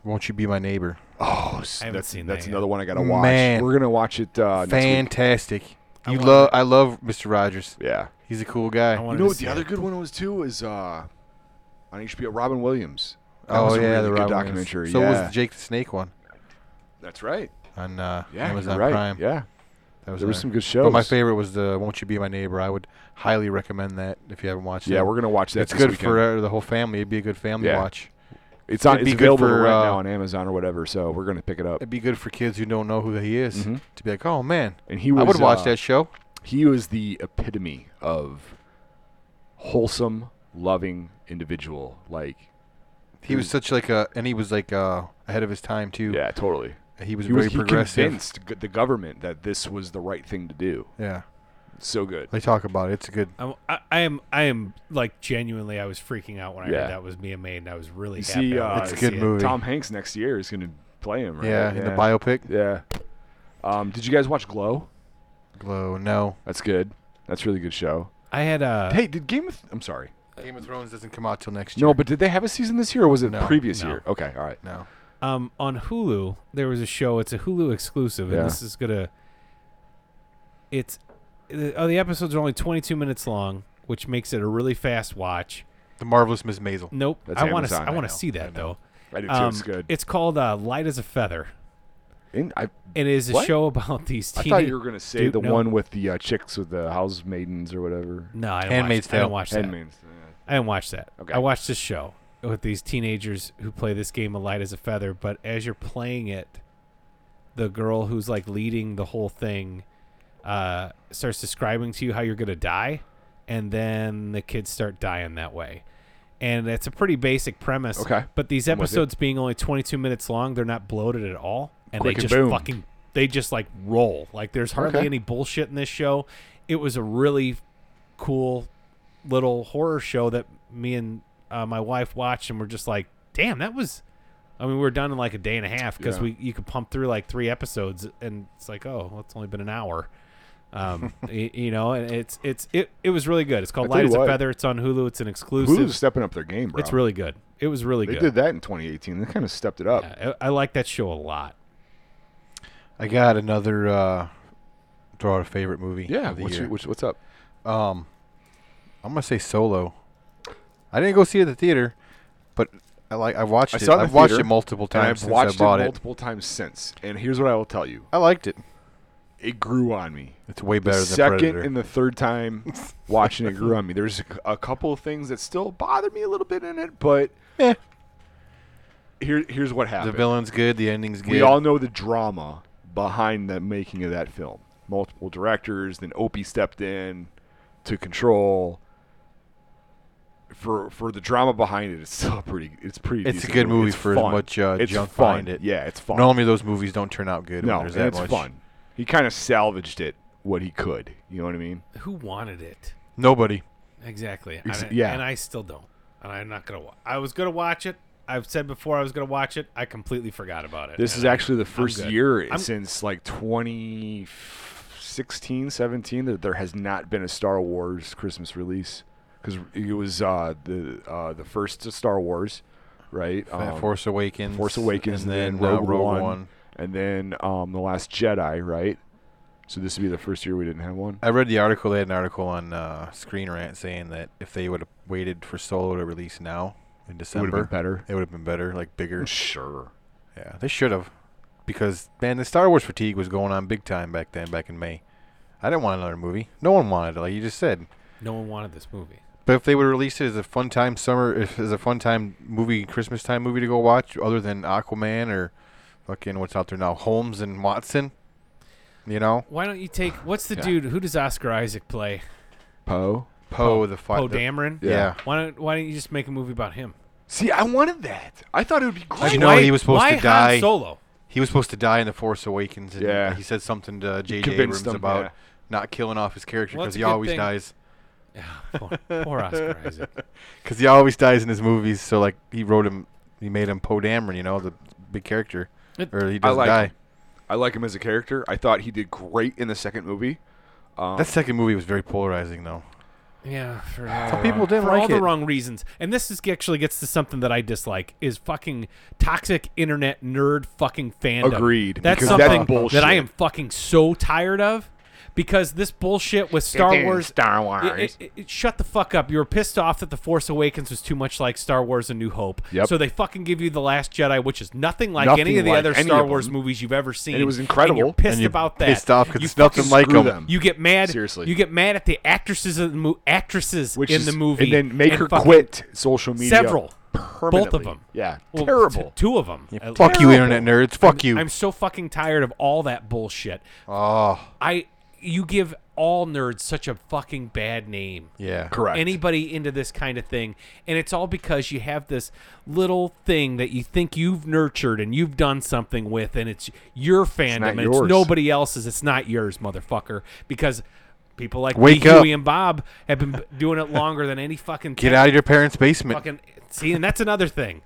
[SPEAKER 2] Won't you be my neighbor?
[SPEAKER 4] Oh, s-
[SPEAKER 3] I haven't
[SPEAKER 4] that's,
[SPEAKER 3] seen that
[SPEAKER 4] that's
[SPEAKER 3] yet.
[SPEAKER 4] another one I gotta watch.
[SPEAKER 2] Man.
[SPEAKER 4] We're gonna watch it. Uh, next week.
[SPEAKER 2] Fantastic.
[SPEAKER 3] I
[SPEAKER 2] you
[SPEAKER 3] wanna-
[SPEAKER 2] love. I love Mr. Rogers.
[SPEAKER 4] Yeah.
[SPEAKER 2] He's a cool guy.
[SPEAKER 3] I
[SPEAKER 4] You
[SPEAKER 3] wanted
[SPEAKER 4] know
[SPEAKER 3] to
[SPEAKER 4] what
[SPEAKER 3] see
[SPEAKER 4] the other
[SPEAKER 3] it.
[SPEAKER 4] good one was too is uh, on HBO Robin Williams. That
[SPEAKER 2] oh
[SPEAKER 4] was a
[SPEAKER 2] yeah,
[SPEAKER 4] really
[SPEAKER 2] the
[SPEAKER 4] good
[SPEAKER 2] Robin Williams.
[SPEAKER 4] documentary.
[SPEAKER 2] So
[SPEAKER 4] yeah.
[SPEAKER 2] was the Jake the Snake one
[SPEAKER 4] That's right.
[SPEAKER 2] on uh,
[SPEAKER 4] Yeah,
[SPEAKER 2] Amazon
[SPEAKER 4] you're right.
[SPEAKER 2] Prime.
[SPEAKER 4] Yeah,
[SPEAKER 2] That was
[SPEAKER 4] there were
[SPEAKER 2] on-
[SPEAKER 4] some good shows.
[SPEAKER 2] But my favorite was the "Won't You Be My Neighbor." I would highly recommend that if you haven't watched it.
[SPEAKER 4] Yeah, we're gonna watch that.
[SPEAKER 2] it's
[SPEAKER 4] this
[SPEAKER 2] good
[SPEAKER 4] weekend.
[SPEAKER 2] for uh, the whole family. It'd be a good family
[SPEAKER 4] Yeah.
[SPEAKER 2] watch.
[SPEAKER 4] It's on.
[SPEAKER 2] it'd
[SPEAKER 4] It's
[SPEAKER 2] be good
[SPEAKER 4] available
[SPEAKER 2] for,
[SPEAKER 4] right
[SPEAKER 2] uh,
[SPEAKER 4] now on Amazon or whatever. So we're gonna pick it up.
[SPEAKER 2] It'd be good for kids who don't know who he is
[SPEAKER 4] Mhm.
[SPEAKER 2] to be like, "Oh man,
[SPEAKER 4] And he was.
[SPEAKER 2] I would watch
[SPEAKER 4] uh,
[SPEAKER 2] that show."
[SPEAKER 4] He was the epitome of wholesome, loving individual. Like,
[SPEAKER 2] He was such like a, and he was like uh, ahead of his time too.
[SPEAKER 4] yeah, totally.
[SPEAKER 2] He was
[SPEAKER 4] He
[SPEAKER 2] very
[SPEAKER 4] was he
[SPEAKER 2] progressive.
[SPEAKER 4] convinced g- the government that this was the right thing to do.
[SPEAKER 2] Yeah,
[SPEAKER 4] So good.
[SPEAKER 2] they talk about it. It's a good.
[SPEAKER 3] I'm- I, I am I am like genuinely I was freaking out when I
[SPEAKER 4] Yeah.
[SPEAKER 3] heard that was Mia May and I was really
[SPEAKER 4] You
[SPEAKER 3] happy.
[SPEAKER 4] see,
[SPEAKER 3] I
[SPEAKER 4] uh,
[SPEAKER 3] wanted
[SPEAKER 2] It's a
[SPEAKER 3] to
[SPEAKER 2] good
[SPEAKER 3] see it.
[SPEAKER 2] movie.
[SPEAKER 4] Tom Hanks next year is gonna play him, right?
[SPEAKER 2] yeah, in the biopic.
[SPEAKER 4] Yeah. Um, did you guys watch Glow?
[SPEAKER 2] Glow. No.
[SPEAKER 4] That's good. That's a really good show.
[SPEAKER 3] I had uh,
[SPEAKER 4] hey, did Game of I'm sorry.
[SPEAKER 2] Game of Thrones doesn't come out till next year.
[SPEAKER 4] No, but did they have a season this year or was it
[SPEAKER 2] No,
[SPEAKER 4] previous
[SPEAKER 3] no.
[SPEAKER 4] year? Okay, all right.
[SPEAKER 2] no.
[SPEAKER 3] um, on Hulu, there was a show. It's a Hulu exclusive, and
[SPEAKER 4] Yeah.
[SPEAKER 3] this is gonna. It's, uh, oh, the episodes are only 22 minutes long, which makes it a really fast watch.
[SPEAKER 2] The Marvelous Miss Maisel.
[SPEAKER 3] Nope,
[SPEAKER 4] That's
[SPEAKER 3] I want to.
[SPEAKER 4] Amazon,
[SPEAKER 3] I
[SPEAKER 4] I
[SPEAKER 3] want to
[SPEAKER 4] know,
[SPEAKER 3] see
[SPEAKER 2] I
[SPEAKER 3] that though.
[SPEAKER 2] know.
[SPEAKER 4] I do too.
[SPEAKER 3] Um,
[SPEAKER 4] it's good.
[SPEAKER 3] It's called uh, Light as a Feather.
[SPEAKER 4] And I,
[SPEAKER 3] It is a
[SPEAKER 4] What?
[SPEAKER 3] show about these.
[SPEAKER 4] I
[SPEAKER 3] Teen-
[SPEAKER 4] thought you were gonna say
[SPEAKER 3] Dude,
[SPEAKER 4] the
[SPEAKER 3] no.
[SPEAKER 4] one with the uh, chicks with the housemaidens or whatever.
[SPEAKER 3] No, I don't
[SPEAKER 2] Handmaid's
[SPEAKER 3] watch, I don't
[SPEAKER 2] Tale.
[SPEAKER 3] watch that.
[SPEAKER 4] Handmaids. yeah.
[SPEAKER 3] I didn't watch that.
[SPEAKER 4] Okay.
[SPEAKER 3] I watched this show with these teenagers who play this game of light as a feather, but as you're playing it, the girl who's like leading the whole thing uh, starts describing to you how you're gonna die, and then the kids start dying that way. And it's a pretty basic premise.
[SPEAKER 4] Okay.
[SPEAKER 3] But these
[SPEAKER 4] I'm with you.
[SPEAKER 3] episodes being only 22 minutes long, they're not bloated at all, and
[SPEAKER 4] Quick
[SPEAKER 3] they
[SPEAKER 4] and
[SPEAKER 3] just
[SPEAKER 4] boom.
[SPEAKER 3] fucking they just like roll. Like there's hardly
[SPEAKER 4] Okay.
[SPEAKER 3] any bullshit in this show. It was a really cool little horror show that me and uh, my wife watched, and we're just like, damn, that was. I mean, we were done in like a day and a half because
[SPEAKER 4] Yeah.
[SPEAKER 3] we you could pump through like three episodes, and it's like, oh, well, it's only been an hour.
[SPEAKER 4] *laughs*
[SPEAKER 3] Um, y- you know, and it's it's it, it was really good. It's called
[SPEAKER 4] I tell
[SPEAKER 3] Light
[SPEAKER 4] you
[SPEAKER 3] as a
[SPEAKER 4] what,
[SPEAKER 3] Feather. It's on Hulu. It's an exclusive.
[SPEAKER 4] Hulu's stepping up their game, bro.
[SPEAKER 3] it's really good. It was really
[SPEAKER 4] they
[SPEAKER 3] good.
[SPEAKER 4] did that in 2018. They kind of stepped it up.
[SPEAKER 3] Yeah, I, I like that show a lot.
[SPEAKER 2] I got another uh, throw out a favorite movie.
[SPEAKER 4] Yeah.
[SPEAKER 2] of the
[SPEAKER 4] what's,
[SPEAKER 2] year.
[SPEAKER 4] your, what's what's up?
[SPEAKER 2] um, I'm gonna say Solo. I didn't go see it at the theater, but I like I watched
[SPEAKER 4] I
[SPEAKER 2] it.
[SPEAKER 4] saw it in
[SPEAKER 2] I've
[SPEAKER 4] the
[SPEAKER 2] watched
[SPEAKER 4] theater,
[SPEAKER 2] it multiple
[SPEAKER 4] and
[SPEAKER 2] times
[SPEAKER 4] I've
[SPEAKER 2] since
[SPEAKER 4] watched
[SPEAKER 2] I bought
[SPEAKER 4] it
[SPEAKER 2] it.
[SPEAKER 4] multiple times since. And here's what I will tell you:
[SPEAKER 2] I liked it.
[SPEAKER 4] it grew on me.
[SPEAKER 2] It's way
[SPEAKER 4] The
[SPEAKER 2] better than
[SPEAKER 4] second
[SPEAKER 2] Predator.
[SPEAKER 4] and the
[SPEAKER 2] *laughs*
[SPEAKER 4] third time watching it grew on me. There's a couple of things that still bother me a little bit in it, but
[SPEAKER 2] Eh.
[SPEAKER 4] here here's what
[SPEAKER 2] the
[SPEAKER 4] happened.
[SPEAKER 2] villain's good. The ending's good.
[SPEAKER 4] we all know the drama behind the making of that film. Multiple directors, then Opie stepped in to control. For for the drama behind it, it's *laughs* still pretty. It's pretty.
[SPEAKER 2] It's a
[SPEAKER 4] decent
[SPEAKER 2] good movie for as
[SPEAKER 4] fun.
[SPEAKER 2] much, uh,
[SPEAKER 4] it's
[SPEAKER 2] junk
[SPEAKER 4] fun.
[SPEAKER 2] behind it.
[SPEAKER 4] Yeah, it's fun.
[SPEAKER 2] Normally those movies don't turn out good.
[SPEAKER 4] no,
[SPEAKER 2] when there's
[SPEAKER 4] and
[SPEAKER 2] that
[SPEAKER 4] it's
[SPEAKER 2] much.
[SPEAKER 4] fun. He kind of salvaged it what he could. You know what I mean?
[SPEAKER 3] Who wanted it?
[SPEAKER 2] Nobody.
[SPEAKER 3] Exactly.
[SPEAKER 4] Ex-
[SPEAKER 3] I-
[SPEAKER 4] yeah.
[SPEAKER 3] And I still don't. And I'm not gonna. Wa- I was gonna watch it. I've said before I was gonna watch it. I completely forgot about it.
[SPEAKER 4] This
[SPEAKER 3] And
[SPEAKER 4] is
[SPEAKER 3] I-
[SPEAKER 4] actually the 1st
[SPEAKER 3] good.
[SPEAKER 4] year
[SPEAKER 3] I'm-
[SPEAKER 4] since like 2016, 17 that there has not been a Star Wars Christmas release because it was uh, the uh, the first to Star Wars, right? Um,
[SPEAKER 2] Force Awakens.
[SPEAKER 4] Force Awakens,
[SPEAKER 2] and then, uh,
[SPEAKER 4] Rogue,
[SPEAKER 2] Rogue
[SPEAKER 4] One,
[SPEAKER 2] One.
[SPEAKER 4] and then um, the Last Jedi, right? So this would be the first year we didn't have one.
[SPEAKER 2] I read the article. They had an article on uh, Screen Rant saying that if they would have waited for Solo to release now in
[SPEAKER 4] It would have been
[SPEAKER 2] December,
[SPEAKER 4] better.
[SPEAKER 2] it would have been better, like bigger.
[SPEAKER 4] Sure.
[SPEAKER 2] yeah, they should have, because man, the Star Wars fatigue was going on big time back then, back in May. I didn't want another movie. No one wanted it, like you just said.
[SPEAKER 3] no one wanted this movie.
[SPEAKER 2] But if they would release it as a fun time summer, if as a fun time movie, Christmas time movie to go watch, other than Aquaman or fucking what's out there now, Holmes and Watson, you know,
[SPEAKER 3] Why don't you take what's the
[SPEAKER 2] Yeah.
[SPEAKER 3] dude? Who does Oscar Isaac play?
[SPEAKER 4] Poe.
[SPEAKER 2] Poe the fi-
[SPEAKER 3] Poe
[SPEAKER 2] the-
[SPEAKER 3] Dameron.
[SPEAKER 4] Yeah.
[SPEAKER 2] yeah.
[SPEAKER 3] Why don't Why don't you just make a movie about him?
[SPEAKER 4] See, I wanted that. I thought it would be great.
[SPEAKER 2] I know
[SPEAKER 3] Why-
[SPEAKER 2] he was supposed
[SPEAKER 3] why
[SPEAKER 2] to
[SPEAKER 3] Han
[SPEAKER 2] die.
[SPEAKER 3] Solo.
[SPEAKER 2] He was supposed to die in the Force Awakens. And
[SPEAKER 4] Yeah.
[SPEAKER 2] he said something to J.J.
[SPEAKER 4] convinced
[SPEAKER 2] Abrams
[SPEAKER 4] him,
[SPEAKER 2] about
[SPEAKER 4] yeah.
[SPEAKER 2] not killing off his character
[SPEAKER 3] Well,
[SPEAKER 2] because
[SPEAKER 3] that's a
[SPEAKER 2] he
[SPEAKER 3] good
[SPEAKER 2] always
[SPEAKER 3] thing.
[SPEAKER 2] dies.
[SPEAKER 3] Yeah, poor,
[SPEAKER 2] *laughs*
[SPEAKER 3] poor Oscar Isaac. *laughs*
[SPEAKER 2] Because he always dies in his movies. So like he wrote him, he made him Poe Dameron. You know the big character,
[SPEAKER 3] It-
[SPEAKER 2] or he doesn't
[SPEAKER 4] like
[SPEAKER 2] die.
[SPEAKER 4] him. I like him as a character. I thought he did great in the second movie. Um,
[SPEAKER 2] That second movie was very polarizing though.
[SPEAKER 3] Yeah, for
[SPEAKER 2] Some
[SPEAKER 3] all
[SPEAKER 2] people
[SPEAKER 3] wrong-
[SPEAKER 2] didn't
[SPEAKER 3] for all
[SPEAKER 2] like
[SPEAKER 3] the
[SPEAKER 2] it.
[SPEAKER 3] wrong reasons. And this is actually gets to something that I dislike is fucking toxic internet nerd fucking fandom.
[SPEAKER 4] Agreed,
[SPEAKER 3] That's
[SPEAKER 4] because that's
[SPEAKER 3] something
[SPEAKER 4] bullshit.
[SPEAKER 3] I am fucking so tired of because this bullshit with Star Wars.
[SPEAKER 4] Star
[SPEAKER 3] It, it- it- it- shut the fuck up. You were pissed off that The Force Awakens was too much like Star Wars A New Hope.
[SPEAKER 4] Yep.
[SPEAKER 3] So they fucking give you The Last Jedi, which is nothing like
[SPEAKER 4] Nothing
[SPEAKER 3] any of the
[SPEAKER 4] like
[SPEAKER 3] other
[SPEAKER 4] any
[SPEAKER 3] Star
[SPEAKER 4] of
[SPEAKER 3] Wars
[SPEAKER 4] them.
[SPEAKER 3] movies you've ever seen.
[SPEAKER 4] it was
[SPEAKER 3] and
[SPEAKER 4] incredible.
[SPEAKER 3] you're pissed
[SPEAKER 2] And you're
[SPEAKER 3] about that.
[SPEAKER 2] Pissed off because
[SPEAKER 3] You
[SPEAKER 2] it's nothing
[SPEAKER 4] fucking
[SPEAKER 2] like
[SPEAKER 4] screw
[SPEAKER 2] him.
[SPEAKER 4] them.
[SPEAKER 3] you get mad.
[SPEAKER 4] Seriously.
[SPEAKER 3] you get mad at the actresses in the, mo- actresses
[SPEAKER 4] Which
[SPEAKER 3] in
[SPEAKER 4] is-
[SPEAKER 3] the movie,
[SPEAKER 4] and then make her
[SPEAKER 3] fucking-
[SPEAKER 4] quit social media.
[SPEAKER 3] several.
[SPEAKER 4] permanently.
[SPEAKER 3] Both of them.
[SPEAKER 4] Yeah,
[SPEAKER 3] Well,
[SPEAKER 4] terrible.
[SPEAKER 3] t- two of them.
[SPEAKER 2] Fuck you, internet nerds. Fuck you.
[SPEAKER 3] I'm so fucking tired of all that bullshit.
[SPEAKER 2] oh
[SPEAKER 4] Ah.
[SPEAKER 3] I, you give all nerds such a fucking bad name.
[SPEAKER 2] yeah.
[SPEAKER 4] Correct.
[SPEAKER 3] Anybody into this kind of thing, and it's all because you have this little thing that you think you've nurtured and you've done something with, and it's your fandom, and
[SPEAKER 4] yours.
[SPEAKER 3] it's nobody else's. It's not yours, motherfucker, because. People like
[SPEAKER 2] Wake
[SPEAKER 3] me,
[SPEAKER 2] up.
[SPEAKER 3] Huey, and Bob have been b- doing it longer than any fucking
[SPEAKER 2] Get
[SPEAKER 3] tech
[SPEAKER 2] out of your parents' basement.
[SPEAKER 3] *laughs* fucking see, and that's another thing.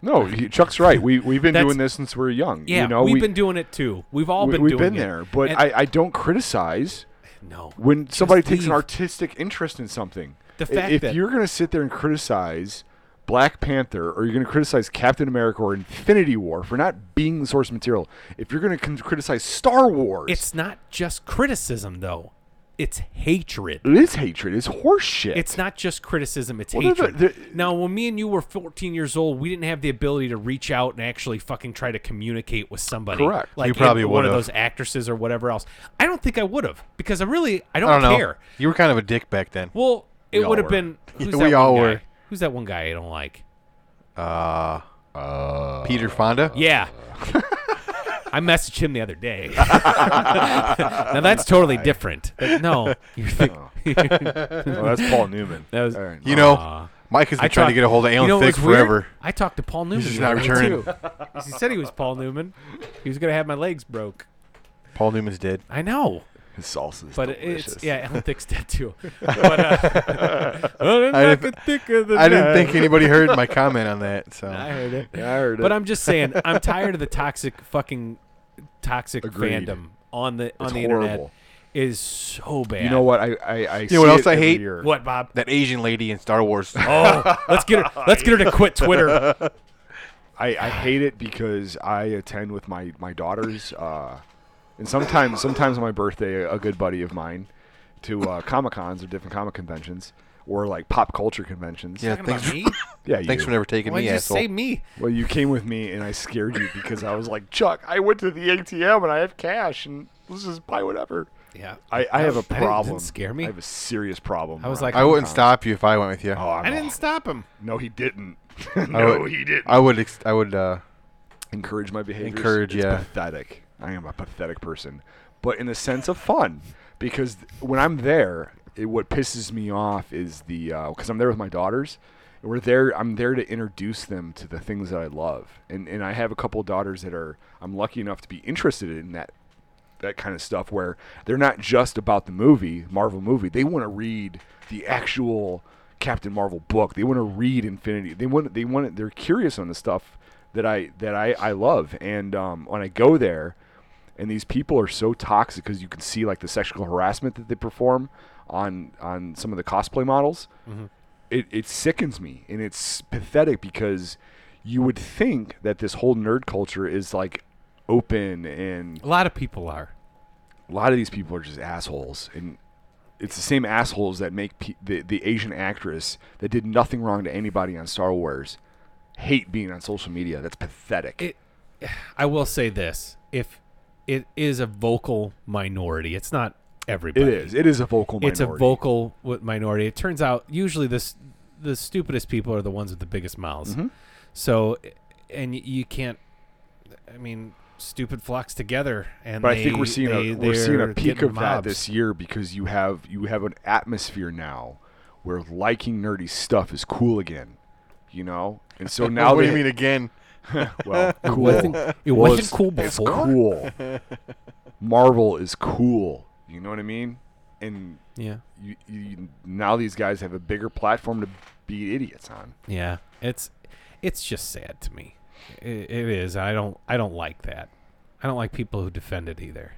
[SPEAKER 4] no, he- Chuck's right. We we've been
[SPEAKER 3] That's-
[SPEAKER 4] doing this since we were young.
[SPEAKER 3] Yeah,
[SPEAKER 4] you know,
[SPEAKER 3] we've
[SPEAKER 4] we,
[SPEAKER 3] been doing it too. We've all
[SPEAKER 4] we,
[SPEAKER 3] been
[SPEAKER 4] have
[SPEAKER 3] doing
[SPEAKER 4] been
[SPEAKER 3] it.
[SPEAKER 4] there. But
[SPEAKER 3] And-
[SPEAKER 4] I, I don't criticize
[SPEAKER 3] no
[SPEAKER 4] when
[SPEAKER 3] Just
[SPEAKER 4] somebody takes an
[SPEAKER 3] leave.
[SPEAKER 4] artistic interest in something.
[SPEAKER 3] The
[SPEAKER 4] I-
[SPEAKER 3] fact
[SPEAKER 4] if
[SPEAKER 3] that-
[SPEAKER 4] you're going to sit there and criticize Black Panther or you're going to criticize Captain America or Infinity War for not being the source material, if you're going to con- criticize Star Wars,
[SPEAKER 3] It's not just criticism though; it's hatred.
[SPEAKER 4] it is hatred. It's horseshit.
[SPEAKER 3] It's not just criticism; it's
[SPEAKER 4] Well, they're-
[SPEAKER 3] hatred.
[SPEAKER 4] they're-
[SPEAKER 3] now, when me and you were 14 years old, we didn't have the ability to reach out and actually fucking try to communicate with somebody.
[SPEAKER 4] Correct.
[SPEAKER 3] Like
[SPEAKER 2] You probably
[SPEAKER 3] in one of
[SPEAKER 2] would've.
[SPEAKER 3] those actresses or whatever else. I don't think I would have because I really I don't,
[SPEAKER 2] I don't know.
[SPEAKER 3] care.
[SPEAKER 2] You were kind of a dick back then.
[SPEAKER 3] Well, it
[SPEAKER 4] all
[SPEAKER 3] would have
[SPEAKER 4] were.
[SPEAKER 3] been who's
[SPEAKER 2] Yeah,
[SPEAKER 3] that
[SPEAKER 2] we
[SPEAKER 3] one
[SPEAKER 2] all
[SPEAKER 3] guy?
[SPEAKER 2] were.
[SPEAKER 3] Who's that one guy I don't like?
[SPEAKER 2] Uh, Peter Fonda.
[SPEAKER 3] Yeah. I messaged him the other day. *laughs* now that's totally different. No, you think
[SPEAKER 4] *laughs* Oh, that's Paul Newman.
[SPEAKER 3] *laughs* That was-
[SPEAKER 4] All right.
[SPEAKER 2] You know,
[SPEAKER 3] Aw.
[SPEAKER 2] Mike has been
[SPEAKER 3] I
[SPEAKER 2] trying
[SPEAKER 3] talked-
[SPEAKER 2] to get a hold of
[SPEAKER 3] you
[SPEAKER 2] Alan
[SPEAKER 3] know what
[SPEAKER 2] Thicke
[SPEAKER 3] was weird?
[SPEAKER 2] forever.
[SPEAKER 3] I talked to Paul Newman.
[SPEAKER 2] just
[SPEAKER 3] the
[SPEAKER 2] not
[SPEAKER 3] other day,
[SPEAKER 2] returning.
[SPEAKER 3] too. he said he was Paul Newman. He was gonna have my legs broke.
[SPEAKER 2] Paul Newman's dead.
[SPEAKER 3] I know,
[SPEAKER 4] His salsa is
[SPEAKER 3] but it-
[SPEAKER 4] delicious.
[SPEAKER 3] it's yeah, Alan Thicke's
[SPEAKER 2] *laughs*
[SPEAKER 3] dead too. *laughs* But, uh, I'm
[SPEAKER 2] I
[SPEAKER 3] not
[SPEAKER 2] didn't-
[SPEAKER 3] thicker than
[SPEAKER 2] I didn't
[SPEAKER 3] that.
[SPEAKER 2] think anybody heard
[SPEAKER 3] *laughs*
[SPEAKER 2] my comment on that. So
[SPEAKER 3] I heard it.
[SPEAKER 4] Yeah, I heard
[SPEAKER 3] But
[SPEAKER 4] it.
[SPEAKER 3] I'm just saying, I'm tired of the toxic fucking toxic
[SPEAKER 4] Agreed.
[SPEAKER 3] fandom on the on
[SPEAKER 4] It's
[SPEAKER 3] the internet.
[SPEAKER 4] horrible.
[SPEAKER 3] It Is so bad.
[SPEAKER 4] You know what? I I, I
[SPEAKER 2] know what else I hate?
[SPEAKER 4] What?
[SPEAKER 3] What, Bob?
[SPEAKER 2] that Asian lady in Star
[SPEAKER 3] *laughs*
[SPEAKER 2] Wars.
[SPEAKER 3] Oh, let's get her. Let's get her to quit
[SPEAKER 2] *laughs*
[SPEAKER 3] Twitter.
[SPEAKER 4] I, I hate it because I attend with my my daughters, uh, and sometimes sometimes on my birthday, a good buddy of mine, to uh, comic cons or different comic conventions or like pop culture conventions.
[SPEAKER 2] Yeah,
[SPEAKER 3] Talking about
[SPEAKER 2] thanks. *laughs*
[SPEAKER 3] me?
[SPEAKER 4] yeah. You
[SPEAKER 2] Thanks
[SPEAKER 4] do.
[SPEAKER 2] for never taking
[SPEAKER 3] Why'd
[SPEAKER 2] me,
[SPEAKER 3] you
[SPEAKER 2] asshole.
[SPEAKER 3] say me?
[SPEAKER 4] Well, you came with me and I scared you because I was like, Chuck, I went to the ATM and I have cash and let's just buy whatever.
[SPEAKER 3] Yeah.
[SPEAKER 4] I, I have a
[SPEAKER 3] That didn't- didn't
[SPEAKER 4] problem.
[SPEAKER 3] scare me.
[SPEAKER 4] I have a serious problem.
[SPEAKER 3] I was
[SPEAKER 4] around
[SPEAKER 3] like,
[SPEAKER 2] I wouldn't
[SPEAKER 4] Comic-Con.
[SPEAKER 2] stop you if I went with you.
[SPEAKER 4] Oh, I'm
[SPEAKER 3] I didn't stop him.
[SPEAKER 4] No, he didn't. *laughs* no, he didn't.
[SPEAKER 2] Oh, I would. Ex- I would. Uh,
[SPEAKER 4] encourage my behaviors.
[SPEAKER 2] Encourage,
[SPEAKER 4] it's
[SPEAKER 2] yeah.
[SPEAKER 4] Pathetic. I am a pathetic person, but in the sense of fun, because th- when I'm there, it, what pisses me off is the because I'm there with my daughters. and We're there. I'm there to introduce them to the things that I love, and and I have a couple daughters that are. I'm lucky enough to be interested in that that kind of stuff where they're not just about the movie, Marvel movie. They want to read the actual Captain Marvel book. They want to read Infinity. They want they want they're curious on the stuff that I that I, I love. And um, when I go there, and these people are so toxic because you can see like the sexual harassment that they perform on on some of the cosplay models. It it sickens me and it's pathetic because you would think that this whole nerd culture is like open and
[SPEAKER 3] A lot of people are.
[SPEAKER 4] a lot of these people are just assholes and it's the same assholes that make pe- the, the asian actress that did nothing wrong to anybody on star wars hate being on social media that's pathetic
[SPEAKER 3] It, I will say this: if it is a vocal minority, it's not everybody.
[SPEAKER 4] it is it is a vocal
[SPEAKER 3] It's
[SPEAKER 4] minority.
[SPEAKER 3] a vocal wi- minority. It turns out usually this the stupidest people are the ones with the biggest mouths.
[SPEAKER 4] Mm-hmm.
[SPEAKER 3] So, and y- you can't. I mean, stupid flocks together, and
[SPEAKER 4] but
[SPEAKER 3] they-
[SPEAKER 4] I think we're seeing
[SPEAKER 3] they-
[SPEAKER 4] a, we're seeing a
[SPEAKER 3] they're
[SPEAKER 4] peak
[SPEAKER 3] getting
[SPEAKER 4] of that
[SPEAKER 3] mobs.
[SPEAKER 4] this year because you have you have an atmosphere now where liking nerdy stuff is cool again, you know.
[SPEAKER 3] *laughs*
[SPEAKER 4] And so now
[SPEAKER 2] what do
[SPEAKER 4] they
[SPEAKER 2] you mean again?
[SPEAKER 4] well cool.
[SPEAKER 3] wasn't- it
[SPEAKER 4] Well,
[SPEAKER 3] wasn't
[SPEAKER 4] it's-
[SPEAKER 3] cool
[SPEAKER 4] It's
[SPEAKER 3] before. *laughs*
[SPEAKER 4] cool. Marvel is cool. You know what I mean? And
[SPEAKER 3] Yeah,
[SPEAKER 4] you, you, now these guys have a bigger platform to be idiots on.
[SPEAKER 3] yeah. It's it's just sad to me. I it is. I don't I don't like that. I don't like people who defend it either.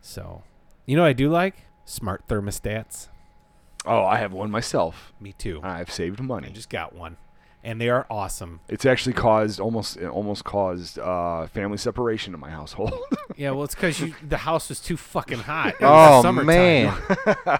[SPEAKER 3] So, you know, what I do like smart thermostats.
[SPEAKER 4] Oh, I have one myself.
[SPEAKER 3] Me too.
[SPEAKER 4] I've saved
[SPEAKER 3] I
[SPEAKER 4] money.
[SPEAKER 3] just got one, and they are awesome.
[SPEAKER 4] it's actually caused almost it almost caused uh, family separation in my
[SPEAKER 3] *laughs*
[SPEAKER 4] household.
[SPEAKER 3] Yeah, well, it's because the house was too fucking hot. It was
[SPEAKER 2] Oh
[SPEAKER 3] summertime.
[SPEAKER 2] man.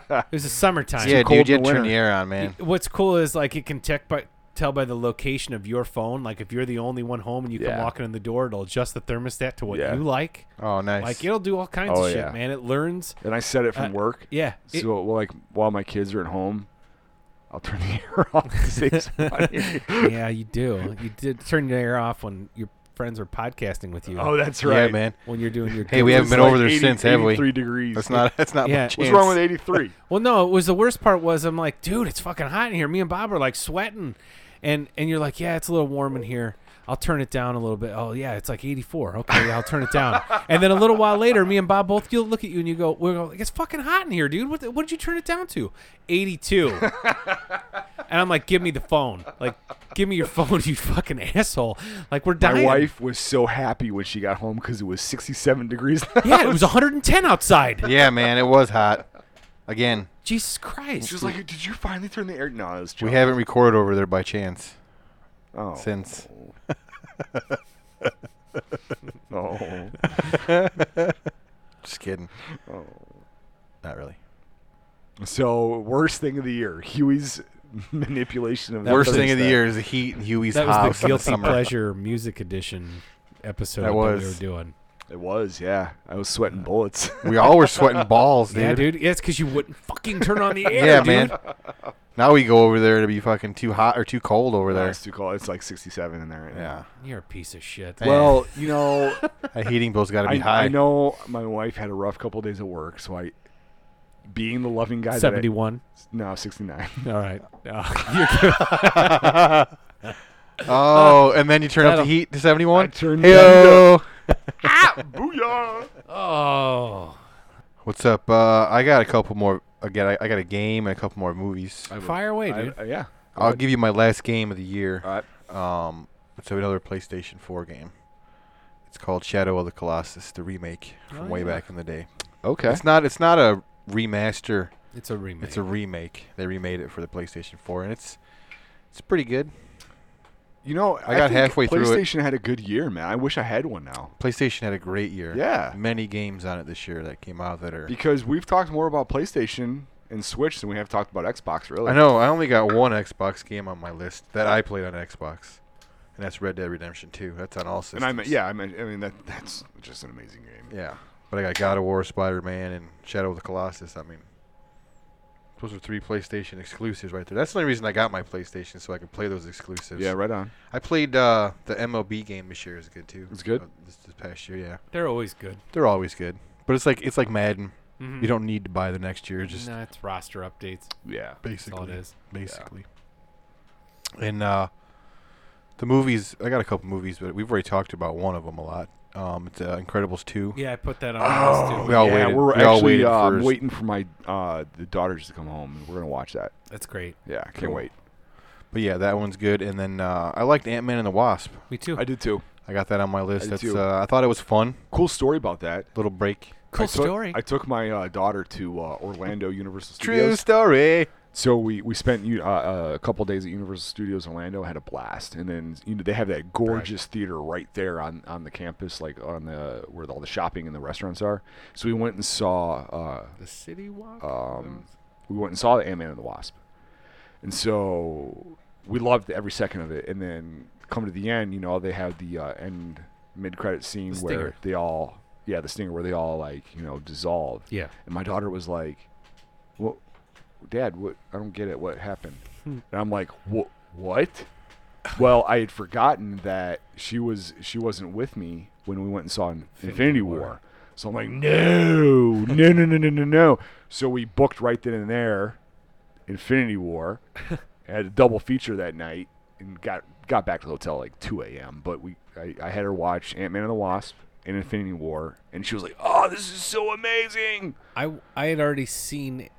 [SPEAKER 3] it was the summertime.
[SPEAKER 2] yeah,
[SPEAKER 4] cold
[SPEAKER 2] dude, you had
[SPEAKER 4] in the
[SPEAKER 2] to turn
[SPEAKER 4] winter.
[SPEAKER 2] the air on, man.
[SPEAKER 3] What's cool is like it can tech by, tell by the location of your phone. Like if you're the only one home and you come
[SPEAKER 4] Yeah.
[SPEAKER 3] walking in the door, it'll adjust the thermostat to what
[SPEAKER 4] Yeah.
[SPEAKER 3] you like.
[SPEAKER 2] *laughs* Oh, nice.
[SPEAKER 3] Like it'll do all kinds
[SPEAKER 4] Oh,
[SPEAKER 3] of shit,
[SPEAKER 4] yeah.
[SPEAKER 3] man. It learns.
[SPEAKER 4] *laughs* and I set it from
[SPEAKER 3] Uh,
[SPEAKER 4] work.
[SPEAKER 3] Yeah. It- *laughs*
[SPEAKER 4] so like while my kids are at home, I'll turn *laughs* the air off to
[SPEAKER 3] *laughs*
[SPEAKER 4] save some money.
[SPEAKER 3] yeah, you do. You did turn your air off when your friends are podcasting with you.
[SPEAKER 4] oh, that's
[SPEAKER 2] yeah,
[SPEAKER 4] right,
[SPEAKER 2] man.
[SPEAKER 3] when you're doing your
[SPEAKER 2] Hey, we
[SPEAKER 3] good-
[SPEAKER 2] haven't been over there since, have we?
[SPEAKER 4] Three degrees.
[SPEAKER 2] That's not. That's not.
[SPEAKER 3] Yeah.
[SPEAKER 2] Yeah.
[SPEAKER 3] What's
[SPEAKER 4] What's wrong with eighty-three?
[SPEAKER 3] Well, no, it was the worst part was I'm like, dude, it's fucking hot in here. Me and Bob are like sweating, and and you're like, yeah, it's a little warm in here. I'll turn it down a little bit. Oh yeah, it's like 84. Okay, I'll turn it
[SPEAKER 4] *laughs*
[SPEAKER 3] down. and then a little while later, me and Bob both you look at you and you go, we're like, it's fucking hot in here, dude. What, the, what did you turn it down to?
[SPEAKER 4] *laughs*
[SPEAKER 3] 82. and I'm like, give me the phone. Like, give me your phone, *laughs* you fucking asshole. Like we're dying.
[SPEAKER 4] My wife was so happy when she got home because it was sixty-seven degrees. *laughs*
[SPEAKER 3] Yeah, it was 110 outside.
[SPEAKER 2] yeah, man. It was
[SPEAKER 3] *laughs*
[SPEAKER 2] hot. Again,
[SPEAKER 3] Jesus Christ.
[SPEAKER 4] She was like, "Did you finally turn the air?" No, it was
[SPEAKER 2] we
[SPEAKER 4] John.
[SPEAKER 2] haven't recorded over there by chance
[SPEAKER 4] oh.
[SPEAKER 2] since.
[SPEAKER 4] *laughs* Oh,
[SPEAKER 2] Just kidding.
[SPEAKER 4] oh.
[SPEAKER 2] Not really.
[SPEAKER 4] So worst thing of the year, Huey's manipulation of the
[SPEAKER 2] Worst thing
[SPEAKER 4] Thursday.
[SPEAKER 2] of the year is the heat in Huey's
[SPEAKER 3] that
[SPEAKER 2] house
[SPEAKER 3] was the
[SPEAKER 2] in the
[SPEAKER 3] guilty
[SPEAKER 2] summer.
[SPEAKER 3] pleasure music edition episode that,
[SPEAKER 2] That
[SPEAKER 3] we were
[SPEAKER 2] was.
[SPEAKER 3] doing.
[SPEAKER 4] It was, yeah. I was sweating bullets.
[SPEAKER 2] We all were
[SPEAKER 3] *laughs*
[SPEAKER 2] sweating balls, dude.
[SPEAKER 3] Yeah, dude. Yeah, it's because you wouldn't fucking turn
[SPEAKER 2] *laughs*
[SPEAKER 3] on the air.
[SPEAKER 2] Yeah,
[SPEAKER 3] dude.
[SPEAKER 2] man. Now we go over there to be fucking too hot or too cold *laughs* over
[SPEAKER 4] No,
[SPEAKER 2] there.
[SPEAKER 4] it's too cold. It's like sixty-seven in there right now.
[SPEAKER 2] Yeah.
[SPEAKER 3] You're a piece of shit.
[SPEAKER 2] Well,
[SPEAKER 4] Well,
[SPEAKER 2] *laughs*
[SPEAKER 4] you know,
[SPEAKER 2] That heating bill's got to be
[SPEAKER 4] I,
[SPEAKER 2] high.
[SPEAKER 4] I know my wife had a rough couple days at work, so I, being the loving guy, that I-
[SPEAKER 3] Seventy-one.
[SPEAKER 4] no, sixty-nine.
[SPEAKER 3] All *laughs* right. Uh, you're good.
[SPEAKER 2] Oh, and then you turn up the
[SPEAKER 3] Ah. that'll-
[SPEAKER 2] heat to 71?
[SPEAKER 4] I turned
[SPEAKER 2] Heyo. *laughs*
[SPEAKER 4] Booyah!
[SPEAKER 3] *laughs* oh,
[SPEAKER 2] What's up? Uh, I got a couple more. Again, I, I got a game and a couple more movies.
[SPEAKER 3] fire away,
[SPEAKER 4] I-
[SPEAKER 3] dude.
[SPEAKER 4] uh, yeah.
[SPEAKER 2] I'll give you my last game of the year.
[SPEAKER 4] All right.
[SPEAKER 2] Um, so another PlayStation 4 game. It's called Shadow of the Colossus, the remake from
[SPEAKER 3] Oh,
[SPEAKER 2] way
[SPEAKER 3] yeah.
[SPEAKER 2] back in the day.
[SPEAKER 4] Okay.
[SPEAKER 2] It's not. It's not a remaster.
[SPEAKER 3] It's a remake.
[SPEAKER 2] It's a remake. They remade it for the PlayStation 4, and it's it's pretty good.
[SPEAKER 4] You know,
[SPEAKER 2] I got
[SPEAKER 4] think
[SPEAKER 2] halfway through it.
[SPEAKER 4] PlayStation had a good year, man. I wish I had one now.
[SPEAKER 2] PlayStation had a great year.
[SPEAKER 4] Yeah.
[SPEAKER 2] Many games on it this year that came out that are.
[SPEAKER 4] Because we've talked more about PlayStation and Switch than we have talked about Xbox, really.
[SPEAKER 2] I know. uh, I only got one Xbox game on my list that I played on Xbox, and that's Red Dead Redemption 2. That's on all systems.
[SPEAKER 4] And I mean, yeah, I mean, I mean that that's just an amazing game.
[SPEAKER 2] Yeah. But I got God of War, Spider Man, and Shadow of the Colossus. I mean, those are three PlayStation exclusives right there. That's the only reason I got my PlayStation so I could play those exclusives.
[SPEAKER 4] Yeah, right on.
[SPEAKER 2] I played uh, the MLB game this year. Is good too.
[SPEAKER 4] It's good?
[SPEAKER 2] Uh, this, this past year, yeah.
[SPEAKER 3] They're always good.
[SPEAKER 2] They're always good, but it's like it's like Madden.
[SPEAKER 3] Mhm.
[SPEAKER 2] You don't need to buy the next year. Just
[SPEAKER 3] nah, it's roster updates.
[SPEAKER 4] Yeah.
[SPEAKER 3] That's
[SPEAKER 2] basically
[SPEAKER 3] all it is.
[SPEAKER 2] basically. And uh, the movies, I got a couple movies, but we've already talked about one of them a lot. Um, it's uh, Incredibles two.
[SPEAKER 3] Yeah, I put that on my list too.
[SPEAKER 2] Oh, we all
[SPEAKER 4] yeah,
[SPEAKER 2] waited-
[SPEAKER 4] we're
[SPEAKER 2] we all
[SPEAKER 4] actually
[SPEAKER 2] waited
[SPEAKER 4] uh,
[SPEAKER 2] for-
[SPEAKER 4] waiting for my uh, the daughters to come home, and we're gonna watch that.
[SPEAKER 3] That's great.
[SPEAKER 4] Yeah, can't
[SPEAKER 2] Cool.
[SPEAKER 4] wait.
[SPEAKER 2] But yeah, that one's good. And then uh, I liked Ant Man and the Wasp.
[SPEAKER 3] Me too.
[SPEAKER 4] I did too.
[SPEAKER 2] I got that on my list.
[SPEAKER 4] did
[SPEAKER 2] That's
[SPEAKER 4] too.
[SPEAKER 2] uh, I thought it was fun.
[SPEAKER 4] Cool story about that.
[SPEAKER 2] Little break.
[SPEAKER 3] cool
[SPEAKER 4] I took,
[SPEAKER 3] story.
[SPEAKER 4] I took my uh, daughter to uh, Orlando Universal Studios.
[SPEAKER 2] True story.
[SPEAKER 4] So we we spent you- uh, uh, a couple days at Universal Studios Orlando, had a blast, and then you know they have that gorgeous theater right there on on the campus, like on the where all the shopping and the restaurants are. So we went and saw
[SPEAKER 2] The city walk.
[SPEAKER 4] uh, um, we went and saw the Ant Man and the Wasp, and so we loved every second of it. And then come to the end, you know they have the uh, end mid credit scene
[SPEAKER 3] The stinger.
[SPEAKER 4] where they all yeah the stinger where they all like you know dissolve.
[SPEAKER 3] yeah.
[SPEAKER 4] And my daughter was like, "What, Dad? What? I don't get it. What happened?" and I'm like, "What? What?" Well, I had forgotten that she was she wasn't with me when we went and saw In- Infinity War.
[SPEAKER 3] War.
[SPEAKER 4] So I'm like, "No, no, no, no, no, no, no." So we booked right then and there, Infinity *laughs* War. had a double feature that night and got got back to the hotel at like 2 a.m. But we I, I had her watch Ant Man and the Wasp and Infinity War, and she was like, "Oh, this is so amazing."
[SPEAKER 3] I I had already seen.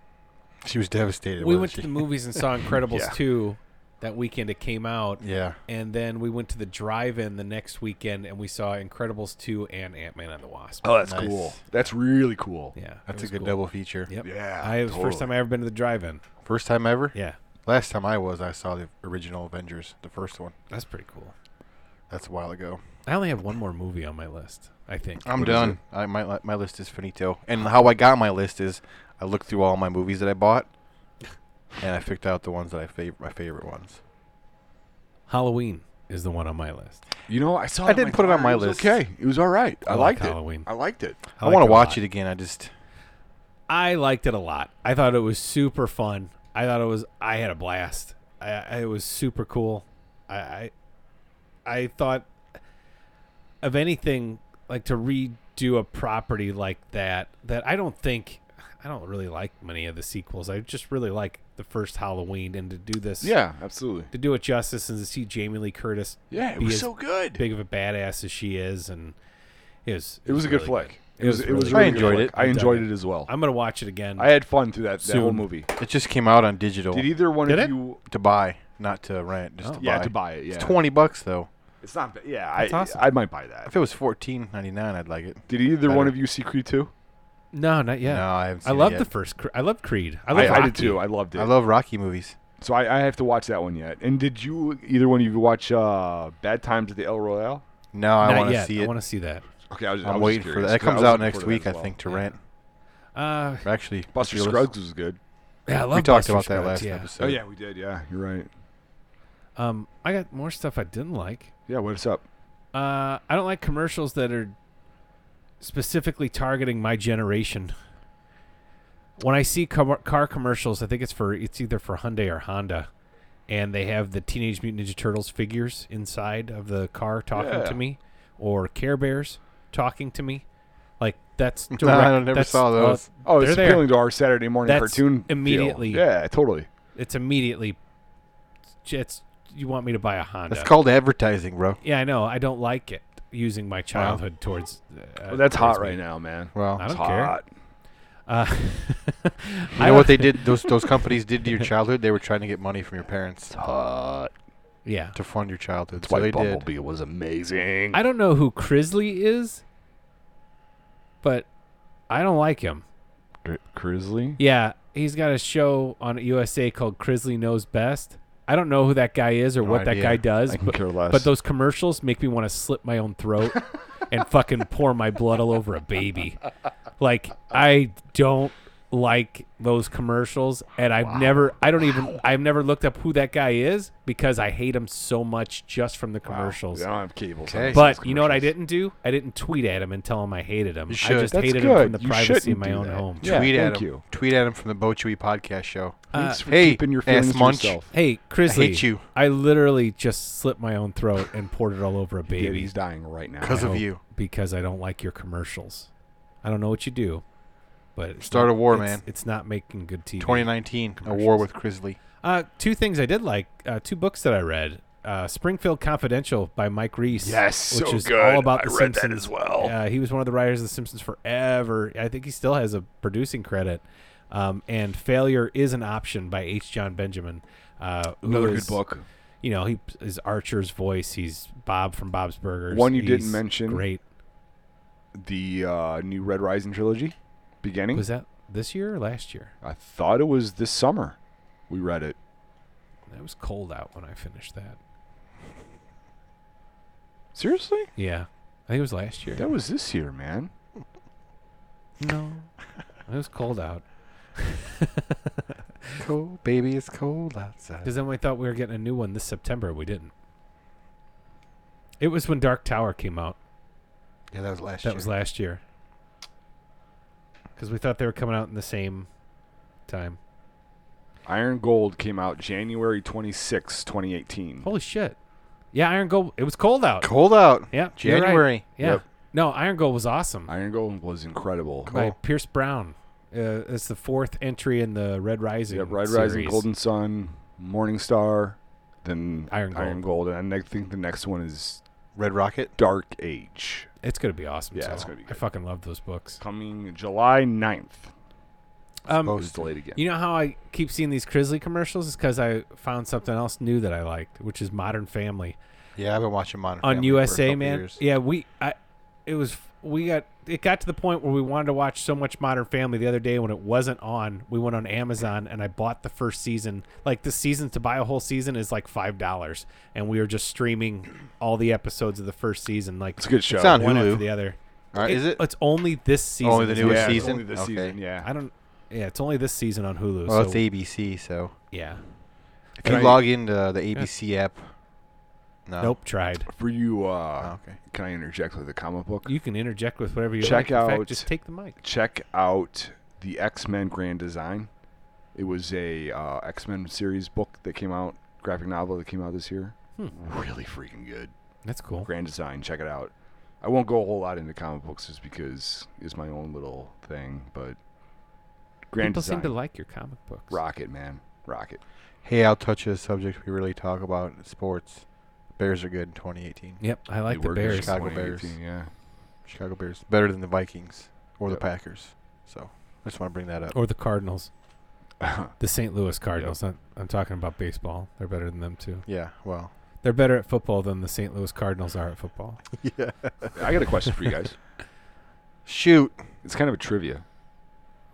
[SPEAKER 2] She was devastated.
[SPEAKER 3] We
[SPEAKER 2] wasn't
[SPEAKER 3] went to
[SPEAKER 2] she?
[SPEAKER 3] the movies
[SPEAKER 2] *laughs*
[SPEAKER 3] and saw Incredibles
[SPEAKER 4] Yeah.
[SPEAKER 3] two that weekend. It came out,
[SPEAKER 2] Yeah.
[SPEAKER 3] and then we went to the drive-in the next weekend, and we saw Incredibles two and Ant Man and the Wasp.
[SPEAKER 4] Oh, that's
[SPEAKER 2] Nice.
[SPEAKER 4] cool. That's really cool.
[SPEAKER 3] yeah, it
[SPEAKER 2] That's a
[SPEAKER 3] was
[SPEAKER 2] good
[SPEAKER 3] cool.
[SPEAKER 2] double feature.
[SPEAKER 3] Yep.
[SPEAKER 4] Yeah,
[SPEAKER 3] I, it was the first
[SPEAKER 4] totally.
[SPEAKER 3] time I ever been to the drive-in.
[SPEAKER 2] First time ever.
[SPEAKER 3] Yeah,
[SPEAKER 2] Last time I was, I saw the original Avengers, the first one.
[SPEAKER 3] that's pretty cool.
[SPEAKER 2] That's a while ago.
[SPEAKER 3] I only have one more movie on my list. I think.
[SPEAKER 2] I'm
[SPEAKER 4] What is it?
[SPEAKER 2] done. I, my li- my list is finito. And how I got my list is I looked through all my movies that I
[SPEAKER 4] *laughs*
[SPEAKER 2] bought, and I picked out the ones that I fav- my favorite ones.
[SPEAKER 3] Halloween is the one on my list.
[SPEAKER 4] You know, I saw.
[SPEAKER 2] I
[SPEAKER 4] that
[SPEAKER 2] didn't
[SPEAKER 4] my
[SPEAKER 2] put it on
[SPEAKER 4] daughter,
[SPEAKER 2] my
[SPEAKER 4] was
[SPEAKER 2] list.
[SPEAKER 4] Okay, it was all right. I,
[SPEAKER 3] I like
[SPEAKER 4] liked
[SPEAKER 3] Halloween.
[SPEAKER 4] it. I liked it.
[SPEAKER 2] I, want to watch it again. I just
[SPEAKER 3] I liked it a lot. I thought it was super fun. I thought it was. I had a blast. I, I it was super cool. I, I I thought of anything like to redo a property like that. That I don't think I don't really like many of the sequels. I just really like the first Halloween and to do this.
[SPEAKER 4] Yeah, absolutely.
[SPEAKER 3] To do it justice and to see Jamie Lee Curtis,
[SPEAKER 4] Yeah, it
[SPEAKER 3] Be
[SPEAKER 4] was
[SPEAKER 3] as
[SPEAKER 4] so good.
[SPEAKER 3] big of a badass as she is, and it was
[SPEAKER 4] It was a good
[SPEAKER 3] really
[SPEAKER 4] flick.
[SPEAKER 3] It was
[SPEAKER 4] It
[SPEAKER 3] really
[SPEAKER 4] was. really
[SPEAKER 2] I
[SPEAKER 4] good
[SPEAKER 2] enjoyed
[SPEAKER 4] flick.
[SPEAKER 2] it.
[SPEAKER 4] I
[SPEAKER 3] I
[SPEAKER 4] enjoyed
[SPEAKER 3] dug
[SPEAKER 4] it as well.
[SPEAKER 3] I'm gonna watch it again.
[SPEAKER 4] I had fun through that, that whole
[SPEAKER 3] Soon.
[SPEAKER 4] movie.
[SPEAKER 2] it just came out on digital
[SPEAKER 4] Did either one
[SPEAKER 3] Did
[SPEAKER 4] of
[SPEAKER 3] it?
[SPEAKER 4] you?
[SPEAKER 2] to buy, not to rent. Just
[SPEAKER 3] Oh.
[SPEAKER 2] to
[SPEAKER 4] Yeah,
[SPEAKER 2] buy.
[SPEAKER 4] to buy it. Yeah,
[SPEAKER 2] It's twenty bucks though.
[SPEAKER 4] It's not. ba- Yeah,
[SPEAKER 3] That's
[SPEAKER 4] I
[SPEAKER 3] awesome.
[SPEAKER 4] I might buy that.
[SPEAKER 2] If it was fourteen ninety nine, I'd like it.
[SPEAKER 4] Did either one
[SPEAKER 2] Better.
[SPEAKER 4] of you see Creed two?
[SPEAKER 3] no, not yet.
[SPEAKER 2] No, I haven't.
[SPEAKER 3] I
[SPEAKER 2] seen it
[SPEAKER 3] love
[SPEAKER 2] yet.
[SPEAKER 3] the first. Cre- I love Creed. I love
[SPEAKER 4] I, I
[SPEAKER 3] Rocky.
[SPEAKER 4] did too. I loved it.
[SPEAKER 2] I love Rocky movies.
[SPEAKER 4] so I, I have to watch that one yet. And did you either one of you watch uh, Bad Times at the El Royale?
[SPEAKER 2] No, I
[SPEAKER 3] Not
[SPEAKER 2] want to
[SPEAKER 3] yet.
[SPEAKER 2] see
[SPEAKER 3] I
[SPEAKER 2] it.
[SPEAKER 3] want to see that.
[SPEAKER 4] Okay, I was. I
[SPEAKER 2] I'm
[SPEAKER 4] was
[SPEAKER 2] waiting
[SPEAKER 4] just
[SPEAKER 2] for that.
[SPEAKER 4] curious,
[SPEAKER 2] That
[SPEAKER 4] 'cause I
[SPEAKER 2] comes
[SPEAKER 4] was
[SPEAKER 2] out
[SPEAKER 4] looking
[SPEAKER 2] next
[SPEAKER 4] forward to
[SPEAKER 2] week,
[SPEAKER 4] that
[SPEAKER 2] I
[SPEAKER 4] as well.
[SPEAKER 2] think, to
[SPEAKER 3] Yeah.
[SPEAKER 2] rent.
[SPEAKER 3] Uh,
[SPEAKER 2] Or Actually,
[SPEAKER 4] Buster
[SPEAKER 2] if you're
[SPEAKER 4] Scruggs was good.
[SPEAKER 3] yeah, I love
[SPEAKER 2] listening- We talked
[SPEAKER 3] Buster
[SPEAKER 2] about that
[SPEAKER 3] Scruggs,
[SPEAKER 2] last
[SPEAKER 3] yeah.
[SPEAKER 2] episode.
[SPEAKER 4] oh yeah, we did. Yeah, you're right.
[SPEAKER 3] Um, I got more stuff I didn't like.
[SPEAKER 4] Yeah, what's up?
[SPEAKER 3] Uh, I don't like commercials that are specifically targeting my generation. When I see car, car commercials, I think it's for it's either for Hyundai or Honda, and they have the Teenage Mutant Ninja Turtles figures inside of the car talking
[SPEAKER 4] Yeah.
[SPEAKER 3] to me, or Care Bears talking to me. Like that's direct.
[SPEAKER 2] No, *laughs* I never
[SPEAKER 3] that's-
[SPEAKER 2] saw
[SPEAKER 3] well,
[SPEAKER 2] those.
[SPEAKER 4] Oh, it's
[SPEAKER 3] they're there.
[SPEAKER 4] appealing to our Saturday morning
[SPEAKER 3] That's
[SPEAKER 4] cartoon. feel.
[SPEAKER 3] immediately-
[SPEAKER 4] Yeah, totally.
[SPEAKER 3] it's immediately it's you want me to buy a Honda.
[SPEAKER 2] That's called advertising, bro.
[SPEAKER 3] yeah, I know. I don't like it using my childhood towards uh,
[SPEAKER 4] Well, that's hot
[SPEAKER 3] towards
[SPEAKER 4] right
[SPEAKER 3] me.
[SPEAKER 4] now, man.
[SPEAKER 2] Well,
[SPEAKER 3] I
[SPEAKER 4] It's
[SPEAKER 3] don't care.
[SPEAKER 4] hot.
[SPEAKER 3] Uh,
[SPEAKER 2] *laughs* You know what they did? Those those companies did to your childhood. They were trying to get money from your parents
[SPEAKER 4] It's hot.
[SPEAKER 3] *laughs* Yeah.
[SPEAKER 2] to fund your childhood.
[SPEAKER 4] That's
[SPEAKER 2] so
[SPEAKER 4] why
[SPEAKER 2] they
[SPEAKER 4] Bumblebee was amazing.
[SPEAKER 3] I don't know who Crisley is, but I don't like him.
[SPEAKER 4] Grizzly.
[SPEAKER 3] Yeah, he's got a show on USA called Crisley Knows Best, I don't know who that guy is or
[SPEAKER 2] No
[SPEAKER 3] what that
[SPEAKER 2] idea.
[SPEAKER 3] guy does,
[SPEAKER 4] I can
[SPEAKER 3] but,
[SPEAKER 4] care less.
[SPEAKER 3] but those commercials make me want to slit my own
[SPEAKER 4] *laughs*
[SPEAKER 3] throat and fucking pour my blood all over a baby. Like I don't like those commercials and I've never I don't even I've never looked up who that guy is because I hate him so much just from the commercials.
[SPEAKER 4] I don't have cables.
[SPEAKER 2] Okay.
[SPEAKER 3] But you know what I didn't do? I didn't tweet at him and tell him I hated him.
[SPEAKER 2] You
[SPEAKER 3] I
[SPEAKER 2] should.
[SPEAKER 3] just
[SPEAKER 4] That's
[SPEAKER 3] hated him from
[SPEAKER 4] good.
[SPEAKER 3] the
[SPEAKER 4] You
[SPEAKER 3] privacy of
[SPEAKER 4] shouldn't
[SPEAKER 3] my
[SPEAKER 4] do
[SPEAKER 3] own
[SPEAKER 4] that.
[SPEAKER 3] home.
[SPEAKER 4] Yeah,
[SPEAKER 2] Tweet at
[SPEAKER 4] thank
[SPEAKER 2] him.
[SPEAKER 4] you.
[SPEAKER 2] Tweet at him from the Bo Chewy podcast show.
[SPEAKER 4] Thanks for
[SPEAKER 2] hey,
[SPEAKER 4] keeping your
[SPEAKER 2] ass
[SPEAKER 4] feelings to
[SPEAKER 2] munch.
[SPEAKER 4] yourself.
[SPEAKER 3] uh, Hey, Chrisley,
[SPEAKER 2] you.
[SPEAKER 3] I literally just slit my own throat and poured it all over a
[SPEAKER 4] Yeah,
[SPEAKER 3] baby
[SPEAKER 4] he's dying right now.
[SPEAKER 2] Because of
[SPEAKER 3] hope-
[SPEAKER 2] you.
[SPEAKER 3] because I don't like your commercials. I don't know what you do, but it's
[SPEAKER 2] Start
[SPEAKER 3] not-
[SPEAKER 2] a war,
[SPEAKER 3] it's-
[SPEAKER 2] man.
[SPEAKER 3] It's not making good TV.
[SPEAKER 2] 2019, a war with Grizzly.
[SPEAKER 3] Uh, two things I did like. Uh, two books that I read. Uh, Springfield Confidential by Mike Reese.
[SPEAKER 4] Yes,
[SPEAKER 3] which
[SPEAKER 4] so
[SPEAKER 3] is
[SPEAKER 4] good.
[SPEAKER 3] all about
[SPEAKER 4] I
[SPEAKER 3] the
[SPEAKER 4] read that
[SPEAKER 3] Simpsons
[SPEAKER 4] as well.
[SPEAKER 3] Uh, he was one of the writers of the Simpsons forever. I think he still has a producing credit. Um, and Failure is an Option by H. John Benjamin. Uh, who
[SPEAKER 4] Another
[SPEAKER 3] is-
[SPEAKER 4] good book.
[SPEAKER 3] You know, he is Archer's voice. He's Bob from Bob's Burgers.
[SPEAKER 4] One you didn't
[SPEAKER 3] He's
[SPEAKER 4] mention.
[SPEAKER 3] Great.
[SPEAKER 4] The uh, new Red Rising trilogy, beginning.
[SPEAKER 3] Was that this year or last year?
[SPEAKER 4] I thought it was this summer. We read it.
[SPEAKER 3] It was cold out when I finished that.
[SPEAKER 4] Seriously?
[SPEAKER 3] Yeah. I think it was last year.
[SPEAKER 4] That was this year, man.
[SPEAKER 3] No. It was cold out. *laughs*
[SPEAKER 2] Cold, baby, it's cold outside.
[SPEAKER 3] Because then we thought we were getting a new one this September. We didn't. It was when Dark Tower came out.
[SPEAKER 2] Yeah, that was last
[SPEAKER 3] That
[SPEAKER 2] year.
[SPEAKER 3] was last year. Because we thought they were coming out in the same time.
[SPEAKER 4] Iron Gold came out January 26, 2018.
[SPEAKER 3] Holy shit. Yeah, Iron Gold. It was cold out.
[SPEAKER 2] cold out.
[SPEAKER 3] Yeah. you're right.
[SPEAKER 2] January.
[SPEAKER 3] Yeah.
[SPEAKER 4] Yep.
[SPEAKER 3] No, Iron Gold was awesome.
[SPEAKER 4] Iron Gold was incredible.
[SPEAKER 2] Cool.
[SPEAKER 3] by Pierce Brown. Uh, it's the fourth entry in the Red Rising.
[SPEAKER 4] Yeah, Red Rising,
[SPEAKER 3] series.
[SPEAKER 4] Golden Sun, Morning Star, then
[SPEAKER 3] Iron Gold.
[SPEAKER 4] and I think the next one is
[SPEAKER 2] Red Rocket.
[SPEAKER 4] Dark Age,
[SPEAKER 3] It's gonna be awesome.
[SPEAKER 4] Yeah,
[SPEAKER 3] so
[SPEAKER 4] it's gonna be
[SPEAKER 3] I
[SPEAKER 4] good.
[SPEAKER 3] fucking love those books.
[SPEAKER 4] coming July 9th.
[SPEAKER 3] Um,
[SPEAKER 4] It's
[SPEAKER 2] Post.
[SPEAKER 4] delayed again.
[SPEAKER 3] you know how I keep seeing these Crisley commercials is because I found something else new that I liked, which is Modern Family
[SPEAKER 2] Yeah, I've been watching Modern
[SPEAKER 3] on
[SPEAKER 2] Family for a
[SPEAKER 3] USA.
[SPEAKER 2] couple
[SPEAKER 3] Man,
[SPEAKER 2] years.
[SPEAKER 3] yeah, we I it was we got it got to the point where we wanted to watch so much Modern Family the other day when it wasn't on. We went on Amazon and I bought the first season. Like the season to buy a whole season is like five dollars, and we were just streaming all the episodes of the first season, like
[SPEAKER 4] it's a good show.
[SPEAKER 2] on
[SPEAKER 3] one after
[SPEAKER 2] Hulu.
[SPEAKER 3] the other.
[SPEAKER 2] All right, is it?
[SPEAKER 3] It's only this season.
[SPEAKER 2] Only the
[SPEAKER 3] is
[SPEAKER 2] new
[SPEAKER 3] what
[SPEAKER 4] yeah,
[SPEAKER 3] it's
[SPEAKER 4] it's
[SPEAKER 2] season?
[SPEAKER 4] only this
[SPEAKER 2] Okay.
[SPEAKER 4] season, yeah.
[SPEAKER 3] I don't. Yeah, it's only this season on Hulu.
[SPEAKER 2] Well,
[SPEAKER 3] so
[SPEAKER 2] it's ABC, so
[SPEAKER 3] yeah.
[SPEAKER 2] if
[SPEAKER 4] Can
[SPEAKER 2] you
[SPEAKER 4] I-
[SPEAKER 2] log into the ABC app,
[SPEAKER 4] uh,
[SPEAKER 2] no.
[SPEAKER 3] Nope. Tried.
[SPEAKER 4] For you, uh,
[SPEAKER 2] Oh, okay.
[SPEAKER 4] can I interject with a comic book?
[SPEAKER 3] You can interject with whatever you
[SPEAKER 4] Check
[SPEAKER 3] like. In fact,
[SPEAKER 4] out-
[SPEAKER 3] just take the mic.
[SPEAKER 4] Check out the X Men Grand Design. It was a uh, X Men series book that came out, graphic novel that came out this year.
[SPEAKER 3] Hmm.
[SPEAKER 4] Really freaking good.
[SPEAKER 3] That's cool.
[SPEAKER 4] Grand Design. Check it out. I won't go a whole lot into comic books just because it's my own little thing, but Grand
[SPEAKER 3] People
[SPEAKER 4] Design.
[SPEAKER 3] seem to like your comic books.
[SPEAKER 4] Rocket, man. Rocket.
[SPEAKER 2] Hey, I'll touch a subject we really talk about in sports. Bears are good in 2018.
[SPEAKER 3] Yep, I like
[SPEAKER 4] They
[SPEAKER 3] the
[SPEAKER 4] were good
[SPEAKER 3] Bears.
[SPEAKER 4] in
[SPEAKER 2] Chicago Bears.
[SPEAKER 4] 2018, Yeah.
[SPEAKER 2] Chicago Bears better than the Vikings or
[SPEAKER 4] Yep.
[SPEAKER 2] the Packers. So I just want to bring that up.
[SPEAKER 3] or the Cardinals, the St. Louis Cardinals. Not- I'm talking about baseball. They're better than them too.
[SPEAKER 2] Yeah. Well. *laughs*
[SPEAKER 3] They're better at football than the St. Louis Cardinals are at football.
[SPEAKER 2] Yeah.
[SPEAKER 4] *laughs* I got a question for you
[SPEAKER 2] *laughs*
[SPEAKER 4] guys.
[SPEAKER 2] Shoot.
[SPEAKER 4] It's kind of a trivia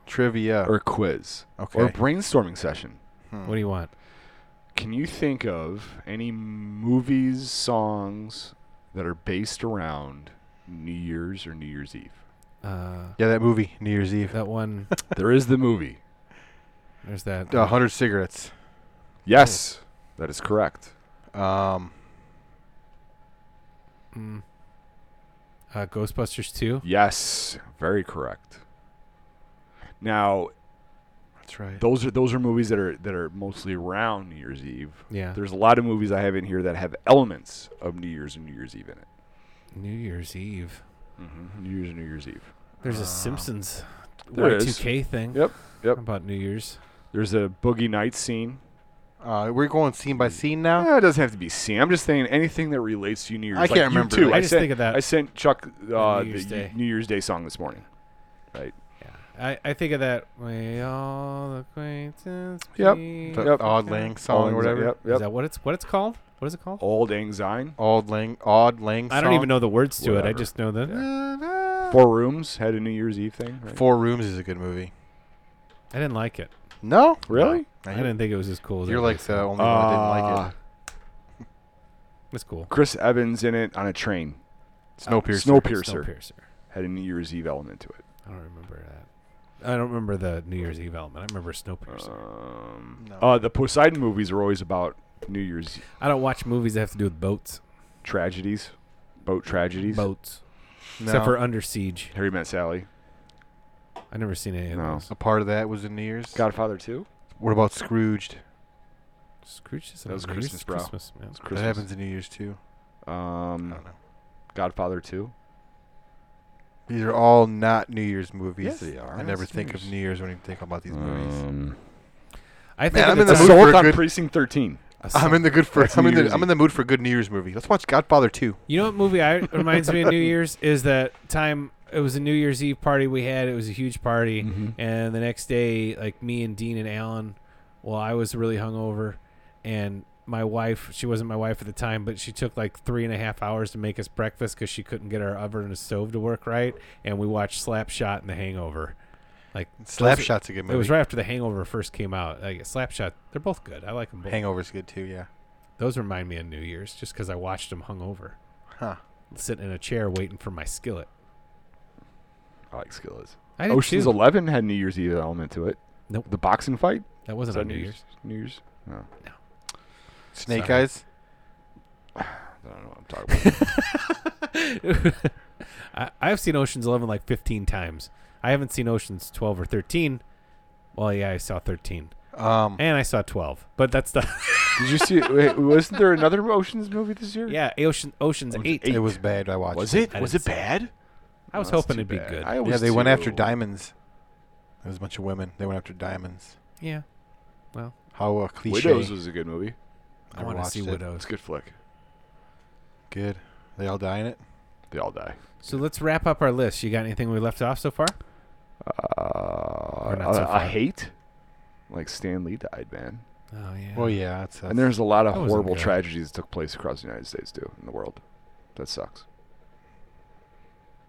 [SPEAKER 2] Trivia.
[SPEAKER 4] or a quiz
[SPEAKER 2] okay.
[SPEAKER 4] or a brainstorming session.
[SPEAKER 2] Hmm.
[SPEAKER 3] What do you want?
[SPEAKER 4] Can you think of any movies, songs that are based around New Year's or New Year's Eve?
[SPEAKER 3] Uh,
[SPEAKER 2] yeah, that movie New Year's Eve. *laughs*
[SPEAKER 3] that one.
[SPEAKER 4] there is the movie. *laughs*
[SPEAKER 3] There's that. uh,
[SPEAKER 2] A hundred cigarettes.
[SPEAKER 4] Yes, that is correct.
[SPEAKER 2] Um.
[SPEAKER 3] Mm. uh, Ghostbusters two.
[SPEAKER 4] Yes, very correct. Now,
[SPEAKER 2] That's right.
[SPEAKER 4] those are those are movies that are that are mostly around New Year's Eve.
[SPEAKER 3] Yeah.
[SPEAKER 4] There's a lot of movies I have in here that have elements of New Year's and New Year's Eve in it.
[SPEAKER 3] New Year's Eve.
[SPEAKER 4] Mm-hmm. New Year's and New Year's Eve.
[SPEAKER 3] There's
[SPEAKER 2] Uh,
[SPEAKER 3] a Simpsons
[SPEAKER 4] there is.
[SPEAKER 3] Y2K thing.
[SPEAKER 4] Yep, yep.
[SPEAKER 3] About New Year's.
[SPEAKER 4] There's a Boogie Nights scene.
[SPEAKER 2] Uh, we're going scene by scene now.
[SPEAKER 4] Eh, it doesn't have to be scene. I'm just saying anything that relates to New Year's.
[SPEAKER 2] I can't
[SPEAKER 4] Like, you
[SPEAKER 2] remember
[SPEAKER 4] too.
[SPEAKER 2] that.
[SPEAKER 3] I
[SPEAKER 4] I,
[SPEAKER 3] just
[SPEAKER 4] sent,
[SPEAKER 3] think of that.
[SPEAKER 4] I sent Chuck uh,
[SPEAKER 3] New Year's
[SPEAKER 4] the
[SPEAKER 3] Day.
[SPEAKER 4] New Year's Day song this morning.
[SPEAKER 3] I, I think of that. We all acquaintance.
[SPEAKER 4] Yep.
[SPEAKER 3] be."
[SPEAKER 2] The
[SPEAKER 4] Yep.
[SPEAKER 2] Odd Lang song or
[SPEAKER 4] Old-
[SPEAKER 2] whatever.
[SPEAKER 4] Yep,
[SPEAKER 3] Is
[SPEAKER 4] yep.
[SPEAKER 3] that what it's what it's called? What is it called?
[SPEAKER 4] Old Ang Syne.
[SPEAKER 2] Odd Lang. Odd Lang.
[SPEAKER 3] I don't
[SPEAKER 2] song.
[SPEAKER 3] even know the words to it. I
[SPEAKER 4] Whatever.
[SPEAKER 3] just know that.
[SPEAKER 4] Four Rooms had a New Year's Eve thing. right?
[SPEAKER 2] Four Rooms is a good movie.
[SPEAKER 3] I didn't like it.
[SPEAKER 2] No,
[SPEAKER 4] Really?
[SPEAKER 3] I didn't think it was as cool as
[SPEAKER 2] You're like
[SPEAKER 3] everybody
[SPEAKER 2] the only
[SPEAKER 3] said.
[SPEAKER 2] one that didn't like
[SPEAKER 4] Uh,
[SPEAKER 2] it.
[SPEAKER 3] Ah, It's cool.
[SPEAKER 4] Chris Evans in it on a train.
[SPEAKER 2] Snowpiercer.
[SPEAKER 4] Snowpiercer
[SPEAKER 3] Snowpiercer.
[SPEAKER 4] had a New Year's Eve element to it.
[SPEAKER 3] I don't remember that. I don't remember the New Year's Eve element. I remember
[SPEAKER 2] Uh,
[SPEAKER 3] Snowpiercer.
[SPEAKER 4] Um,
[SPEAKER 2] No.
[SPEAKER 4] uh, the Poseidon movies are always about New Year's
[SPEAKER 3] I don't watch movies that have to do with boats.
[SPEAKER 4] tragedies, boat tragedies.
[SPEAKER 3] Boats.
[SPEAKER 2] No.
[SPEAKER 3] Except for Under Siege.
[SPEAKER 4] Harry Met Sally,
[SPEAKER 3] I've never seen any of
[SPEAKER 4] No.
[SPEAKER 3] those.
[SPEAKER 2] a part of that was in New Year's.
[SPEAKER 4] Godfather Two.
[SPEAKER 2] What about Scrooged?
[SPEAKER 3] Scrooge is
[SPEAKER 4] That was
[SPEAKER 3] on New Year's,
[SPEAKER 4] Christmas, bro.
[SPEAKER 3] Christmas, man.
[SPEAKER 4] It's Christmas.
[SPEAKER 2] That happens in New Year's too. I
[SPEAKER 4] Um,
[SPEAKER 2] don't know.
[SPEAKER 4] Godfather Two.
[SPEAKER 2] These are all not New Year's movies.
[SPEAKER 4] Yes, they are.
[SPEAKER 2] I never
[SPEAKER 4] It's New
[SPEAKER 2] think of
[SPEAKER 4] Year's.
[SPEAKER 2] New Year's when you think about these movies.
[SPEAKER 4] Um,
[SPEAKER 3] I think
[SPEAKER 2] I'm
[SPEAKER 3] of
[SPEAKER 2] in
[SPEAKER 3] it
[SPEAKER 2] the
[SPEAKER 3] as
[SPEAKER 2] mood.
[SPEAKER 3] a-
[SPEAKER 4] Assault
[SPEAKER 2] for
[SPEAKER 4] on
[SPEAKER 2] good-
[SPEAKER 4] Precinct Thirteen.
[SPEAKER 2] I'm in the good for.
[SPEAKER 4] That's
[SPEAKER 2] I'm in
[SPEAKER 4] New
[SPEAKER 2] the.
[SPEAKER 4] Year's
[SPEAKER 2] I'm in
[SPEAKER 4] Eve.
[SPEAKER 2] the mood for a good New Year's movie. Let's watch Godfather 2.
[SPEAKER 3] You know what movie I reminds me of New Year's is that time it was a New Year's Eve party we had. It was a huge party,
[SPEAKER 4] Mhm.
[SPEAKER 3] and the next day, like me and Dean and Alan, well, I was really hungover, and my wife, she wasn't my wife at the time, but she took like three and a half hours to make us breakfast because she couldn't get our oven and stove to work right, and we watched Slapshot and The Hangover. Like those are-
[SPEAKER 2] Slapshot's a good movie.
[SPEAKER 3] It was right after The Hangover first came out. Like Slapshot, they're both good. I like them both.
[SPEAKER 2] Hangover's good too. Yeah.
[SPEAKER 3] Those remind me of New Year's just because I watched them hungover,
[SPEAKER 2] Huh.
[SPEAKER 3] sitting in a chair waiting for my skillet.
[SPEAKER 4] I like Skillet.
[SPEAKER 3] I did
[SPEAKER 4] Ocean's
[SPEAKER 3] too.
[SPEAKER 4] Eleven had New Year's Eve element to it.
[SPEAKER 3] Nope.
[SPEAKER 4] The boxing fight.
[SPEAKER 3] That wasn't on New Year's.
[SPEAKER 4] New Year's. No,
[SPEAKER 2] Snake
[SPEAKER 3] Sorry.
[SPEAKER 2] Eyes.
[SPEAKER 4] I don't know what I'm talking about.
[SPEAKER 3] *laughs* I, I've seen Ocean's Eleven like 15 times. I haven't seen Ocean's 12 or 13. Well, yeah, I saw 13
[SPEAKER 2] Um.
[SPEAKER 3] and I saw 12, but that's the *laughs*
[SPEAKER 4] Did you see? Wait, wasn't there another Ocean's movie this year?
[SPEAKER 3] yeah Ocean Ocean's
[SPEAKER 4] Ocean's
[SPEAKER 3] eight.
[SPEAKER 4] eight.
[SPEAKER 2] It was bad. I watched.
[SPEAKER 4] Was it?
[SPEAKER 3] I
[SPEAKER 4] Was
[SPEAKER 3] didn't
[SPEAKER 4] it
[SPEAKER 3] see it.
[SPEAKER 4] bad?
[SPEAKER 3] I was
[SPEAKER 4] No, that's
[SPEAKER 3] hoping
[SPEAKER 4] too
[SPEAKER 3] it'd be
[SPEAKER 4] bad.
[SPEAKER 3] good.
[SPEAKER 4] I
[SPEAKER 2] Yeah,
[SPEAKER 4] always
[SPEAKER 2] they went after
[SPEAKER 4] do.
[SPEAKER 2] diamonds. There was a bunch of women. They went after diamonds.
[SPEAKER 3] Yeah,
[SPEAKER 2] How uh, cliche.
[SPEAKER 4] Widows was a good movie.
[SPEAKER 3] I
[SPEAKER 2] Never
[SPEAKER 3] want to
[SPEAKER 2] watched
[SPEAKER 3] see
[SPEAKER 2] it.
[SPEAKER 4] It's
[SPEAKER 3] Widows.
[SPEAKER 4] a good flick.
[SPEAKER 2] Good. They all die in it.
[SPEAKER 4] They all die.
[SPEAKER 3] So let's wrap up our list. You got anything we left off so far?
[SPEAKER 4] Uh,
[SPEAKER 3] not so
[SPEAKER 4] I-
[SPEAKER 3] far.
[SPEAKER 4] I hate. Like Stan Lee died, man.
[SPEAKER 3] Oh yeah.
[SPEAKER 2] Well, yeah. It's,
[SPEAKER 4] And there's a lot of
[SPEAKER 3] That wasn't
[SPEAKER 4] horrible
[SPEAKER 3] good.
[SPEAKER 4] tragedies that took place across the United States too, in the world. That sucks.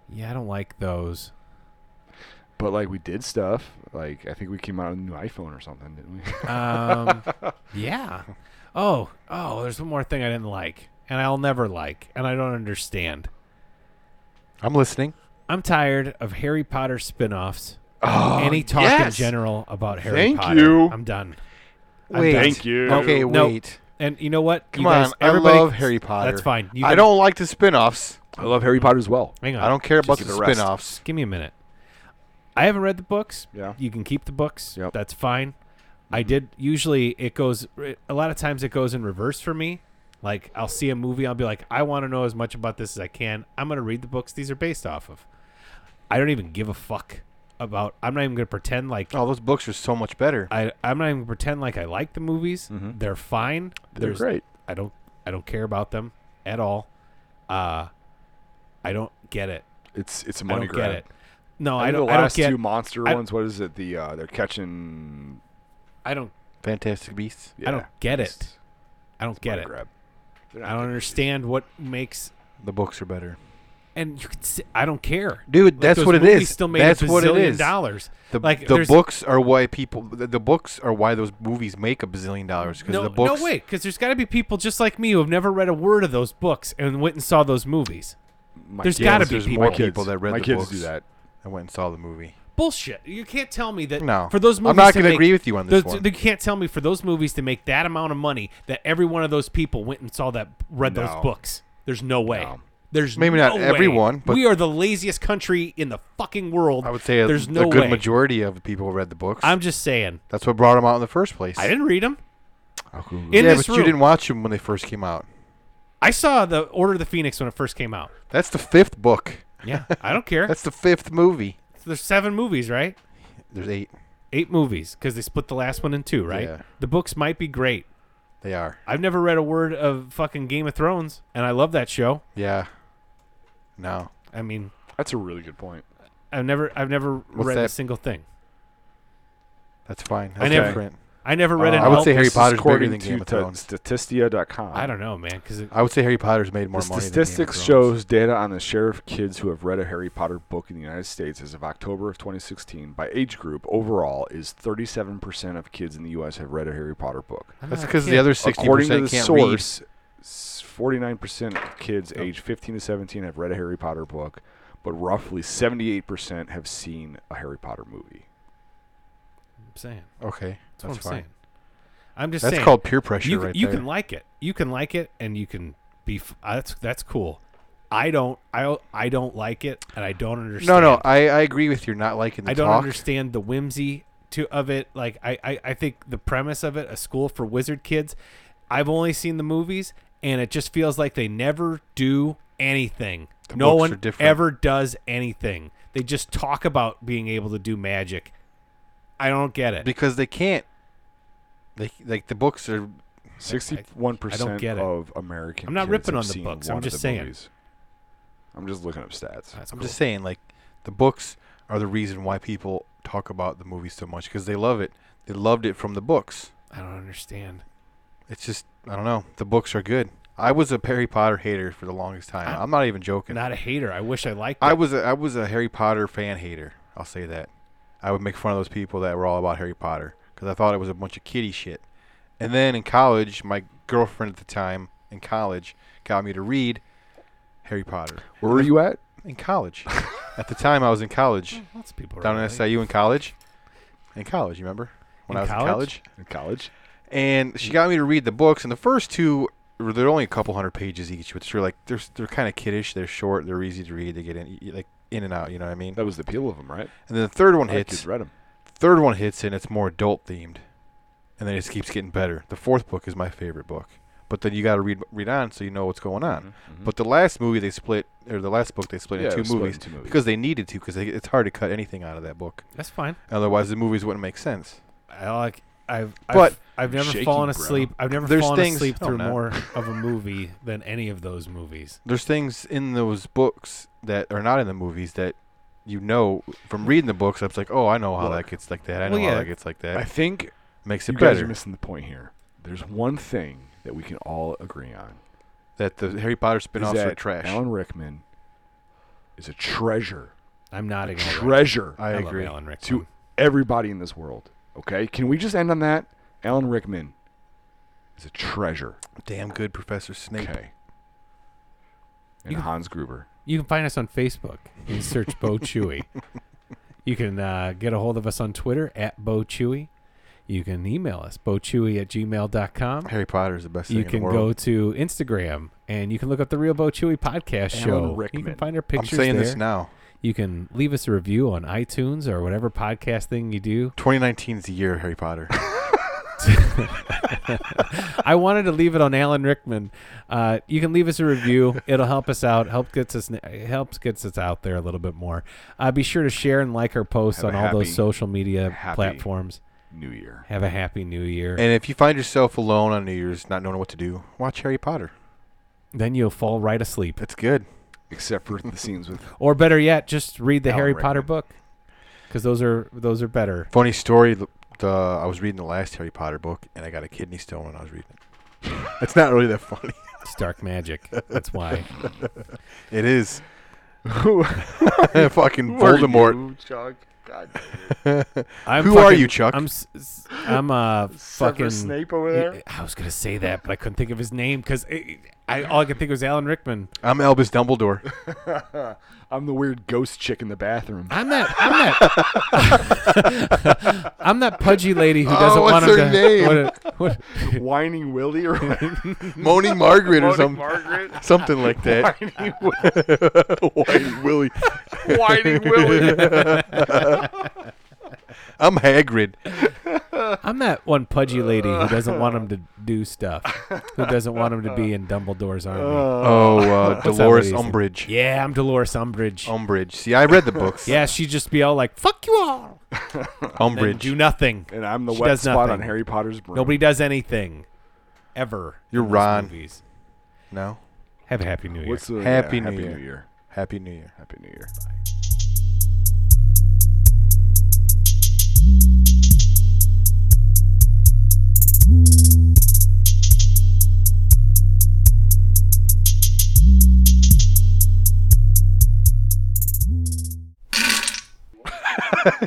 [SPEAKER 3] yeah, I don't like those.
[SPEAKER 4] But like we did stuff. Like I think we came out with a new iPhone or something, didn't we?
[SPEAKER 3] Um, yeah. Oh, oh, there's one more thing I didn't like, and I'll never like, and I don't understand.
[SPEAKER 2] I'm listening.
[SPEAKER 3] I'm tired of Harry Potter spin-offs.
[SPEAKER 4] *laughs* oh,
[SPEAKER 2] Um,
[SPEAKER 3] Any talk
[SPEAKER 4] yes!
[SPEAKER 3] in general about Harry
[SPEAKER 4] Thank
[SPEAKER 3] Potter.
[SPEAKER 4] you.
[SPEAKER 3] I'm done. I'm
[SPEAKER 2] Wait.
[SPEAKER 3] done.
[SPEAKER 4] Thank you.
[SPEAKER 2] Okay,
[SPEAKER 3] Nope.
[SPEAKER 2] wait.
[SPEAKER 3] And you know what?
[SPEAKER 2] Come
[SPEAKER 3] you guys,
[SPEAKER 2] on.
[SPEAKER 3] everybody,
[SPEAKER 2] I love Harry Potter.
[SPEAKER 3] That's fine. You
[SPEAKER 2] I
[SPEAKER 3] can-
[SPEAKER 2] don't like the spin-offs.
[SPEAKER 4] I love Harry Potter as well.
[SPEAKER 3] Hang on.
[SPEAKER 2] I don't care about the
[SPEAKER 4] give it a rest.
[SPEAKER 2] spin-offs.
[SPEAKER 3] Give me a minute. I haven't read the books.
[SPEAKER 4] Yeah.
[SPEAKER 3] You can keep the books.
[SPEAKER 4] Yep.
[SPEAKER 3] That's fine.
[SPEAKER 2] Mm-hmm.
[SPEAKER 3] I did. Usually it goes, a lot of times it goes in reverse for me. Like I'll see a movie, I'll be like, I want to know as much about this as I can. I'm going to read the books these are based off of. I don't even give a fuck about, I'm not even going to pretend like.
[SPEAKER 2] Oh, those books are so much better.
[SPEAKER 3] I, I'm not even gonna pretend like I like the movies. They're fine.
[SPEAKER 4] Mm. Mm-hmm. They're
[SPEAKER 3] There's-
[SPEAKER 4] great.
[SPEAKER 3] I don't I don't care about them at all. Uh, I don't get it.
[SPEAKER 4] It's it's a
[SPEAKER 3] I
[SPEAKER 4] money
[SPEAKER 3] don't
[SPEAKER 4] grab.
[SPEAKER 3] get it. No,
[SPEAKER 4] I,
[SPEAKER 3] I
[SPEAKER 4] think
[SPEAKER 3] don't.
[SPEAKER 4] the
[SPEAKER 3] I don't
[SPEAKER 4] last
[SPEAKER 3] get.
[SPEAKER 4] two monster
[SPEAKER 3] I-
[SPEAKER 4] ones. What is it? The uh, they're catching.
[SPEAKER 3] I don't.
[SPEAKER 2] Fantastic Beasts.
[SPEAKER 3] I don't
[SPEAKER 4] yeah,
[SPEAKER 3] get
[SPEAKER 4] it's-
[SPEAKER 3] it. I don't
[SPEAKER 4] it's
[SPEAKER 3] get
[SPEAKER 4] money
[SPEAKER 3] it.
[SPEAKER 4] grab. They're not
[SPEAKER 3] I don't
[SPEAKER 4] good.
[SPEAKER 3] understand what makes.
[SPEAKER 2] The books are better.
[SPEAKER 3] And you can. See, I don't care.
[SPEAKER 2] Dude,
[SPEAKER 3] Like,
[SPEAKER 2] that's
[SPEAKER 3] those
[SPEAKER 2] what it
[SPEAKER 3] movies
[SPEAKER 2] is.
[SPEAKER 3] Still made
[SPEAKER 2] that's
[SPEAKER 3] a
[SPEAKER 2] what it
[SPEAKER 3] bazillion
[SPEAKER 2] is.
[SPEAKER 3] Dollars.
[SPEAKER 2] The,
[SPEAKER 3] Like,
[SPEAKER 2] the
[SPEAKER 3] there's-
[SPEAKER 2] books are why people the, the books are why those movies make a bazillion dollars because
[SPEAKER 3] No,
[SPEAKER 2] the books
[SPEAKER 3] no way. Because there's got to be people just like me who have never read a word of those books and went and saw those movies.
[SPEAKER 4] My
[SPEAKER 3] There's
[SPEAKER 4] kids-
[SPEAKER 3] gotta be
[SPEAKER 4] there's
[SPEAKER 3] people.
[SPEAKER 4] more
[SPEAKER 3] My
[SPEAKER 4] kids.
[SPEAKER 2] people that read
[SPEAKER 4] My
[SPEAKER 2] the
[SPEAKER 4] kids
[SPEAKER 2] books.
[SPEAKER 4] do that.
[SPEAKER 2] I went and saw the movie.
[SPEAKER 3] Bullshit. You can't tell me that.
[SPEAKER 2] No.
[SPEAKER 3] For those movies,
[SPEAKER 2] I'm not
[SPEAKER 3] to
[SPEAKER 2] gonna
[SPEAKER 3] make-
[SPEAKER 2] agree with you on this
[SPEAKER 3] those-
[SPEAKER 2] one.
[SPEAKER 3] You can't tell me for those movies to make that amount of money that every one of those people went and saw that, read
[SPEAKER 4] No.
[SPEAKER 3] those books. There's no way.
[SPEAKER 4] No.
[SPEAKER 3] There's
[SPEAKER 2] Maybe
[SPEAKER 3] no
[SPEAKER 2] not
[SPEAKER 3] way.
[SPEAKER 2] everyone, but-
[SPEAKER 3] we are the laziest country in the fucking world.
[SPEAKER 2] I would say a,
[SPEAKER 3] there's
[SPEAKER 2] a
[SPEAKER 3] no
[SPEAKER 2] good
[SPEAKER 3] way.
[SPEAKER 2] majority of the people read the books.
[SPEAKER 3] I'm just saying.
[SPEAKER 2] that's what brought them out in the first place.
[SPEAKER 3] I didn't read them. In
[SPEAKER 2] yeah,
[SPEAKER 3] this
[SPEAKER 2] but you
[SPEAKER 3] room.
[SPEAKER 2] didn't watch them when they first came out.
[SPEAKER 3] I saw the Order of the Phoenix when it first came out.
[SPEAKER 2] That's the fifth book. *laughs*
[SPEAKER 3] Yeah, I don't care.
[SPEAKER 2] That's the fifth movie.
[SPEAKER 3] There's seven movies, right?
[SPEAKER 2] There's eight.
[SPEAKER 3] Eight movies because they split the last one in two, right?
[SPEAKER 2] Yeah.
[SPEAKER 3] The books might be great.
[SPEAKER 2] They are.
[SPEAKER 3] I've never read a word of fucking Game of Thrones, and I love that show.
[SPEAKER 2] Yeah. No.
[SPEAKER 3] I mean,
[SPEAKER 4] That's a really good point.
[SPEAKER 3] I've never I've never read a
[SPEAKER 2] that?
[SPEAKER 3] single thing.
[SPEAKER 2] That's fine. That's
[SPEAKER 3] I never-
[SPEAKER 2] different.
[SPEAKER 3] I never read
[SPEAKER 4] Uh,
[SPEAKER 3] an.
[SPEAKER 2] I would say
[SPEAKER 3] Alp-
[SPEAKER 2] Harry
[SPEAKER 4] This is
[SPEAKER 2] Potter's bigger
[SPEAKER 4] according
[SPEAKER 2] than Game
[SPEAKER 4] to
[SPEAKER 2] of
[SPEAKER 4] ta-
[SPEAKER 2] Thrones.
[SPEAKER 4] Statistia.com.
[SPEAKER 3] I don't know, man, because
[SPEAKER 2] I would say Harry Potter's made more
[SPEAKER 4] the
[SPEAKER 2] money.
[SPEAKER 4] statistics
[SPEAKER 2] than Game of Thrones.
[SPEAKER 4] shows data on the share of kids who have read a Harry Potter book in the United States as of October of 2016 by age group overall is 37% of kids in the U.S. have read a Harry Potter book.
[SPEAKER 2] that's because the other sixty
[SPEAKER 4] According to
[SPEAKER 2] percent
[SPEAKER 4] the
[SPEAKER 2] can't read.
[SPEAKER 4] source, s- 49% of kids aged 15 to 17 have read a Harry Potter book, but roughly 78% have seen a Harry Potter movie.
[SPEAKER 3] I'm saying
[SPEAKER 2] Okay, that's
[SPEAKER 3] that's, what I'm
[SPEAKER 2] fine.
[SPEAKER 3] saying. I'm just
[SPEAKER 2] That's
[SPEAKER 3] saying
[SPEAKER 2] called peer pressure,
[SPEAKER 3] you,
[SPEAKER 2] right
[SPEAKER 3] you
[SPEAKER 2] there.
[SPEAKER 3] can like it. You can like it, and you can be. F- uh, that's that's cool. I don't. I I don't like it, and I don't understand.
[SPEAKER 2] no, no, I, I agree with you. Not liking the
[SPEAKER 3] I don't
[SPEAKER 2] talk.
[SPEAKER 3] understand the whimsy to of it. Like I, I, I think the premise of it, a school for wizard kids. I've only seen the movies, and it just feels like they never do anything.
[SPEAKER 2] The
[SPEAKER 3] no
[SPEAKER 2] books are
[SPEAKER 3] one
[SPEAKER 2] different.
[SPEAKER 3] ever does anything. They just talk about being able to do magic. I don't get it.
[SPEAKER 2] because they can't. They like the books are
[SPEAKER 4] 61%
[SPEAKER 3] I don't get it.
[SPEAKER 4] of American
[SPEAKER 3] I'm not
[SPEAKER 4] kids
[SPEAKER 3] ripping
[SPEAKER 4] have
[SPEAKER 3] on the
[SPEAKER 4] seen
[SPEAKER 3] books,
[SPEAKER 4] one
[SPEAKER 3] I'm
[SPEAKER 4] of
[SPEAKER 3] just
[SPEAKER 4] the
[SPEAKER 3] saying. Uh,
[SPEAKER 4] movies. I'm just looking up stats.
[SPEAKER 3] That's
[SPEAKER 2] I'm
[SPEAKER 3] cool.
[SPEAKER 2] just saying, like, the books are the reason why people talk about the movie so much because they love it. They loved it from the books.
[SPEAKER 3] I don't understand.
[SPEAKER 2] It's just, I don't know. The books are good. I was a Harry Potter hater for the longest time.
[SPEAKER 3] I'm-
[SPEAKER 2] I'm, not even joking.
[SPEAKER 3] Not a hater. I wish I liked. It.
[SPEAKER 2] I was a, I was a Harry Potter fan hater. I'll say that. I would make fun of those people that were all about Harry Potter because I thought it was a bunch of kiddie shit. And then in college, my girlfriend at the time in college got me to read Harry Potter
[SPEAKER 4] Where were you at?
[SPEAKER 2] in college. at the time, I was in college.
[SPEAKER 3] Lots of people
[SPEAKER 2] down
[SPEAKER 3] are
[SPEAKER 2] in
[SPEAKER 3] like-
[SPEAKER 2] SIU in college. In college, you remember when
[SPEAKER 3] In
[SPEAKER 2] I was
[SPEAKER 3] college?
[SPEAKER 2] in college?
[SPEAKER 4] In college?
[SPEAKER 2] And she got me to read the books, and the first two were- they're only a couple hundred pages each, which are like they're they're kind of kiddish. They're short. They're easy to read. They get in like in and out. You know what I mean?
[SPEAKER 4] That was the appeal of them, right?
[SPEAKER 2] And then the third one
[SPEAKER 4] I think kids
[SPEAKER 2] hits.
[SPEAKER 4] read them.
[SPEAKER 2] Third one hits, and it's more adult themed. And then it just keeps getting better. The fourth book is my favorite book, but then you got to read read on so you know what's going on. But the last movie they split, or the last book they split
[SPEAKER 4] Mm-hmm. Yeah, it
[SPEAKER 2] in
[SPEAKER 4] was
[SPEAKER 2] two
[SPEAKER 4] split
[SPEAKER 2] movies,
[SPEAKER 4] in two movies.
[SPEAKER 2] because they needed to, because it's hard to cut anything out of that book.
[SPEAKER 3] That's fine.
[SPEAKER 2] Otherwise, the movies wouldn't make sense.
[SPEAKER 3] I like I've
[SPEAKER 2] But-
[SPEAKER 3] I've, I've never
[SPEAKER 4] Shaky,
[SPEAKER 3] fallen
[SPEAKER 4] bro.
[SPEAKER 3] asleep. I've never
[SPEAKER 2] There's
[SPEAKER 3] fallen
[SPEAKER 2] things-
[SPEAKER 3] asleep
[SPEAKER 2] No,
[SPEAKER 3] through
[SPEAKER 2] not.
[SPEAKER 3] more of a movie than any of those movies.
[SPEAKER 2] there's things in those books that are not in the movies that you know from reading the books. I was like, oh, I know how
[SPEAKER 4] Look.
[SPEAKER 2] that gets like that. I know
[SPEAKER 3] Well,
[SPEAKER 2] how
[SPEAKER 3] yeah.
[SPEAKER 2] that gets like that.
[SPEAKER 4] I think
[SPEAKER 2] Makes
[SPEAKER 4] you
[SPEAKER 2] it
[SPEAKER 4] guys
[SPEAKER 2] better
[SPEAKER 4] are missing the point here. There's one thing that we can all agree on.
[SPEAKER 2] that the Harry Potter
[SPEAKER 4] is
[SPEAKER 2] spin-offs are
[SPEAKER 4] that
[SPEAKER 2] trash.
[SPEAKER 4] Alan Rickman is a treasure.
[SPEAKER 3] I'm not
[SPEAKER 4] A
[SPEAKER 3] a
[SPEAKER 4] treasure
[SPEAKER 2] I,
[SPEAKER 3] I, love
[SPEAKER 2] agree.
[SPEAKER 3] Alan Rickman.
[SPEAKER 4] to everybody in this world. Okay? Can we just end on that? Alan Rickman is a treasure.
[SPEAKER 2] Damn good Professor Snape.
[SPEAKER 4] Okay. And
[SPEAKER 3] You-
[SPEAKER 4] Hans Gruber.
[SPEAKER 3] You can find us on Facebook. You can search Bo Chewy. You can uh, get a hold of us on Twitter at Bo Chewy. You can email us, bochewy at gmail.com.
[SPEAKER 2] *laughs* Harry Potter is the best
[SPEAKER 3] You
[SPEAKER 2] thing in
[SPEAKER 3] can
[SPEAKER 2] the
[SPEAKER 3] go
[SPEAKER 2] world.
[SPEAKER 3] to Instagram and you can look up the Real Bo Chewy podcast
[SPEAKER 4] Alan
[SPEAKER 3] show. You
[SPEAKER 4] Rickman.
[SPEAKER 3] can find our
[SPEAKER 2] I'm
[SPEAKER 3] pictures
[SPEAKER 2] saying
[SPEAKER 3] there.
[SPEAKER 2] this now.
[SPEAKER 3] You can leave us a review on iTunes or whatever podcast thing you do.
[SPEAKER 2] 2019 is the year of Harry
[SPEAKER 3] *laughs*
[SPEAKER 2] Potter.
[SPEAKER 3] I wanted to leave it on Alan Rickman. Uh, you can leave us a review. It'll help us out. Help gets us helps gets us out there a little bit more. Uh, be sure to share and like our posts
[SPEAKER 4] Have
[SPEAKER 3] on
[SPEAKER 4] a
[SPEAKER 3] all those
[SPEAKER 4] happy-
[SPEAKER 3] social media
[SPEAKER 4] happy-
[SPEAKER 3] platforms.
[SPEAKER 4] New Year.
[SPEAKER 3] Have a happy New Year.
[SPEAKER 2] and if you find yourself alone on New Year's, not knowing what to do, watch Harry Potter.
[SPEAKER 3] then you'll fall right asleep.
[SPEAKER 2] It's good.
[SPEAKER 4] Except for the
[SPEAKER 2] *laughs*
[SPEAKER 4] scenes with
[SPEAKER 3] Or better yet, just read the
[SPEAKER 4] Alan
[SPEAKER 3] Harry Potter
[SPEAKER 4] Rickman.
[SPEAKER 3] book because those are those are better.
[SPEAKER 2] Funny story. The, the I was reading the last Harry Potter book, and I got a kidney stone when I was reading it. *laughs* It's not really that funny.
[SPEAKER 3] It's dark magic. That's
[SPEAKER 4] *laughs*
[SPEAKER 3] why.
[SPEAKER 2] It is. *laughs*
[SPEAKER 4] Who
[SPEAKER 2] fucking Voldemort.
[SPEAKER 4] Chuck. God
[SPEAKER 3] I'm
[SPEAKER 2] Who are
[SPEAKER 3] fucking-
[SPEAKER 2] you, Chuck?
[SPEAKER 3] I'm s- s- I'm uh fucking
[SPEAKER 4] over
[SPEAKER 3] I was gonna say that, but I couldn't think of his name because I all I could think was Alan Rickman.
[SPEAKER 2] *laughs* I'm Albus Dumbledore. *laughs*
[SPEAKER 4] *laughs* I'm the weird ghost chick in the bathroom. *laughs*
[SPEAKER 3] I'm that. I'm that. I'm that *laughs* pudgy lady who
[SPEAKER 4] Oh,
[SPEAKER 3] doesn't
[SPEAKER 2] what's
[SPEAKER 3] want
[SPEAKER 2] her
[SPEAKER 3] him to.
[SPEAKER 2] name?
[SPEAKER 3] What, what, *laughs*
[SPEAKER 4] Whining Willie or Whining
[SPEAKER 2] Moaning Margaret or some,
[SPEAKER 4] Margaret?
[SPEAKER 2] *laughs* something like *laughs* that.
[SPEAKER 4] Whining,
[SPEAKER 2] Whitey Willie.
[SPEAKER 4] Wi- Whining Willie.
[SPEAKER 2] I'm Hagrid.
[SPEAKER 3] I'm that one pudgy lady who doesn't want him to do stuff. Who doesn't want him to be in Dumbledore's army?
[SPEAKER 2] Oh, uh, *laughs*
[SPEAKER 3] that
[SPEAKER 2] Dolores
[SPEAKER 3] lady's name?
[SPEAKER 2] Umbridge.
[SPEAKER 3] Yeah, I'm Dolores Umbridge.
[SPEAKER 4] Oh.
[SPEAKER 2] Umbridge. See, I read the books.
[SPEAKER 3] Yeah, she'd just be all like, "Fuck you all," and do
[SPEAKER 2] *laughs* Umbridge.
[SPEAKER 3] nothing.
[SPEAKER 4] *laughs* And I'm the
[SPEAKER 3] She
[SPEAKER 4] wet
[SPEAKER 3] does
[SPEAKER 4] spot on
[SPEAKER 3] nothing.
[SPEAKER 4] Harry Potter's brain.
[SPEAKER 3] Nobody does anything, ever.
[SPEAKER 2] You're
[SPEAKER 3] in those
[SPEAKER 2] Ron.
[SPEAKER 3] Movies.
[SPEAKER 2] No.
[SPEAKER 3] Have a happy New Year.
[SPEAKER 4] What's the
[SPEAKER 2] Happy
[SPEAKER 4] yeah,
[SPEAKER 2] New
[SPEAKER 4] Happy
[SPEAKER 2] Year.
[SPEAKER 4] New Year.
[SPEAKER 2] Happy New Year.
[SPEAKER 4] Happy New Year.
[SPEAKER 2] *laughs*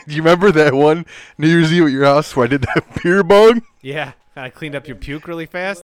[SPEAKER 2] Do you remember that one New Year's Eve at your house where I did that *laughs* beer bong?
[SPEAKER 3] Yeah, I cleaned up your puke really fast.